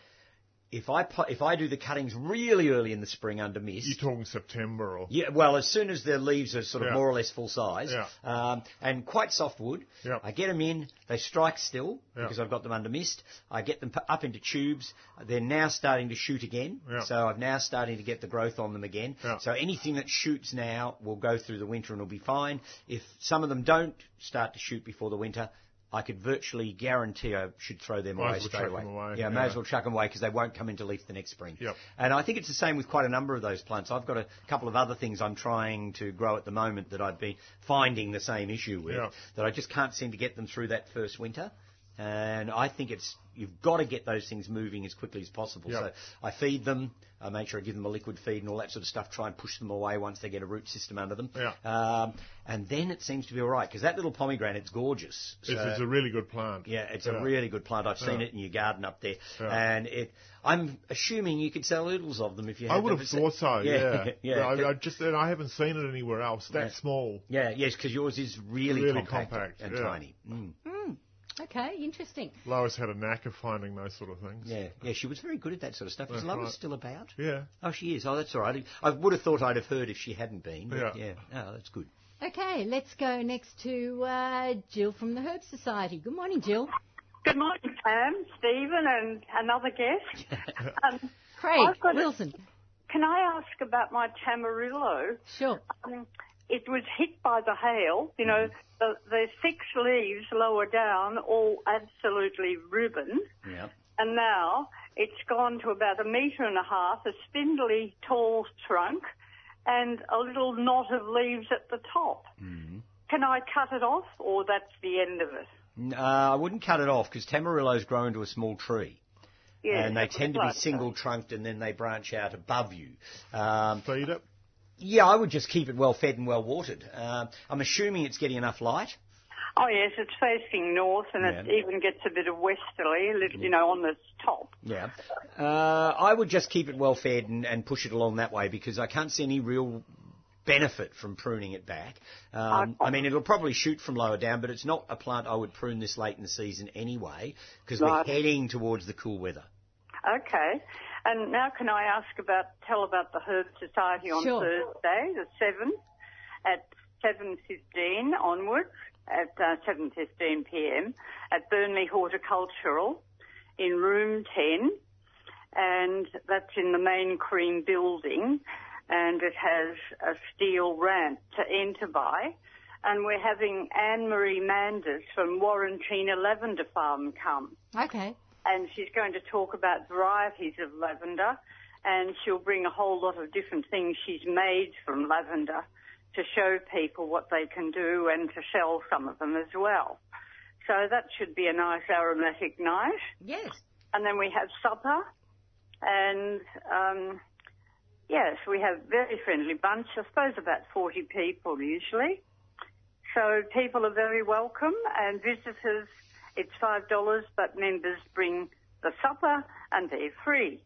C: If I po- if I do the cuttings really early in the spring under mist.
D: You're talking September or
C: yeah, well, as soon as their leaves are sort of
D: Yeah.
C: more or less full size
D: Yeah.
C: um, and quite soft wood,
D: Yeah.
C: I get them in. They strike still
D: Yeah.
C: because I've got them under mist. I get them pu- up into tubes. They're now starting to shoot again,
D: Yeah.
C: so I'm now starting to get the growth on them again.
D: Yeah.
C: So anything that shoots now will go through the winter and will be fine. If some of them don't start to shoot before the winter, I could virtually guarantee I should throw them
D: Might
C: away
D: as well
C: straight
D: chuck
C: away.
D: them away,
C: Yeah, may
D: yeah.
C: as well chuck them away because they won't come into leaf the next spring.
D: Yep.
C: And I think it's the same with quite a number of those plants. I've got a couple of other things I'm trying to grow at the moment that I've been finding the same issue with
D: Yeah.
C: that I just can't seem to get them through that first winter. And I think it's you've got to get those things moving as quickly as possible.
D: Yeah.
C: So I feed them, I make sure I give them a liquid feed and all that sort of stuff. Try and push them away once they get a root system under them.
D: Yeah.
C: Um, and then it seems to be all right because that little pomegranate's gorgeous.
D: it's,
C: So-
D: it's a really good plant.
C: yeah, it's
D: Yeah.
C: a really good plant. I've seen
D: Yeah.
C: it in your garden up there,
D: Yeah.
C: and it. I'm assuming you could sell oodles of them if you. Had
D: I would
C: them.
D: have
C: It's-
D: thought so. Yeah,
C: (laughs) yeah,
D: I, I just and I haven't seen it anywhere else. That small.
C: Yeah, yes, because yours is really,
D: Really
C: compact,
D: compact,
C: and
D: yeah.
C: tiny. Mm.
B: Okay, interesting.
D: Lois had a knack of finding those sort of things.
C: Yeah, yeah, she was very good at that sort of stuff. Is
D: That's
C: Lois
D: right.
C: still about?
D: Yeah.
C: Oh, she is. Oh, that's all right. I would have thought I'd have heard if she hadn't been. But yeah.
D: Yeah.
C: Oh, that's good.
B: Okay, let's go next to uh, Jill from the Herb Society. Good morning, Jill.
I: Good morning, Pam, Stephen, and another guest. um,
B: Craig
I: I've got a-
B: Wilson.
I: can I ask about my Tamarillo?
B: Sure.
I: Um, it was hit by the hail. You know, the, the six leaves lower down, all absolutely ribbon,
C: Yeah.
I: and now it's gone to about a metre and a half, a spindly tall trunk, and a little knot of leaves at the top.
C: Mm-hmm.
I: Can I cut it off, or that's the end of it?
C: N- Uh, I wouldn't cut it off because tamarillos grow into a small tree.
I: Yeah,
C: and they
I: it
C: tend to
I: looks
C: be
I: like that.
C: single trunked and then they branch out above you. Um,
D: Feed it.
C: yeah, I would just keep it well fed and well watered. Um I'm assuming it's getting enough light.
I: Oh yes, it's facing north, and it
C: Yeah. Mm-hmm.
I: even gets a bit of westerly, a little, you know, on the top.
C: Yeah. Uh, I would just keep it well fed and, and push it along that way because I can't see any real benefit from pruning it back. Um, I mean, it'll probably shoot from lower down, but it's not a plant I would prune this late in the season anyway because
I: Right.
C: we're heading towards the cool weather.
I: Okay, and now can I ask about tell about the Herb Society on
B: Sure.
I: Thursday, the seventh, at seven fifteen onwards, at uh, seven fifteen p.m. at Burnley Horticultural, in room ten, and that's in the main cream building, and it has a steel ramp to enter by. And we're having Anne Marie Manders from Warrantina Lavender Farm come
B: Okay.
I: and she's going to talk about varieties of lavender and she'll bring a whole lot of different things she's made from lavender to show people what they can do and to sell some of them as well. So that should be a nice aromatic night.
B: Yes.
I: And then we have supper and um, yes, we have very friendly bunch, I suppose about 40 people usually. So people are very welcome and visitors, it's $5, but members bring the supper and they're free.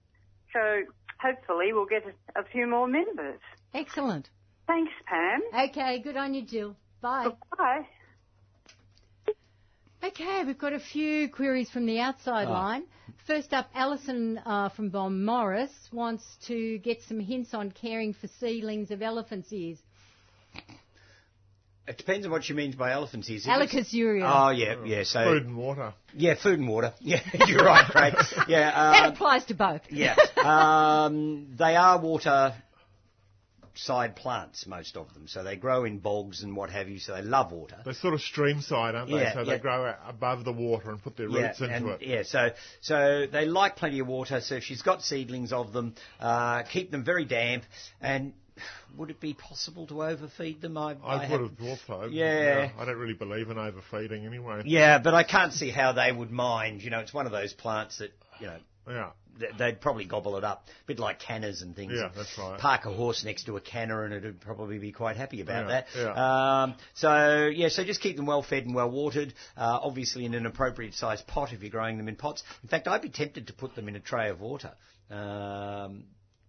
I: So hopefully we'll get a, a few more members.
B: Excellent.
I: Thanks, Pam.
B: (laughs) Okay, good on you, Jill. Bye.
I: Bye.
B: Okay, we've got a few queries from the outside
C: Ah.
B: line. First up, Alison uh, from Bon Morris wants to get some hints on caring for seedlings of elephant's ears.
C: It depends on what she means by elephant ears. If it's-
B: Alicazuria.
C: Oh, yeah, yeah. So,
D: Food and water.
C: yeah, food and water. (laughs) Yeah, you're right, Craig. (laughs) Yeah,
B: that
C: uh,
B: applies to both.
C: Yeah. Um, they are water side plants, most of them. So they grow in bogs and what have you, so they love water.
D: They're sort of streamside, aren't they?
C: Yeah,
D: so
C: yeah.
D: they grow out above the water and put their
C: Yeah,
D: roots into
C: and-
D: it.
C: yeah, so so they like plenty of water. So if she's got seedlings of them, uh, keep them very damp. And (sighs) would it be possible to overfeed them? I,
D: I, would
C: haven't-
D: have thought so.
C: Yeah.
D: I don't really believe in overfeeding anyway.
C: Yeah, but I can't see how they would mind. You know, it's one of those plants that you know
D: Yeah.
C: th- they'd probably gobble it up, a bit like canners and things.
D: Yeah, that's right.
C: Park a horse next to a canner, and it'd probably be quite happy about
D: Yeah,
C: that.
D: yeah.
C: Um, so yeah, so just keep them well fed and well watered. Uh, obviously, in an appropriate sized pot if you're growing them in pots. In fact, I'd be tempted to put them in a tray of water um,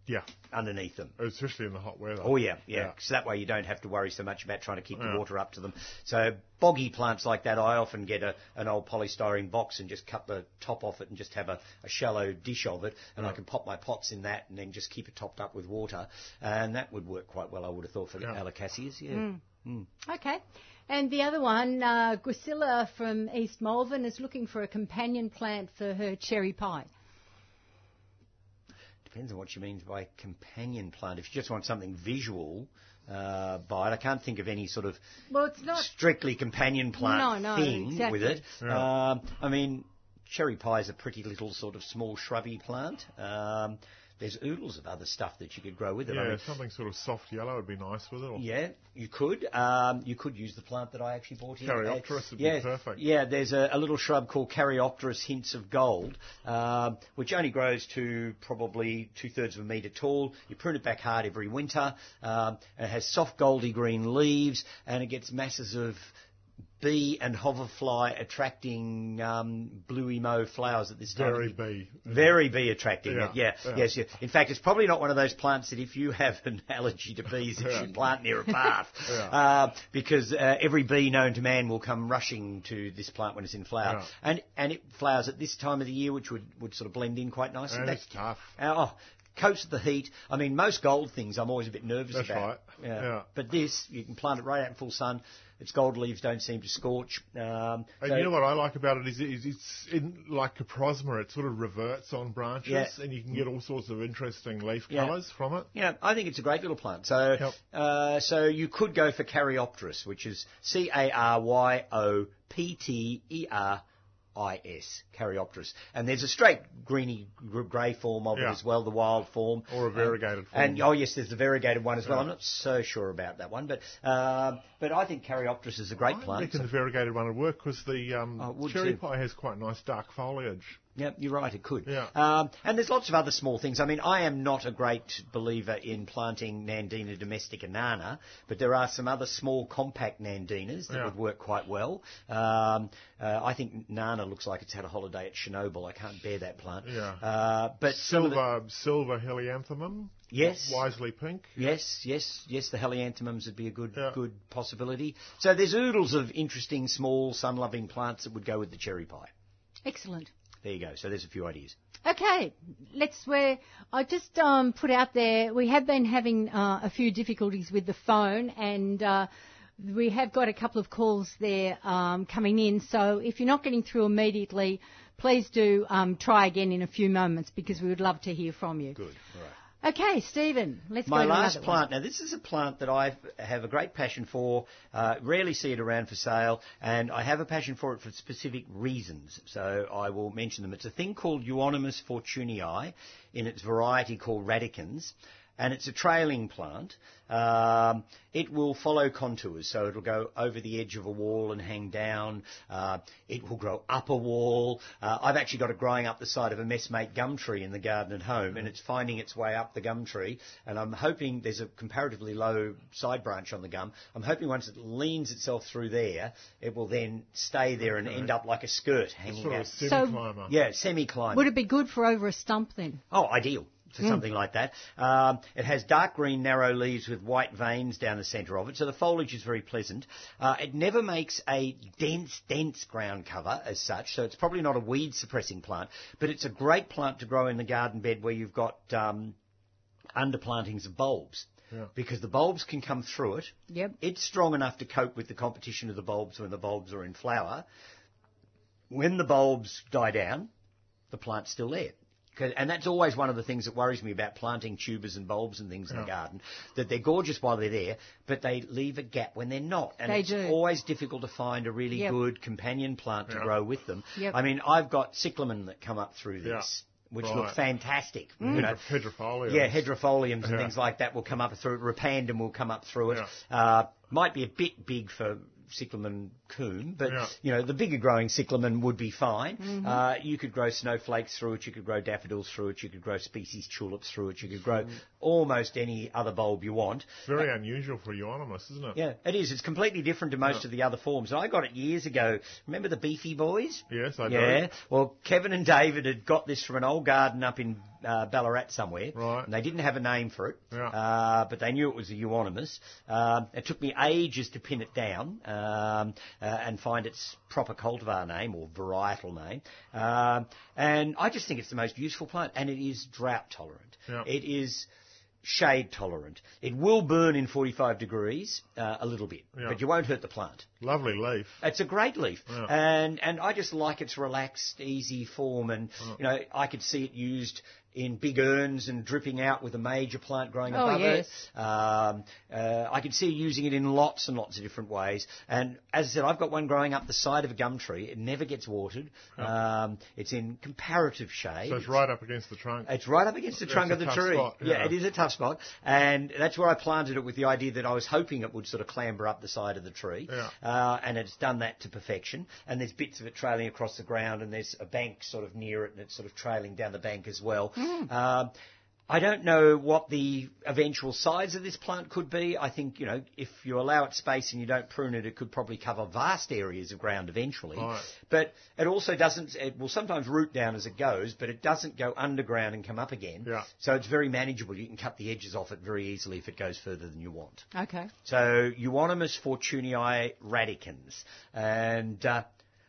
D: Yeah.
C: underneath them.
D: Especially in the hot weather.
C: Oh yeah, yeah. So that way you don't have to worry so much about trying to keep the water up to them. So boggy plants like that, I often get a, an old polystyrene box and just cut the top off it and just have a, a shallow dish of it, and I can pop my pots in that and then just keep it topped up with water, and that would work quite well. I would have thought for the
D: Yeah.
C: alocasias. Yeah.
B: (laughs)
C: Mm.
B: Okay. And the other one, uh, Grisilla from East Malvern is looking for a companion plant for her cherry pie.
C: Depends on what you mean by companion plant. If you just want something visual, uh, by it, I can't think of any sort of
B: Well, it's not.
C: strictly companion plant
B: No, no,
C: thing
B: exactly.
C: with it.
D: Yeah.
C: Um, I mean, cherry pie is a pretty little sort of small shrubby plant. Um, there's oodles of other stuff that you could grow with it.
D: Yeah,
C: I mean,
D: something sort of soft yellow would be nice with it. Or
C: yeah, you could. Um, you could use the plant that I actually bought here.
D: Caryopterus would be
C: yeah,
D: perfect.
C: Yeah, there's a, a little shrub called Caryopterus hints of gold, um, which only grows to probably two thirds of a metre tall. You prune it back hard every winter. Um, and it has soft goldy green leaves, and it gets masses of bee and hoverfly attracting um, blue emo flowers at this time.
D: Very bee.
C: Very bee attracting
D: Yeah,
C: it, yeah.
D: yeah.
C: Yes, yeah. In fact, it's probably not one of those plants that if you have an (laughs) allergy to bees, you should plant near
D: (laughs)
C: a path. uh, because uh, every bee known to man will come rushing to this plant when it's in flower.
D: Yeah.
C: And, and it flowers at this time of the year, which would, would sort of blend in quite nicely.
D: And
C: That-
D: it's tough.
C: Oh, coats the heat. I mean, most gold things I'm always a bit nervous
D: That's
C: about.
D: right. Yeah.
C: But this, you can plant it right out in full sun. Its gold leaves don't seem to scorch. Um,
D: And
C: so-
D: you know what I like about it is, is it's in like Caprosma, it sort of reverts on branches,
C: Yeah.
D: and you can get all sorts of interesting leaf
C: Yeah.
D: colours from it.
C: Yeah, I think it's a great little plant. So,
D: Yep.
C: uh, so you could go for Caryopteris, which is C A R Y O P T E R I S, Caryopteris. And there's a straight greeny gr- grey form of
D: Yeah.
C: it as well, the wild form.
D: Or a variegated form.
C: And oh yes, there's the variegated one as well. I'm not so sure about that one, but um but I think Caryopteris is a great
D: I
C: plant.
D: reckon the variegated one would work because the um,
C: Oh, it would
D: cherry
C: too.
D: pie has quite nice dark foliage.
C: Yeah, you're right. It could.
D: Yeah.
C: Um, and there's lots of other small things. I mean, I am not a great believer in planting Nandina domestica nana, but there are some other small compact Nandinas that
D: Yeah.
C: would work quite well. Um, uh, I think Nana looks like it's had a holiday at Chernobyl. I can't bear that plant.
D: Yeah.
C: Uh, but some of the-
D: Silver, silver helianthemum.
C: Yes.
D: Wisely pink.
C: Yes, yes, yes. The helianthemums would be a good,
D: Yeah.
C: good possibility. So there's oodles of interesting, small, sun-loving plants that would go with the cherry pie.
B: Excellent.
C: There you go. So there's a few ideas.
B: Okay, let's. Where I just um, put out there, we have been having uh, a few difficulties with the phone, and uh, we have got a couple of calls there um, coming in. So if you're not getting through immediately, please do um, try again in a few moments because we would love to hear from you.
C: Good. All right.
B: Okay, Stephen, let's
C: My
B: go to
C: last
B: another one.
C: plant. Now, this is a plant that I have a great passion for. Uh, rarely see it around for sale, and I have a passion for it for specific reasons. So I will mention them. It's a thing called Euonymus fortunii, in its variety called radicans. And it's a trailing plant. Um, it will follow contours, so it'll go over the edge of a wall and hang down. Uh, it will grow up a wall. Uh, I've actually got it growing up the side of a messmate gum tree in the garden at home, and it's finding its way up the gum tree. And I'm hoping there's a comparatively low side branch on the gum. I'm hoping once it leans itself through there, it will then stay there and end up like a skirt hanging
D: Sort of a
C: out.
D: semi climber.
C: Yeah, semi-climb.
B: Would it be good for over a stump then?
C: Oh, ideal for something like that. Um, it has dark green, narrow leaves with white veins down the centre of it, so the foliage is very pleasant. Uh, it never makes a dense, dense ground cover as such, so it's probably not a weed suppressing plant, but it's a great plant to grow in the garden bed where you've got um, underplantings of bulbs. Because the bulbs can come through it.
B: Yep.
C: It's strong enough to cope with the competition of the bulbs when the bulbs are in flower. When the bulbs die down, the plant's still there. 'Cause- And that's always one of the things that worries me about planting tubers and bulbs and things in the garden, that they're gorgeous while they're there, but they leave a gap when they're not. And
B: They
C: it's
B: do.
C: always difficult to find a really
B: Yep.
C: good companion plant to grow with them.
B: Yep.
C: I mean, I've got cyclamen that come up through
D: Yeah.
C: this, which
D: Right. Mm.
C: look fantastic. You know,
D: Hydro- Hydropholium.
C: Mm. yeah, hydrofoliums and
D: Yeah.
C: things like that will come up through it. Repandum will come up through it.
D: Yeah.
C: Uh, might be a bit big for cyclamen coon, but
D: Yeah.
C: you know the bigger growing cyclamen would be fine.
B: Mm-hmm.
C: Uh, you could grow snowflakes through it. You could grow daffodils through it. You could grow species tulips through it. You could grow almost any other bulb you want.
D: Mm.
C: Uh,
D: Very unusual for euonymus, isn't it?
C: Yeah, it is. It's completely different to most of the other forms. And I got it years ago. Remember the Beefy Boys?
D: Yes, I do.
C: yeah. Well, Kevin and David had got this from an old garden up in uh, Ballarat somewhere.
D: Right.
C: And they didn't have a name for it.
D: Yeah.
C: Uh, but they knew it was a euonymus. Um, it took me ages to pin it down um, uh, and find its proper cultivar name or varietal name. Um, and I just think it's the most useful plant, and it is drought tolerant.
D: Yeah.
C: It is shade tolerant. It will burn in 45 degrees uh, a little bit,
D: Yeah.
C: but you won't hurt the plant.
D: Lovely leaf.
C: It's a great leaf,
D: Yeah.
C: and and I just like its relaxed, easy form, and you know I could see it used in big urns and dripping out with a major plant growing
B: Oh,
C: above
B: yes.
C: it. Um, uh, I could see using it in lots and lots of different ways. And as I said, I've got one growing up the side of a gum tree. It never gets watered. Um, it's in comparative shade.
D: So it's right up against the trunk.
C: It's right up against the
D: It's
C: trunk
D: a
C: of the
D: tough
C: tree.
D: spot,
C: yeah.
D: yeah.
C: it is a tough spot, and that's where I planted it with the idea that I was hoping it would sort of clamber up the side of the tree.
D: Yeah.
C: Uh, and it's done that to perfection. And there's bits of it trailing across the ground, and there's a bank sort of near it, and it's sort of trailing down the bank as well. Um, I don't know what the eventual size of this plant could be. I think, you know, if you allow it space and you don't prune it, it could probably cover vast areas of ground eventually.
D: Right.
C: But it also doesn't, it will sometimes root down as it goes, but it doesn't go underground and come up again.
D: Yeah.
C: So it's very manageable. You can cut the edges off it very easily if it goes further than you want.
B: Okay.
C: So Euonymus fortunii radicans, and uh,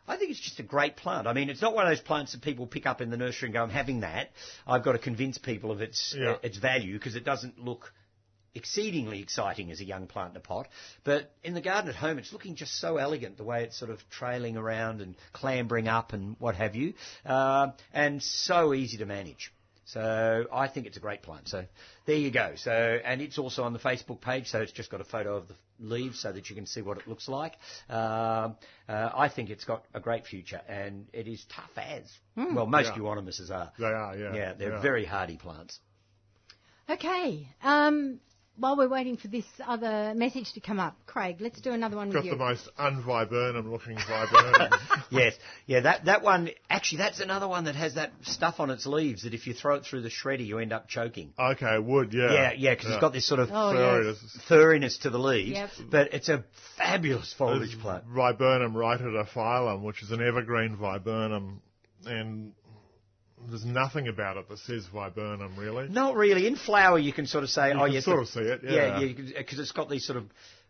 C: I think it's just a great plant. I mean, it's not one of those plants that people pick up in the nursery and go, "I'm having that." I've got to convince people of its
D: Yeah.
C: uh, its value because it doesn't look exceedingly exciting as a young plant in a pot. But in the garden at home, it's looking just so elegant the way it's sort of trailing around and clambering up and what have you, Um and so easy to manage. So I think it's a great plant. So there you go. So and it's also on the Facebook page. So it's just got a photo of the leaves so that you can see what it looks like. Um, uh, I think it's got a great future and it is tough as. Well, most
D: Hmm. Yeah.
C: euonymuses are.
D: They are, yeah.
C: Yeah, they're
D: Yeah.
C: very hardy plants.
B: Okay. Um, while we're waiting for this other message to come up, Craig, let's do another one
D: Got the
B: with you.
D: most unviburnum looking viburnum.
C: (laughs) yes, yeah. That that one actually, that's another one that has that stuff on its leaves that if you throw it through the shredder, you end up choking.
D: okay, wood, yeah.
C: Yeah, yeah, because it's got this sort of
B: Oh,
D: Sorry,
B: yes.
D: this is-
C: furriness to the leaves,
B: Yep.
C: but it's a fabulous foliage plant.
D: Viburnum rhytidophyllum, which is an evergreen viburnum, and there's nothing about it that says viburnum really.
C: Not really. In flower, you can sort of say,
D: You
C: oh,
D: can
C: yes,
D: sort
C: the-
D: of see it,
C: yeah,
D: yeah.
C: because it's got these sort of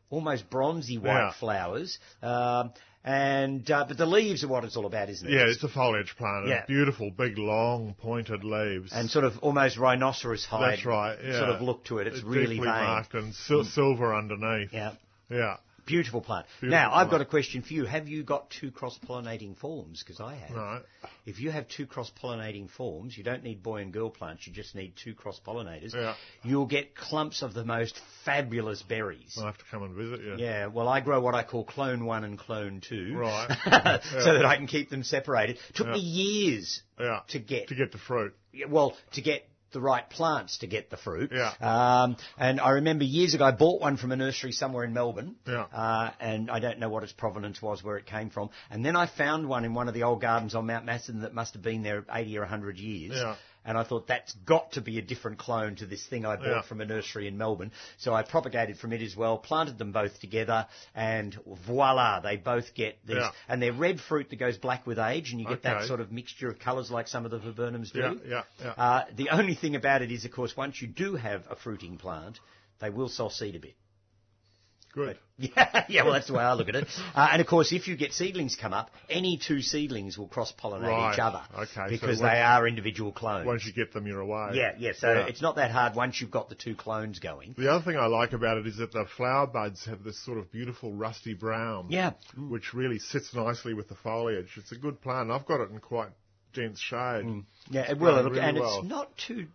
C: almost bronzy white
D: Yeah.
C: flowers, um, and uh, but the leaves are what it's all about, isn't it?
D: Yeah, it's a foliage plant.
C: Yeah.
D: It's beautiful, big, long, pointed leaves.
C: and sort of almost rhinoceros hide.
D: that's right. Yeah.
C: Sort of look to it. It's, really
D: deeply
C: vain.
D: marked and sil- silver underneath.
C: Yeah.
D: Yeah.
C: Beautiful plant.
D: Beautiful
C: now, I've got
D: plant.
C: a question for you. Have you got two cross-pollinating forms? Because I have.
D: No.
C: If you have two cross-pollinating forms, you don't need boy and girl plants. You just need two cross-pollinators.
D: Yeah.
C: You'll get clumps of the most fabulous berries.
D: I'll have to come and visit you.
C: Yeah, well, I grow what I call clone one and clone two,
D: Right.
C: (laughs) so that I can keep them separated. Took me years
D: Yeah.
C: to get
D: To get the fruit.
C: yeah, well, to get the right plants to get the fruit.
D: Yeah.
C: Um, and I remember years ago I bought one from a nursery somewhere in Melbourne.
D: Yeah.
C: Uh, and I don't know what its provenance was, where it came from. And then I found one in one of the old gardens on Mount Macedon that must have been there 80 or 100 years.
D: Yeah.
C: And I thought that's got to be a different clone to this thing I bought
D: Yeah.
C: from a nursery in Melbourne. So I propagated from it as well, planted them both together, and voila, they both get these.
D: Yeah.
C: And they're red fruit that goes black with age, and you get that
D: Okay.
C: sort of mixture of colours like some of the viburnums do.
D: Yeah, yeah, yeah.
C: Uh, the only thing about it is, of course, once you do have a fruiting plant, they will self-seed a bit. (laughs)
D: Good.
C: Yeah, yeah, well, that's the way I look
D: (laughs)
C: at it. Uh, and of course, if you get seedlings come up, any two seedlings will cross-pollinate
D: Right,
C: each other
D: okay, so
C: because
D: once-
C: they are individual clones.
D: Once you get them, you're away.
C: yeah, yeah. So
D: Yeah.
C: it's not that hard once you've got the two clones going.
D: The other thing I like about it is that the flower buds have this sort of beautiful rusty brown,
C: Yeah.
D: which really sits nicely with the foliage. It's a good plant. I've got it in quite dense shade.
C: Mm. Yeah, it will,
D: Grown
C: it'll-
D: really
C: and
D: well.
C: it's not too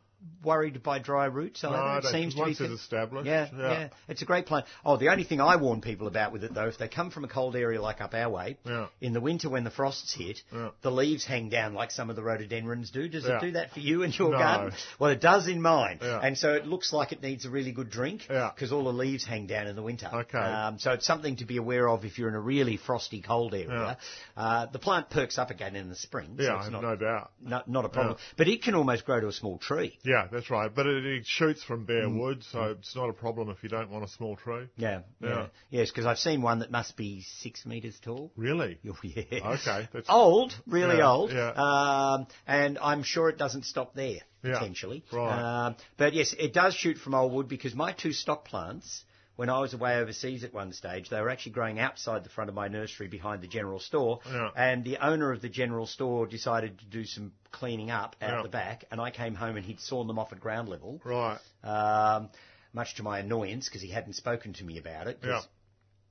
C: worried by dry roots either.
D: I
C: it
D: don't-
C: seems to
D: once
C: be
D: it's established,
C: Yeah, yeah,
D: yeah.
C: it's a great plant. Oh, the only thing I warn people about with it though, if they come from a cold area like up our way,
D: Yeah.
C: in the winter when the frosts hit,
D: Yeah.
C: the leaves hang down like some of the rhododendrons do. Does
D: Yeah.
C: it do that for you in your
D: No.
C: garden? Well, it does in mine,
D: Yeah.
C: and so it looks like it needs a really good drink
D: Yeah.
C: because all the leaves hang down in the winter.
D: Okay.
C: um, so it's something to be aware of if you're in a really frosty cold area. Uh, the plant perks up again in the spring. so
D: Yeah, I
C: it's
D: have
C: not-
D: no doubt.
C: not, not a problem. But it can almost grow to a small tree.
D: Yeah, that's right. But it, it shoots from bare wood, so it's not a problem if you don't want a small tree.
C: Mm. Yeah, yeah.
D: Yeah.
C: Yes, because I've seen one that must be six metres tall.
D: Really?
C: (laughs) Oh, yeah.
D: Okay, that's-
C: Old, really
D: Yeah,
C: old.
D: yeah.
C: Um, and I'm sure it doesn't stop there,
D: Yeah,
C: potentially.
D: right.
C: Um, but yes, it does shoot from old wood because my two stock plants, when I was away overseas at one stage, they were actually growing outside the front of my nursery behind the general store.
D: Yeah.
C: And the owner of the general store decided to do some cleaning up out
D: Yeah.
C: the back, and I came home and he'd sawn them off at ground level.
D: Right.
C: um, much to my annoyance because he hadn't spoken to me about it. 'cause
D: Yeah.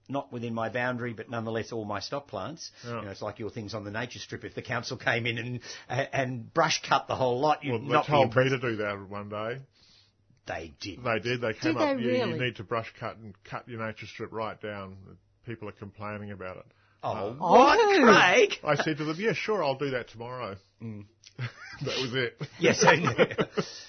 C: Not within my boundary, but nonetheless, all my stock plants.
D: Yeah.
C: You know, it's like your things on the nature strip. If the council came in and and, and brush cut the whole lot, you'd
D: Well,
C: not
D: they
C: be
D: told me
C: impressed.
D: to do that one day.
C: They did.
D: They did. They came
B: Did
D: up.
B: they
D: you,
B: really?
D: you need to brush cut and cut your nature strip right down. People are complaining about it. Uh,
C: Oh,
B: Oh.
C: what, Craig? Mm.
D: I said to them, "Yeah, sure, I'll do that tomorrow."
C: (laughs)
D: that was it.
C: yes, I-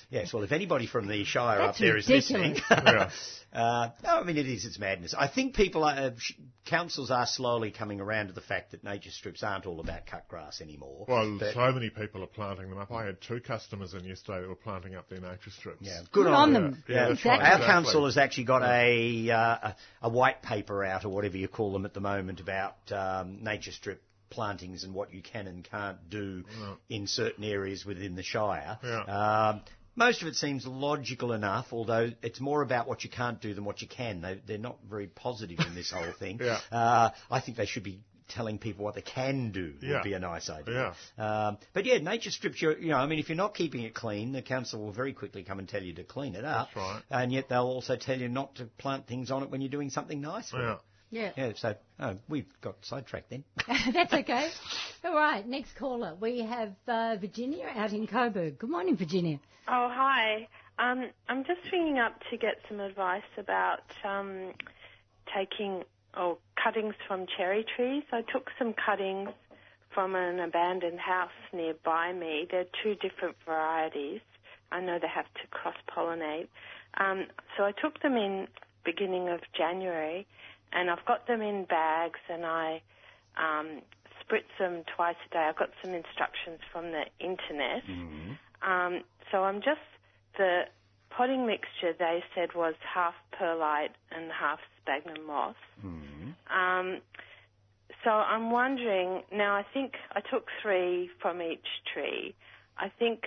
C: yes. Well, if anybody from the Shire
B: That's
C: up there is
B: ridiculous.
C: (laughs) listening,
D: Yeah.
C: Uh, no, I mean, it is. It's madness. I think people are, uh, sh- councils are slowly coming around to the fact that nature strips aren't all about cut grass anymore.
D: Well,
C: But-
D: so many people are planting them up. I had two customers in yesterday that were planting up their nature strips.
C: Yeah,
B: Good on on them. them.
D: Yeah, yeah,
C: Our
D: that's right, exactly.
C: council has actually got a, uh, a a white paper out or whatever you call them at the moment about um, nature strip plantings and what you can and can't do in certain areas within the shire.
D: Yeah.
C: Um, most of it seems logical enough, although it's more about what you can't do than what you can. They, they're not very positive in this whole thing.
D: (laughs) Yeah.
C: Uh, I think they should be telling people what they can do
D: Yeah.
C: would be a nice idea. Um, but yeah, nature strips your, you know, I mean, if you're not keeping it clean, the council will very quickly come and tell you to clean it up.
D: That's right.
C: And yet they'll also tell you not to plant things on it when you're doing something nice with
D: Yeah.
C: it.
B: Yeah.
C: Yeah, so oh, we've got sidetracked then.
J: Uh,
B: (laughs) That's okay. All right, next caller. We have uh, Virginia out in Coburg. Good morning, Virginia.
J: Oh, hi. Um, I'm just ringing up to get some advice about um, taking or cuttings from cherry trees. I took some cuttings from an abandoned house nearby me. They're two different varieties. I know they have to cross pollinate. Um, so I took them in beginning of January, and I've got them in bags, and I um, spritz them twice a day. I've got some instructions from the internet. Um, so I'm just the potting mixture they said was half perlite and half sphagnum moss. Um, so I'm wondering now. I think I took three from each tree. I think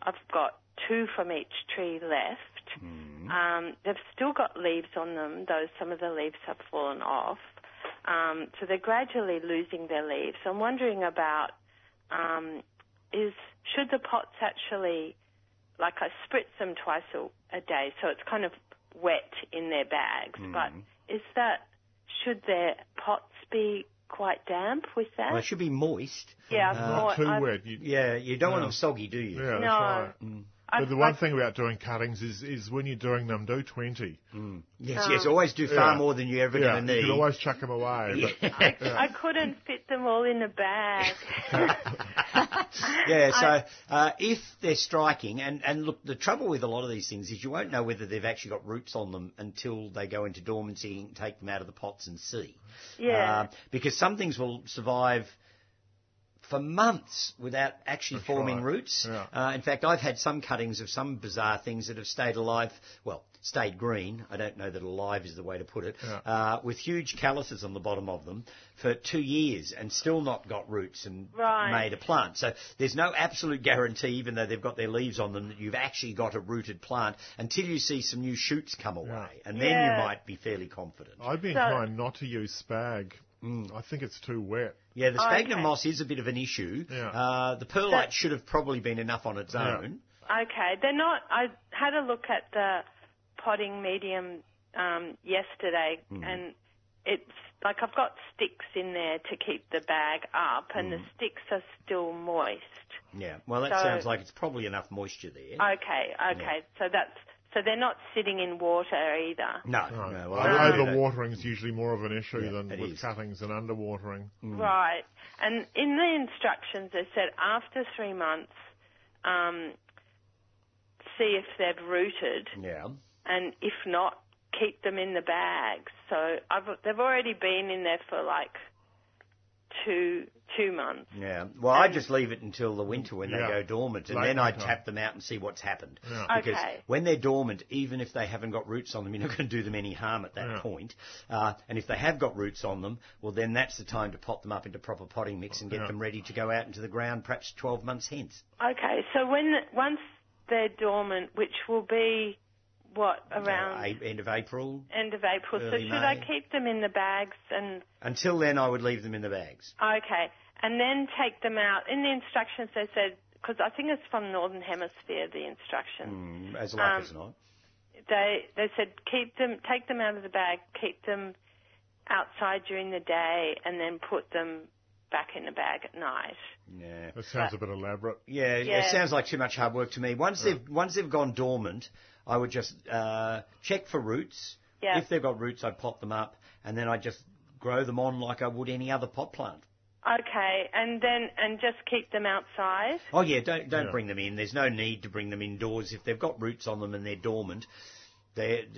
J: I've got two from each tree left. Um, they've still got leaves on them, though some of the leaves have fallen off. Um, so they're gradually losing their leaves. I'm wondering about um, is should the pots actually like I spritz them twice a, a day, so it's kind of wet in their bags. But is that should their pots be quite damp with that?
C: Well, it should be moist.
J: yeah, I've
C: Uh,
J: more-
D: Not too
J: I've-
D: wet. You,
C: Yeah, you don't want
D: No.
C: them soggy, do you? Mm.
D: yeah, that's
J: No.
D: right.
J: I've-
D: Mm. But the one
J: I've-
D: thing about doing cuttings is, is when you're doing them, do 20.
C: Yes,
J: Um,
C: yes. Always do far
D: Yeah.
C: more than you're ever
D: yeah,
C: going to
D: you
C: need.
D: can always chuck them away.
C: (laughs)
D: But uh,
J: I couldn't fit them all in a bag.
C: Yeah, so uh, if they're striking, and, and look, the trouble with a lot of these things is you won't know whether they've actually got roots on them until they go into dormancy and take them out of the pots and see.
J: Yeah.
C: Uh, because some things will survive for months without actually
D: That's
C: forming
D: right.
C: roots.
D: Yeah.
C: Uh, in fact, I've had some cuttings of some bizarre things that have stayed alive, well, stayed green. I don't know that alive is the way to put it,
D: Yeah.
C: uh, with huge calluses on the bottom of them for two years and still not got roots and
J: Right.
C: made a plant. So there's no absolute guarantee, even though they've got their leaves on them, that you've actually got a rooted plant until you see some new shoots come away. And then you
J: Yeah.
C: might be fairly confident.
D: I've been
J: So-
D: trying not to use spag.
C: Mm.
D: I think it's too wet.
C: Yeah, the
J: Oh,
C: sphagnum
J: okay.
C: moss is a bit of an issue.
D: Yeah.
C: Uh, the perlite should have probably been enough on its
D: Yeah.
C: own.
J: Okay, they're not. I had a look at the potting medium um, yesterday,
C: Hmm.
J: and it's like I've got sticks in there to keep the bag up, and
C: Hmm.
J: the sticks are still moist.
C: Yeah. Well, that
J: So-
C: sounds like it's probably enough moisture there.
J: Okay, okay, so that's so they're not sitting in water either.
C: no, no.
D: Right.
C: well, I
D: Uh,
C: don't know.
D: Overwatering is usually more of an issue
C: Yeah,
D: than
C: it
D: with
C: is.
D: cuttings and underwatering.
C: Mm.
J: Right. And in the instructions, they said after three months, um, see if they've rooted,
C: Yeah.
J: and if not, keep them in the bags. So I've, they've already been in there for like two two months.
C: Yeah. Well, I just leave it until the winter when
D: Yeah.
C: they go dormant, and
D: Late
C: then I
D: winter.
C: tap them out and see what's happened.
D: Yeah.
C: Because
J: Okay.
C: when they're dormant, even if they haven't got roots on them, you're not going to do them any harm at that
D: Yeah.
C: point. Uh, and if they have got roots on them, well, then that's the time to pot them up into proper potting mix and get
D: Yeah.
C: them ready to go out into the ground, perhaps 12 months hence.
J: Okay. So when once they're dormant, which will be what around
C: Uh, a- end of April.
J: end of April. So
C: early
J: should I
C: May.
J: keep them in the bags and?
C: Until then, I would leave them in the bags.
J: Okay, and then take them out. In the instructions, they said because I think it's from Northern Hemisphere. The
C: Mm,
J: instructions
C: as like
J: Um,
C: as not.
J: they they said keep them, take them out of the bag, keep them outside during the day, and then put them back in the bag at night.
C: Yeah.
D: That sounds a bit elaborate.
C: Yeah, it
J: Yeah.
C: sounds like too much hard work to me. Once they've once they've gone dormant, I would just uh, check for roots.
J: Yeah.
C: If they've got roots, I'd pop them up, and then I just grow them on like I would any other pot plant.
J: Okay, and then and just keep them outside.
C: Oh yeah, don't don't
D: Yeah.
C: bring them in. There's no need to bring them indoors if they've got roots on them and they're dormant. They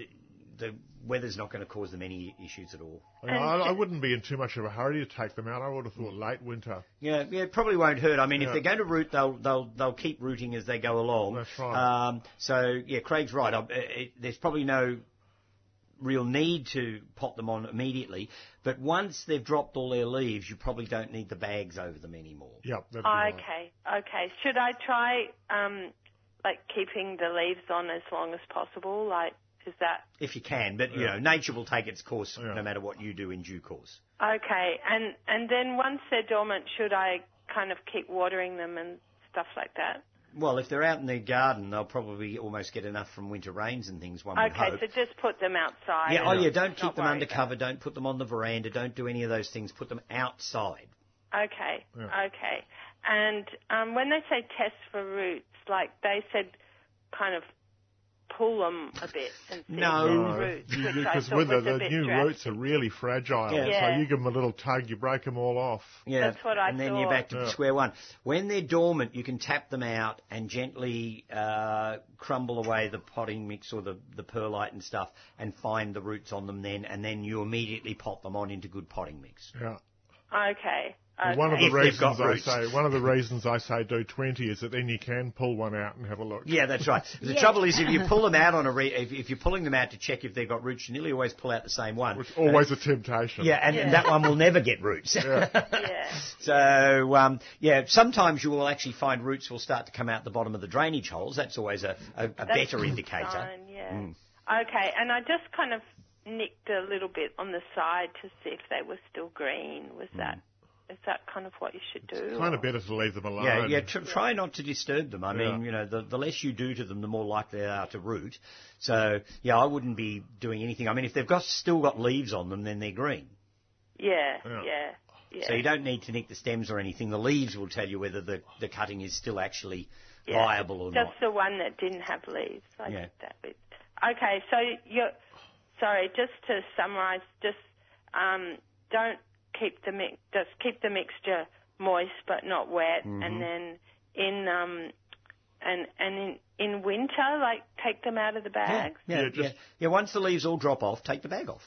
C: the weather's not going to cause them any issues at all.
D: I, mean, I, I wouldn't be in too much of a hurry to take them out. I would have thought late winter.
C: Yeah, yeah, it probably won't hurt. I mean, if
D: Yeah.
C: they're going to root, they'll they'll they'll keep rooting as they go along.
D: That's right.
C: Um, so yeah, Craig's right. I, it, there's probably no real need to pop them on immediately, but once they've dropped all their leaves, you probably don't need the bags over them anymore.
D: Yep. That'd be
J: Oh,
D: right.
J: okay, okay. Should I try um, like keeping the leaves on as long as possible? Like, is that
C: If you can, but you
D: Yeah.
C: know, nature will take its course
D: Yeah.
C: no matter what you do in due course.
J: okay? And and then once they're dormant, should I kind of keep watering them and stuff like that?
C: Well, if they're out in their garden, they'll probably almost get enough from winter rains and things. One would
J: okay,
C: hope.
J: so just put them outside.
C: Yeah, oh
J: and
C: yeah, don't keep
J: not
C: them
J: worry
C: under
J: about
C: cover, don't put them on the veranda, don't do any of those things, put them outside.
J: Okay,
D: Yeah.
J: okay. And um, when they say test for roots, like they said, kind of pull them a bit and see
C: No.
J: if
D: No,
J: there's roots,
D: you-
J: which I
D: because
J: thought
D: with the,
J: was a
D: the
J: bit
D: new
J: drastic.
D: roots are really fragile,
C: Yeah.
J: Yeah.
D: so you give them a little tug, you break them all off.
C: Yeah,
J: That's what I
C: and then you're back to
D: thought. Yeah.
C: square one. When they're dormant, you can tap them out and gently uh, crumble away the potting mix or the, the perlite and stuff, and find the roots on them then, and then you immediately pop them on into good potting mix.
D: Yeah.
J: Okay. okay.
D: One of the
C: If they've got
D: reasons I
C: roots.
D: say one of the reasons I say do twenty is that then you can pull one out and have a look.
C: Yeah, that's
J: (laughs)
C: right. The trouble is, if you pull them out on a re- if, if you're pulling them out to check if they've got roots, you nearly always pull out the same one.
D: Which always a temptation.
C: Yeah, and, and
J: Yeah.
C: that one will never get roots. (laughs)
J: yeah.
C: So um, yeah, sometimes you will actually find roots will start to come out the bottom of the drainage holes. That's always a, a, a
J: That's
C: better
J: a good
C: indicator.
J: sign, yeah.
C: Mm.
J: Okay, and I just kind of nicked a little bit on the side to see if they were still green.
C: Hmm.
J: Was that is that kind of what you should do?
D: It's kind of better to leave them alone.
C: Yeah, yeah. Tr- try not to disturb them. I
D: Yeah.
C: mean, you know, the, the less you do to them, the more likely they are to root. So yeah, I wouldn't be doing anything. I mean, if they've got still got leaves on them, then they're green.
J: Yeah,
D: Yeah.
J: yeah, yeah.
C: So you don't need to nick the stems or anything. The leaves will tell you whether the, the cutting is still actually
J: Yeah.
C: viable or
J: Just
C: not.
J: the one that didn't have leaves. I
C: Yeah.
J: did that bit. Okay, so you're sorry. Just to summarise, just um, don't keep the mix. Just keep the mixture moist but not wet,
C: Mm-hmm.
J: and then in um, and and in in winter, like take them out of the
C: Yeah,
J: bags.
C: yeah,
D: Yeah, just-
C: yeah. Yeah, once the leaves all drop off, take the bag off.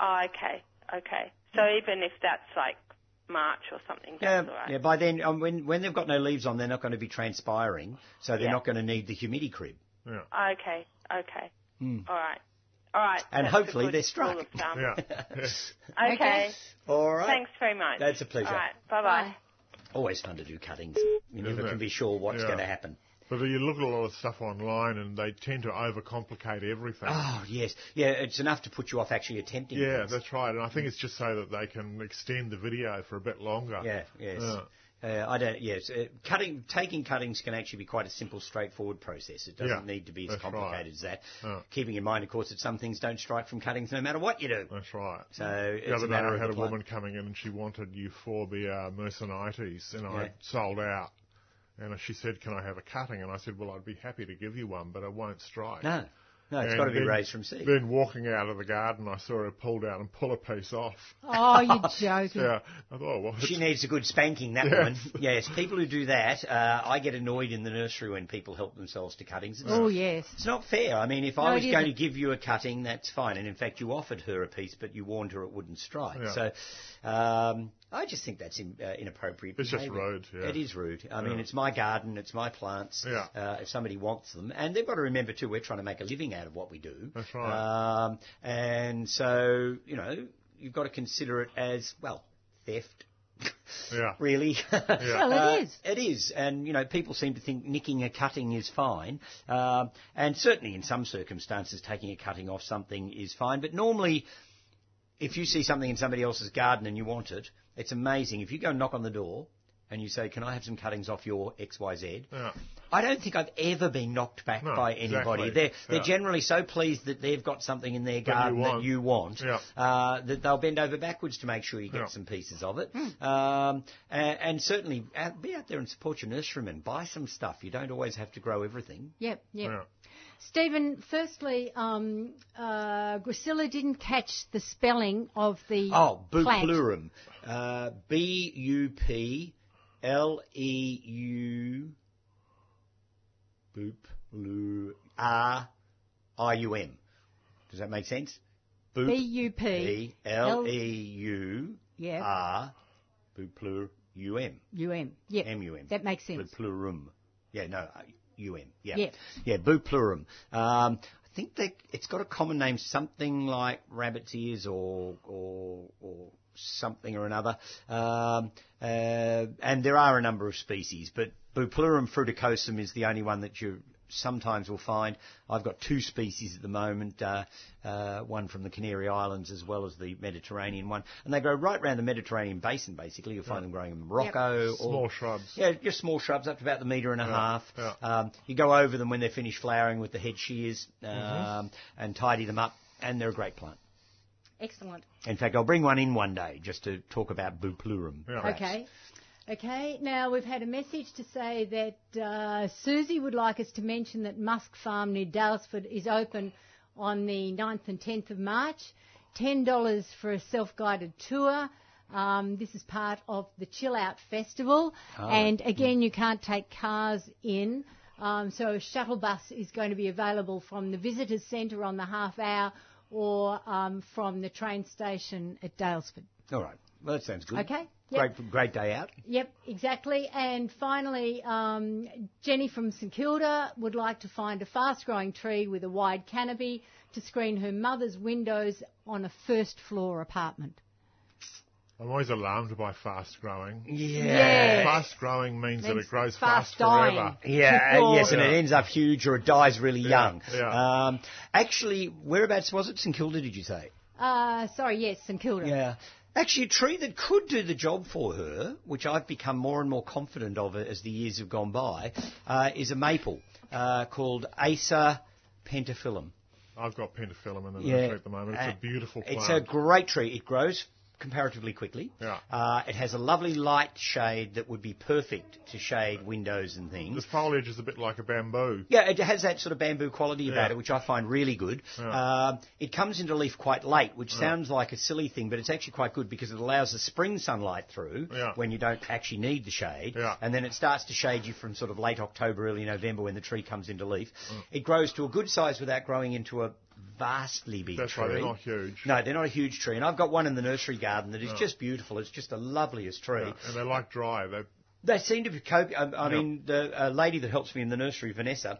J: Oh, okay, okay. So even if that's like March or something,
C: Yeah,
J: that's all right.
C: yeah. By then, um, when when they've got no leaves on, they're not going to be transpiring, so they're
J: Yeah.
C: not going to need the humidity crib.
J: Okay, okay. All right, all right.
C: Hmm. And
J: that's a
C: hopefully
J: good
C: they're struck.
J: rule of thumb.
D: Yeah.
C: (laughs)
D: yeah.
J: Okay.
B: Okay.
C: All right.
J: Thanks very much.
C: That's a pleasure.
J: All right. Bye-bye.
C: Always fun to do cuttings. You never
D: Isn't
C: can
D: it?
C: be sure what's
D: Yeah.
C: going to happen.
D: But you look at a lot of stuff online, and they tend to overcomplicate everything.
C: Oh yes, yeah. It's enough to put you off actually attempting.
D: yeah,
C: things.
D: that's right. And I think it's just so that they can extend the video for a bit longer.
C: Yeah. Yes.
D: Yeah.
C: Uh, I don't. Yes, uh, cutting taking cuttings can actually be quite a simple, straightforward process. It doesn't
D: Yeah,
C: need to be as
D: that's right.
C: complicated as that.
D: Yeah.
C: Keeping in mind, of course, that some things don't strike from cuttings, no matter what you do.
D: That's right.
C: So
D: The
C: it's
D: other
C: a
D: day
C: matter
D: I
C: of
D: had
C: the
D: a
C: plan.
D: woman coming in and she wanted Euphorbia mercenites uh, and I
C: Yeah.
D: sold out. And she said, can I have a cutting? And I said, well, I'd be happy to give you one, but it won't strike.
C: No, no, it's
D: And
C: got to be
D: then-
C: raised from seed.
D: Then walking out of the garden, I saw her pull down and pull a piece off. (laughs)
B: Oh, you're joking.
D: Yeah. I thought, oh, well,
C: She
D: it's-
C: needs a good spanking, that
D: Yes.
C: woman. Yes, people who do that, uh, I get annoyed in the nursery when people help themselves to cuttings. It's,
B: Oh, yes.
C: it's not fair. I mean, if I
B: No,
C: was
B: it
C: going to
B: isn't.
C: give you a cutting, that's fine. And in fact, you offered her a piece, but you warned her it wouldn't strike.
D: Yeah.
C: So um, I just think that's in, uh, inappropriate.
D: It's just
C: behaviour.
D: rude, yeah.
C: It is rude. I mean,
D: Yeah.
C: it's my garden, it's my plants.
D: Yeah.
C: Uh, if somebody wants them, and they've got to remember too, we're trying to make a living out of what we do.
D: That's right.
C: Um, and so you know, you've got to consider it as well theft.
D: (laughs) Yeah.
C: Really?
B: Well, it
C: Uh,
B: is.
C: It is. And, you know, people seem to think nicking a cutting is fine. Um, and certainly in some circumstances, taking a cutting off something is fine. But normally, if you see something in somebody else's garden and you want it, it's amazing. If you go and knock on the door and you say, Can I have some cuttings off your XYZ?
D: (laughs) Yeah.
C: I don't think I've ever been knocked back
D: No,
C: by anybody.
D: exactly.
C: They're, they're
D: Yeah.
C: generally so pleased that they've got something in their garden that
D: want.
C: you want
D: Yeah.
C: uh, that they'll bend over backwards to make sure you get
D: Yeah.
C: some pieces of it.
B: Hmm.
C: Um, and, and certainly out, be out there and support your nurseryman. Buy some stuff. You don't always have to grow everything.
B: Yep, yep.
D: Yeah.
B: Stephen, firstly, um, uh, Grisilla didn't catch the spelling of the
C: Oh,
B: plant.
C: bupleurum. Uh, B U P L E U. Boop. R I U M. Does that make sense? Boop.
B: B-U-P.
C: L E U
B: Yeah.
C: R Buplur U M.
B: U-M. Yeah.
C: M U M.
B: That makes sense.
C: Buplurum. Yeah, no, uh, U M. Yeah.
B: Yeah.
C: Yeah, Buplurum. Um, I think that it's got a common name, something like rabbit's ears or or or something or another. Um, uh, and there are a number of species, but Buplurum fruticosum is the only one that you sometimes will find. I've got two species at the moment, uh, uh, one from the Canary Islands as well as the Mediterranean one, and they grow right around the Mediterranean basin. Basically, you'll find them growing in Morocco, or-
D: Small shrubs.
C: yeah, just small shrubs up to about the metre and a half.
D: yeah.
C: Um, you go over them when they're finished flowering with the head shears um, and tidy them up, and they're a great plant.
B: Excellent.
C: In fact, I'll bring one in one day just to talk about Buplurum.
D: Yeah.
C: perhaps.
B: Okay. Okay, now we've had a message to say that uh, Susie would like us to mention that Musk Farm near Dalesford is open on the 9th and 10th of March. $10 for a self-guided tour. Um, this is part of the Chill Out Festival. and again, you can't take cars in. Um, so a shuttle bus is going to be available from the visitors centre on the half hour or um, from the train station at Dalesford.
C: All right. Well, that sounds good.
B: Okay. Yep.
C: Great, great day out.
B: Yep, exactly. And finally, um, Jenny from St Kilda would like to find a fast-growing tree with a wide canopy to screen her mother's windows on a first-floor apartment.
D: I'm always alarmed by fast growing.
C: Yeah.
D: Fast growing means that
B: Means
D: it grows
B: fast
D: fast,
B: dying.
D: forever.
C: Yeah,
B: Or-
C: and yes, and it
D: Yeah.
C: ends up huge or it dies really young.
D: yeah.
C: Um, actually, whereabouts was it? St Kilda, did you say?
B: Uh, sorry, yes, St Kilda.
C: Yeah. Actually, a tree that could do the job for her, which I've become more and more confident of as the years have gone by, uh, is a maple uh, called Acer pentaphyllum.
D: I've got pentaphyllum in the
C: Yeah.
D: nursery at the moment. It's
C: Uh,
D: a beautiful plant.
C: It's a great tree. It grows comparatively quickly.
D: Yeah.
C: Uh, it has a lovely light shade that would be perfect to shade windows and things.
D: This foliage is a bit like a bamboo.
C: Yeah, it has that sort of bamboo quality about
D: Mm. Yeah.
C: it, which I find really good. Um, it comes into leaf quite late, which sounds like a silly thing, but it's actually quite good because it allows the spring sunlight through
D: Yeah.
C: when you don't actually need the shade,
D: Yeah.
C: and then it starts to shade you from sort of late October, early November when the tree comes into leaf.
D: Mm.
C: It grows to a good size without growing into a vastly big
D: That's
C: tree.
D: why they're not huge.
C: No, they're not a huge tree, and I've got one in the nursery garden that is just beautiful. It's just the loveliest tree.
D: Yeah, And they're like dry. They're,
C: They seem to be coping. I, I mean, the uh, lady that helps me in the nursery, Vanessa,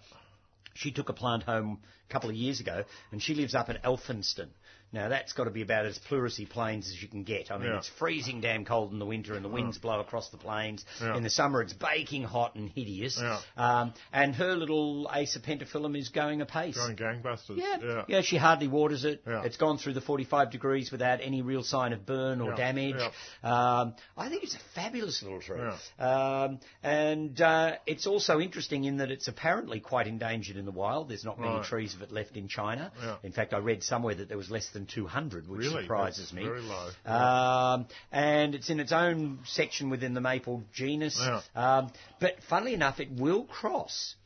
C: she took a plant home a couple of years ago, and she lives up in Elphinston. Now that's got to be about as pleurisy plains as you can get. I mean,
D: Yeah. Mm.
C: it's freezing damn cold in the winter, and the winds blow across the plains.
D: Yeah.
C: In the summer, it's baking hot and hideous.
D: Yeah.
C: Um, and her little Acer pentaphyllum is going apace.
D: going gangbusters.
C: Yeah. yeah, she hardly waters it.
D: Yeah.
C: It's gone through the 45 degrees without any real sign of burn or
D: Yeah,
C: damage. Um, I think it's a fabulous little tree. Um, and uh, it's also interesting in that it's apparently quite endangered in the wild. There's not many
D: Right.
C: trees of it left in China.
D: Yeah.
C: In fact, I read somewhere that there was less than 200, which
D: Really?
C: surprises
D: That's
C: me.
D: very low.
C: Um, and it's in its own section within the maple genus.
D: Yeah.
C: Um, but funnily enough, it will cross.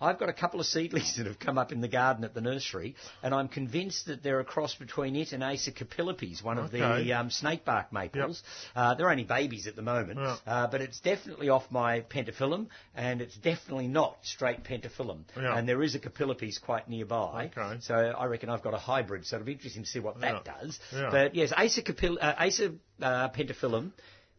C: I've got a couple of seedlings (laughs) that have come up in the garden at the nursery, and I'm convinced that they're a cross between it and Acer capillipes, one of
D: Okay.
C: the um, snakebark maples. Uh, they're only babies at the moment,
D: Yeah.
C: uh, but it's definitely off my pentaphyllum, and it's definitely not straight pentaphyllum.
D: Yeah.
C: And there is a capillipes quite nearby,
D: Okay.
C: so I reckon I've got a hybrid. So it'll be interesting to see what that
D: Yeah.
C: does.
D: Yeah.
C: But yes, Acer, capil- uh, Acer uh, pentaphyllum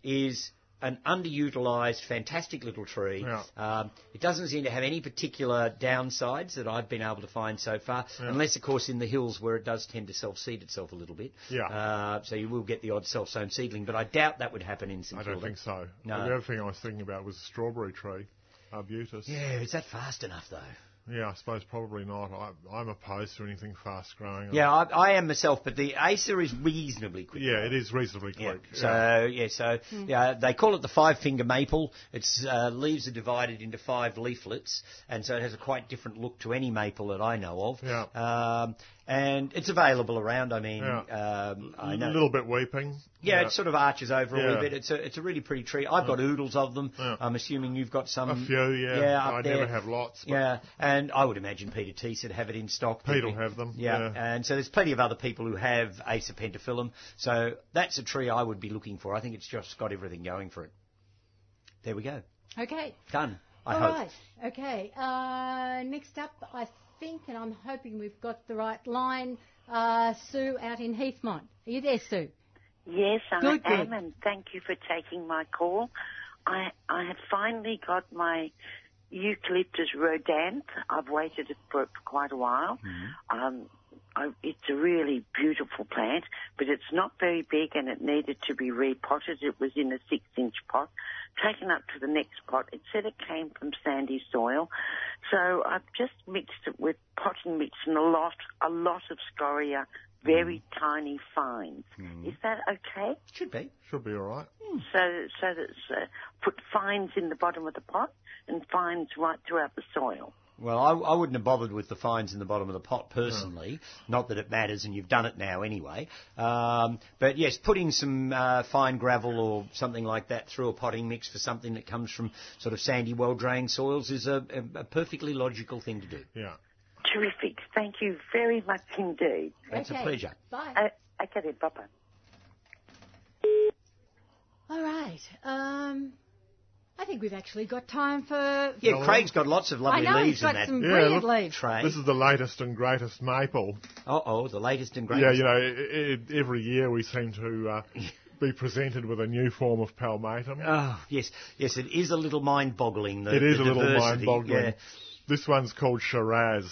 C: is an underutilised, fantastic little tree.
D: Yeah.
C: Um, it doesn't seem to have any particular downsides that I've been able to find so far, unless, of course, in the hills where it does tend to self-seed itself a little bit.
D: Yeah.
C: Uh, so you will get the odd self-sown seedling, but I doubt that would happen in St
D: I don't
C: Kilda.
D: think so.
C: No.
D: The other thing I was thinking about was a strawberry tree, arbutus.
C: Yeah, is that fast enough though?
D: Yeah, I suppose probably not. I, I'm opposed to anything fast growing.
C: Yeah, I, I am myself, but the Acer is reasonably quick.
D: Yeah, it is reasonably quick.
C: Yeah. So yeah, so yeah, they call it the five finger maple. Its uh, leaves are divided into five leaflets, and so it has a quite different look to any maple that I know of.
D: Yeah.
C: Um, and it's available around. I mean,
D: Yeah.
C: um, I
D: A
C: know.
D: little bit weeping.
C: yeah, it sort of arches over a
D: Yeah.
C: wee bit. It's a it's a really pretty tree. I've got oodles of them.
D: Yeah.
C: I'm assuming you've got some.
D: A few, yeah.
C: Yeah, up
D: I
C: there.
D: never have lots. But
C: Yeah, and I would imagine Peter Teese would have it in stock.
D: Pete'll have them,
C: Yeah.
D: yeah.
C: and so there's plenty of other people who have Acer pentaphyllum. So that's a tree I would be looking for. I think it's just got everything going for it. There we go.
B: Okay,
C: Done. I
B: All
C: hope.
B: right. Okay. Uh, next up, I think, and I'm hoping we've got the right line. Uh, Sue out in Heathmont. Are you there, Sue?
G: Yes, I
B: Good, good.
G: am, and thank you for taking my call. I I have finally got my eucalyptus rhodanthe. I've waited for quite a while. Um, I, it's a really beautiful plant, but it's not very big, and it needed to be repotted. It was in a six-inch pot, taken up to the next pot. It said it came from sandy soil, so I've just mixed it with potting mix and a lot, a lot of scoria, very tiny fines. Is that okay?
C: Mm. Should be. Mm.
D: Should be all right.
G: So, so that's uh, put fines in the bottom of the pot and fines right throughout the soil.
C: Well, I, I wouldn't have bothered with the fines in the bottom of the pot personally.
D: Hmm.
C: Not that it matters, and you've done it now anyway. Um, but yes, putting some uh, fine gravel or something like that through a potting mix for something that comes from sort of sandy, well-drained soils is a, a, a perfectly logical thing to do.
D: Yeah.
G: Terrific. Thank you very much indeed.
C: It's a pleasure.
B: Bye.
G: Uh, okay then, bye bye.
B: All right. Um, I think we've actually got time for.
C: Yeah,
D: Hello.
C: Craig's got lots of lovely
B: I know,
C: leaves
B: he's got
C: in that
B: some
D: Yeah,
B: brilliant
D: look-
B: leaves.
C: tray.
D: This is the latest and greatest maple.
C: Uh-oh, the latest and
D: Yeah,
C: greatest.
D: you know, i i every year we seem to uh, be presented with a new form of palmatum.
C: Oh, yes, yes, it is a little mind-boggling. The,
D: it is a
C: the
D: little
C: diversity.
D: mind-boggling.
C: Yeah.
D: This one's called Shiraz.
B: Okay.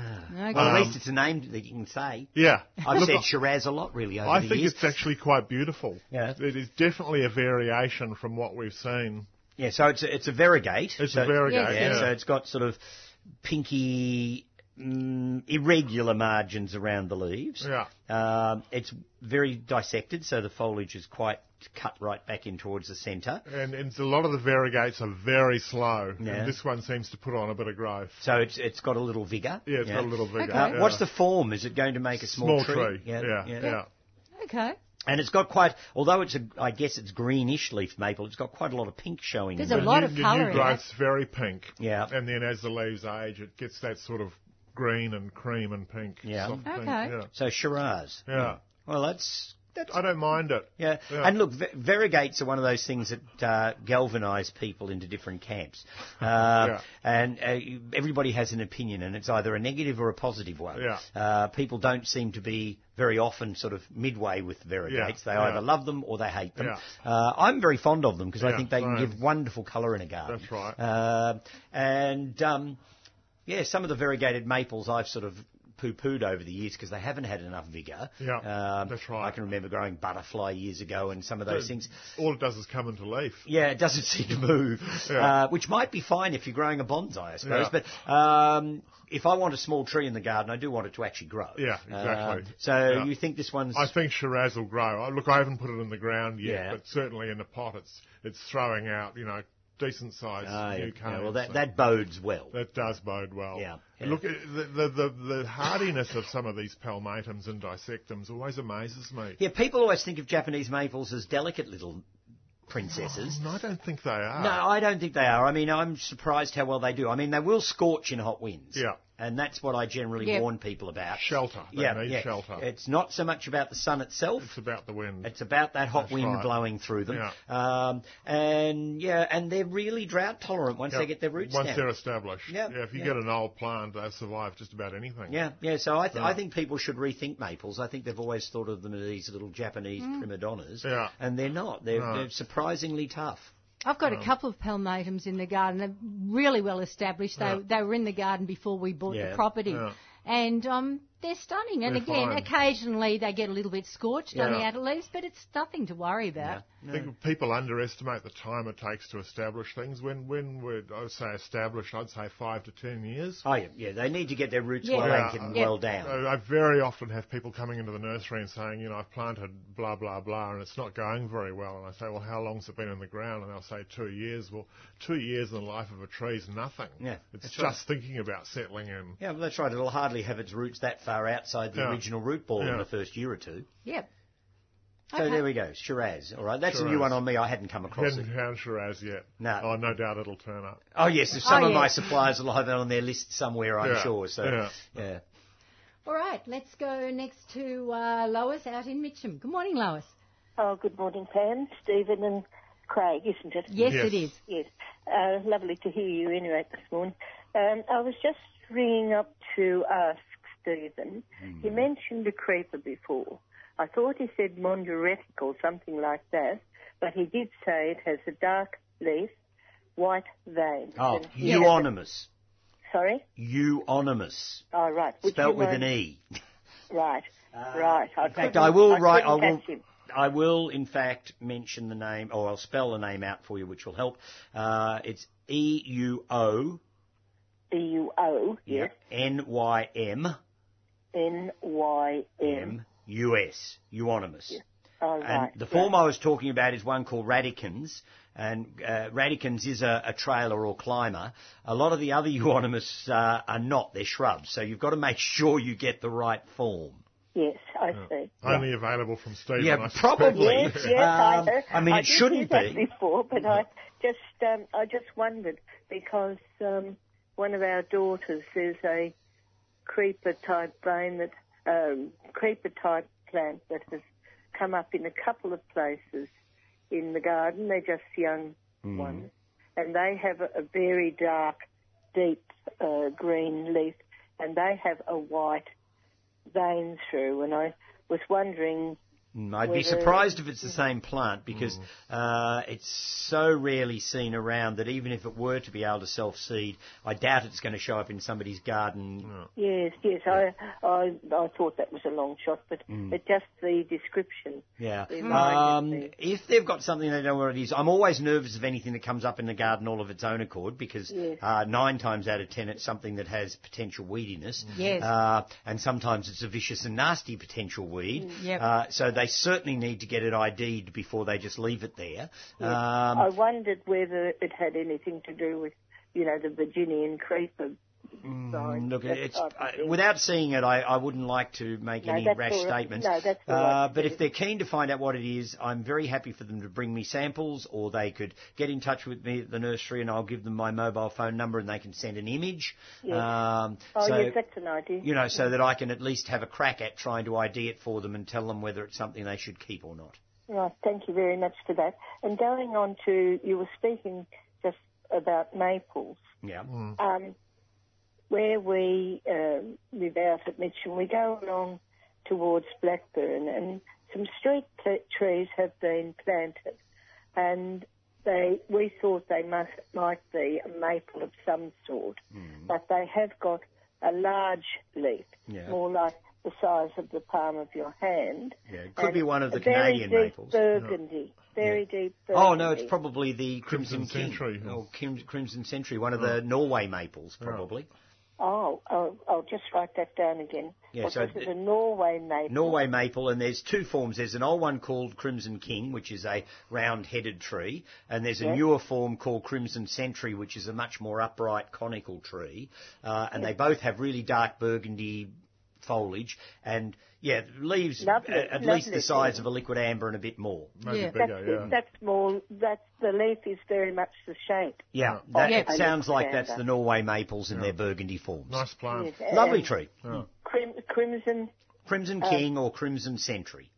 C: Ah. Well, at
D: Um,
C: least it's a name that you can say.
D: Yeah,
C: I've
D: Look,
C: said Shiraz a lot, really, over
D: I
C: the
D: think
C: years.
D: it's actually quite beautiful.
C: Yeah.
D: It is definitely a variation from what we've seen.
C: Yeah, so it's a, it's a variegate.
D: It's
C: so
D: a variegate,
B: Yes,
C: Yeah,
B: yes.
D: yeah.
C: so it's got sort of pinky, mm, irregular margins around the leaves.
D: Yeah.
C: Um, it's very dissected, so the foliage is quite cut right back in towards the centre.
D: And, and a lot of the variegates are very slow.
C: Yeah.
D: And this one seems to put on a bit of growth.
C: So it's it's got a little vigour.
D: Yeah, it's got a little vigor.
C: Uh,
D: yeah.
C: What's the form? Is it going to make a small,
D: small tree? yeah, yeah.
B: Okay.
C: And it's got quite, although it's a, I guess it's greenish leaf maple. It's got quite a lot of pink showing.
B: There's
C: in
B: a
C: it.
B: lot
D: new,
B: of
D: the
B: colour
D: new
B: in
D: growth's very pink.
C: Yeah.
D: And then as the leaves age, it gets that sort of green and cream and pink.
C: Yeah.
D: soft pink,
B: Okay.
D: Yeah.
C: So Shiraz.
D: Yeah.
C: Well, that's that's
D: I don't mind it.
C: Yeah.
D: Yeah.
C: and look, va- variegates are one of those things that uh, galvanise people into
D: (laughs)
C: different camps, uh, and uh, you- everybody has an opinion, and it's either a negative or a positive one.
D: Yeah.
C: Uh, people don't seem to be very often sort of midway with variegates.
D: Yeah,
C: They
D: yeah.
C: either love them or they hate them.
D: Yeah.
C: Uh, I'm very fond of them because I
D: Yeah,
C: think they can
D: same.
C: give wonderful colour in a garden.
D: That's right.
C: Uh, and um, yeah, some of the variegated maples I've sort of poo-pooed over the years because they haven't had enough vigour.
D: Yeah,
C: Um,
D: that's right.
C: I can remember growing butterfly years ago and some of those things.
D: All it does is come into leaf.
C: Yeah, it doesn't seem to move,
D: Yeah.
C: uh, which might be fine if you're growing a bonsai, I suppose.
D: Yeah.
C: But um, if I want a small tree in the garden, I do want it to actually grow.
D: Yeah, exactly.
C: Um, so
D: Yeah.
C: you think this one's?
D: I think Shiraz will grow. I- Look, I haven't put it in the ground yet,
C: Yeah.
D: but certainly in the pot, it's it's throwing out, you know, decent sized
C: Ah, yeah,
D: new
C: yeah,
D: cones.
C: well, that
D: so
C: that bodes well.
D: that does bode well.
C: Yeah,
D: And
C: yeah.
D: Look, it- the, the the the hardiness of some of these palmatums and dissectums always amazes me.
C: yeah, people always think of Japanese maples as delicate little princesses.
D: And Oh, I don't think they are.
C: No, I don't think they are. I mean, I'm surprised how well they do. I mean, they will scorch in hot winds.
D: Yeah.
C: And that's what I generally
B: Yeah.
C: warn people about.
D: Shelter. They
C: yeah,
D: need
C: yeah.
D: shelter.
C: It's not so much about the sun itself.
D: It's about the wind.
C: It's about that hot
D: That's
C: wind
D: right.
C: blowing through them.
D: Yeah.
C: Um, and yeah, and they're really drought tolerant once
D: Yeah,
C: they get their roots
D: Once
C: down.
D: they're established.
C: Yeah,
D: Yeah, if you
C: yeah.
D: get an old plant, they survive just about anything.
C: Yeah, yeah. So I, th- I
D: Yeah.
C: think people should rethink maples. I think they've always thought of them as these little Japanese
B: Mm.
C: prima donnas,
D: Yeah.
C: and they're not. They're,
D: No.
C: they're surprisingly tough.
B: I've got
D: Oh.
B: a couple of palmatums in the garden. They're really well established. They,
D: Yeah.
B: they were in the garden before we bought
C: Yeah.
B: the property.
D: Yeah.
B: And um, they're stunning. And
D: They're
B: again,
D: fine.
B: occasionally they get a little bit scorched on the
D: Yeah.
B: outer leaves, but it's nothing to worry about.
D: I think people underestimate the time it takes to establish things. When when we're I would say established, I'd say five to ten years.
C: Oh yeah, yeah. They need to get their roots
B: Yeah.
C: well
D: Yeah.
C: anchored and
B: Yeah.
C: well down.
D: I I very often have people coming into the nursery and saying, you know, I've planted blah blah blah, and it's not going very well. And I say, well, how long's it been in the ground? And they'll say two years. Well, two years in the life of a tree is nothing.
C: Yeah,
D: it's
C: that's
D: just
C: right.
D: thinking about settling in.
C: Yeah, well, that's right. It'll hardly have its roots that far outside the
D: Yeah.
C: original root ball in
D: Yeah.
C: the first year or two.
B: Yep.
C: So
B: Okay.
C: there we go, Shiraz. All right, that's a new
D: Shiraz.
C: one on me. I hadn't come across
D: Hadn't
C: it.
D: found Shiraz yet.
C: No.
D: Oh, no doubt it'll turn up.
C: Oh yes, if some
B: Oh,
C: of my
B: yeah.
C: suppliers will have it on their list somewhere, I'm
D: Yeah,
C: sure. So yeah.
D: yeah.
B: All right, let's go next to uh, Lois out in Mitcham. Good morning, Lois.
K: Oh, good morning, Pam, Stephen, and Craig, isn't it?
B: Yes,
D: Yes.
B: it is.
K: Yes. Uh, lovely to hear you anyway this morning. Um, I was just ringing up to ask Stephen.
C: Mm.
K: He mentioned a creeper before. I thought he said monduretic or something like that, but he did say it has a dark leaf, white vein.
C: Oh,
K: And he has a-
C: euonymus.
K: Sorry?
C: Euonymus.
K: Oh, right. Would
C: Spelt
K: you
C: with an
K: mind-
C: E. Ah.
K: Right, right. I
C: In fact,
K: couldn't-
C: I will write. I
K: couldn't
C: will.
K: catch him.
C: I will, in fact, mention the name, or I'll spell the name out for you, which will help. Uh, it's E U O
K: E-U-O, yes,
C: N Y M
K: N-Y-M.
C: M U S. Euonymus.
K: Oh,
C: And
K: right.
C: the form I was talking about is one called Radicans, and uh, Radicans is a, a trailer or climber. A lot of the other (laughs) euonymus uh, are not; they're shrubs. So you've got to make (laughs) sure you get the right form.
K: Yes, I see.
D: Only available from Stephen.
C: Yeah,
D: I suspect.
C: probably.
K: Yes, yes, I
C: Um,
K: heard.
C: I mean, it
K: did hear
C: shouldn't
K: that
C: be.
K: before, but I just, um, I just wondered because um, one of our daughters there's a creeper type vein that um, creeper type plant that has come up in a couple of places in the garden. They're just young ones, and they have a, a very dark, deep uh, green leaf, and they have a white vein through. And I was wondering
C: Mm, I'd be
K: Whether-
C: surprised if it's the
K: Mm.
C: same plant because
D: Mm.
C: uh, it's so rarely seen around that even if it were to be able to self-seed, I doubt it's going to show up in somebody's garden.
K: Yes, yes, I, I, I thought that was a long shot, but
C: Hmm.
K: but just the description.
C: Yeah.
K: reminded
C: Um,
K: me.
C: if they've got something they know what it is, I'm always nervous of anything that comes up in the garden all of its own accord because
K: Yes.
C: uh, nine times out of ten it's something that has potential weediness.
B: Yes.
C: Uh, and sometimes it's a vicious and nasty potential weed.
B: Yep.
C: Uh, so they certainly need to get it ID'd before they just leave it there. Um,
K: I wondered whether it had anything to do with, you know, the Virginian Oh, creeper.
C: Mm, Look,
K: That's
C: it's,
K: what
C: uh, without seeing it, I, I wouldn't like to make
K: No,
C: any
K: that's
C: rash
K: all right.
C: statements.
K: No, that's all
C: uh,
K: right.
C: but if they're keen to find out what it is, I'm very happy for them to bring me samples, or they could get in touch with me at the nursery, and I'll give them my mobile phone number, and they can send an image.
K: Yes.
C: Um,
K: Oh,
C: so,
K: yes, that's an idea.
C: you know, so that I can at least have a crack at trying to ID it for them and tell them whether it's something they should keep or not.
K: Right, thank you very much for that. And going on to, you were speaking just about maples.
C: Yeah.
K: Um, where we um, live out at Mitcham, we go along towards Blackburn, and some street t- trees have been planted, and they we thought they must might be a maple of some sort,
C: Hmm.
K: but they have got a large leaf,
C: Yeah.
K: more like the size of the palm of your hand.
C: Yeah, it could
K: and
C: be one of
K: a
C: the
K: very
C: Canadian
K: deep
C: maples.
K: Burgundy, very deep. Burgundy.
C: Oh no, it's probably the Crimson,
D: Crimson
C: King.
D: Century.
C: or Kim, Crimson Century, one of the Norway maples, probably.
K: Oh, oh, I'll just write that down again.
C: Yeah,
K: well,
C: so
K: this is
C: it-
K: a Norway maple.
C: Norway maple, and there's two forms. There's an old one called Crimson King, which is a round-headed tree, and there's a
K: Yes.
C: newer form called Crimson Century, which is a much more upright conical tree. Uh, and they both have really dark burgundy foliage, and yeah, leaves
K: Lovely,
C: at, at least the
K: lovely,
C: size
K: yeah.
C: of a liquid amber and a bit more.
D: Maybe
B: Yeah.
K: That's,
D: bigger, yeah.
K: that's more. That's the leaf is very much the shape.
C: Yeah,
K: Oh,
C: that
K: yeah.
C: it sounds like that's
K: Alexander.
C: the Norway maples in their burgundy forms.
D: Nice plant.
K: Yes, Mm. and-
C: Lovely
K: and
C: tree.
K: Crim, crimson Uh,
C: Crimson King or Crimson Century.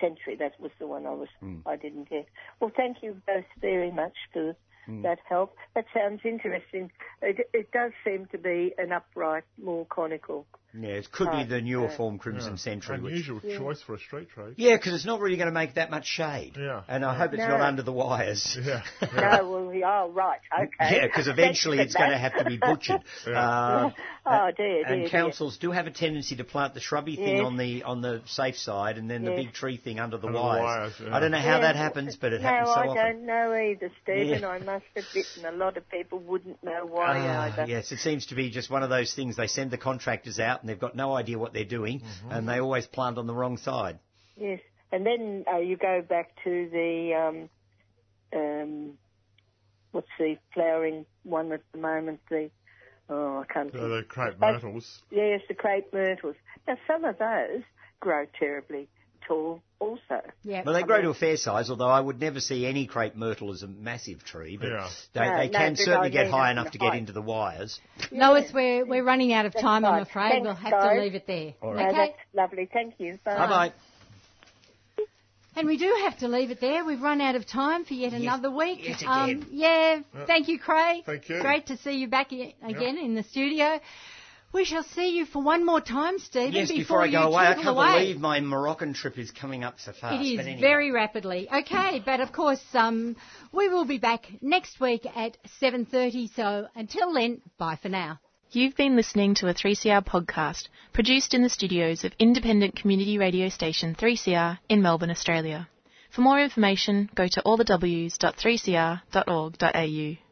K: century. That was the one I was.
C: Hmm.
K: I didn't get. Well, thank you both very much for
C: Hmm.
K: that help. That sounds interesting. It, it does seem to be an upright, more conical.
C: Yeah, it could
K: Right,
C: be the newer
K: yeah.
C: form Crimson Century, which
D: Unusual choice for a street tree.
C: Yeah, because it's not really going to make that much shade.
D: Yeah.
C: And I hope it's
K: No.
C: not under the wires. (laughs)
D: Yeah.
K: no, well, we are right. Okay.
C: Yeah, because
K: Thank
C: eventually
K: you for
C: it's going to
K: that.
C: have to
K: (laughs)
C: be butchered. Uh,
K: oh dear, dear,
C: and
K: dear.
C: councils do have a tendency to plant the shrubby thing
K: Yes.
C: on the on the safe side, and then the
K: Yes.
C: big tree thing under the
D: Under the
C: wires.
D: wires, yeah.
C: I don't know how
K: Yeah.
C: that happens, but it
K: no,
C: happens so
K: I
C: often.
K: don't know either, Stephen.
C: Yeah.
K: I must admit, and a lot of people wouldn't know why
C: Ah,
K: either.
C: yes, it seems to be just one of those things. They send the contractors out, and they've got no idea what they're doing, and they always plant on the wrong side.
K: Yes, and then uh, you go back to the um, um, what's the flowering one at the moment? The oh, I can't.
D: So
K: think.
D: Uh, the crepe
B: Uh,
K: But-
D: myrtles.
K: Yes, the crepe myrtles. Now some of those grow terribly tall, also.
B: Yep.
C: Well, they grow to a fair size, although I would never see any crepe myrtle as a massive tree, but
D: Yeah.
C: they,
K: No,
C: they
K: no,
C: can
K: but
C: certainly
K: I
C: get
K: mean
C: high
K: up
C: enough
K: in
C: to get
K: height.
C: into the wires.
B: No, it's we're we're running out of time. I'm
K: That's fine.
B: afraid we'll
K: Thanks,
B: have to
K: guys.
B: leave it there.
K: No,
B: Okay.
K: that's lovely. Thank you.
C: Bye bye.
B: And we do have to leave it there. We've run out of time for yet another week.
L: yet
B: Um,
L: again.
B: yeah.
L: Yeah.
B: Thank you, Craig.
L: Thank you.
B: Great to see you back i- again in the studio. We shall see you for one more time, Stephen.
C: yes, before, I
B: you
C: go away, I
B: toddle
C: can't
B: away.
C: believe my Moroccan trip is coming up so fast.
B: It is
C: but anyway.
B: very rapidly.
C: (laughs)
B: Okay, but of course, um, we will be back next week at 7.30. So until then, bye for now.
A: You've been listening to a 3CR podcast produced in the studios of independent community radio station 3CR in Melbourne, Australia. For more information, go to allthews.3cr.org.au.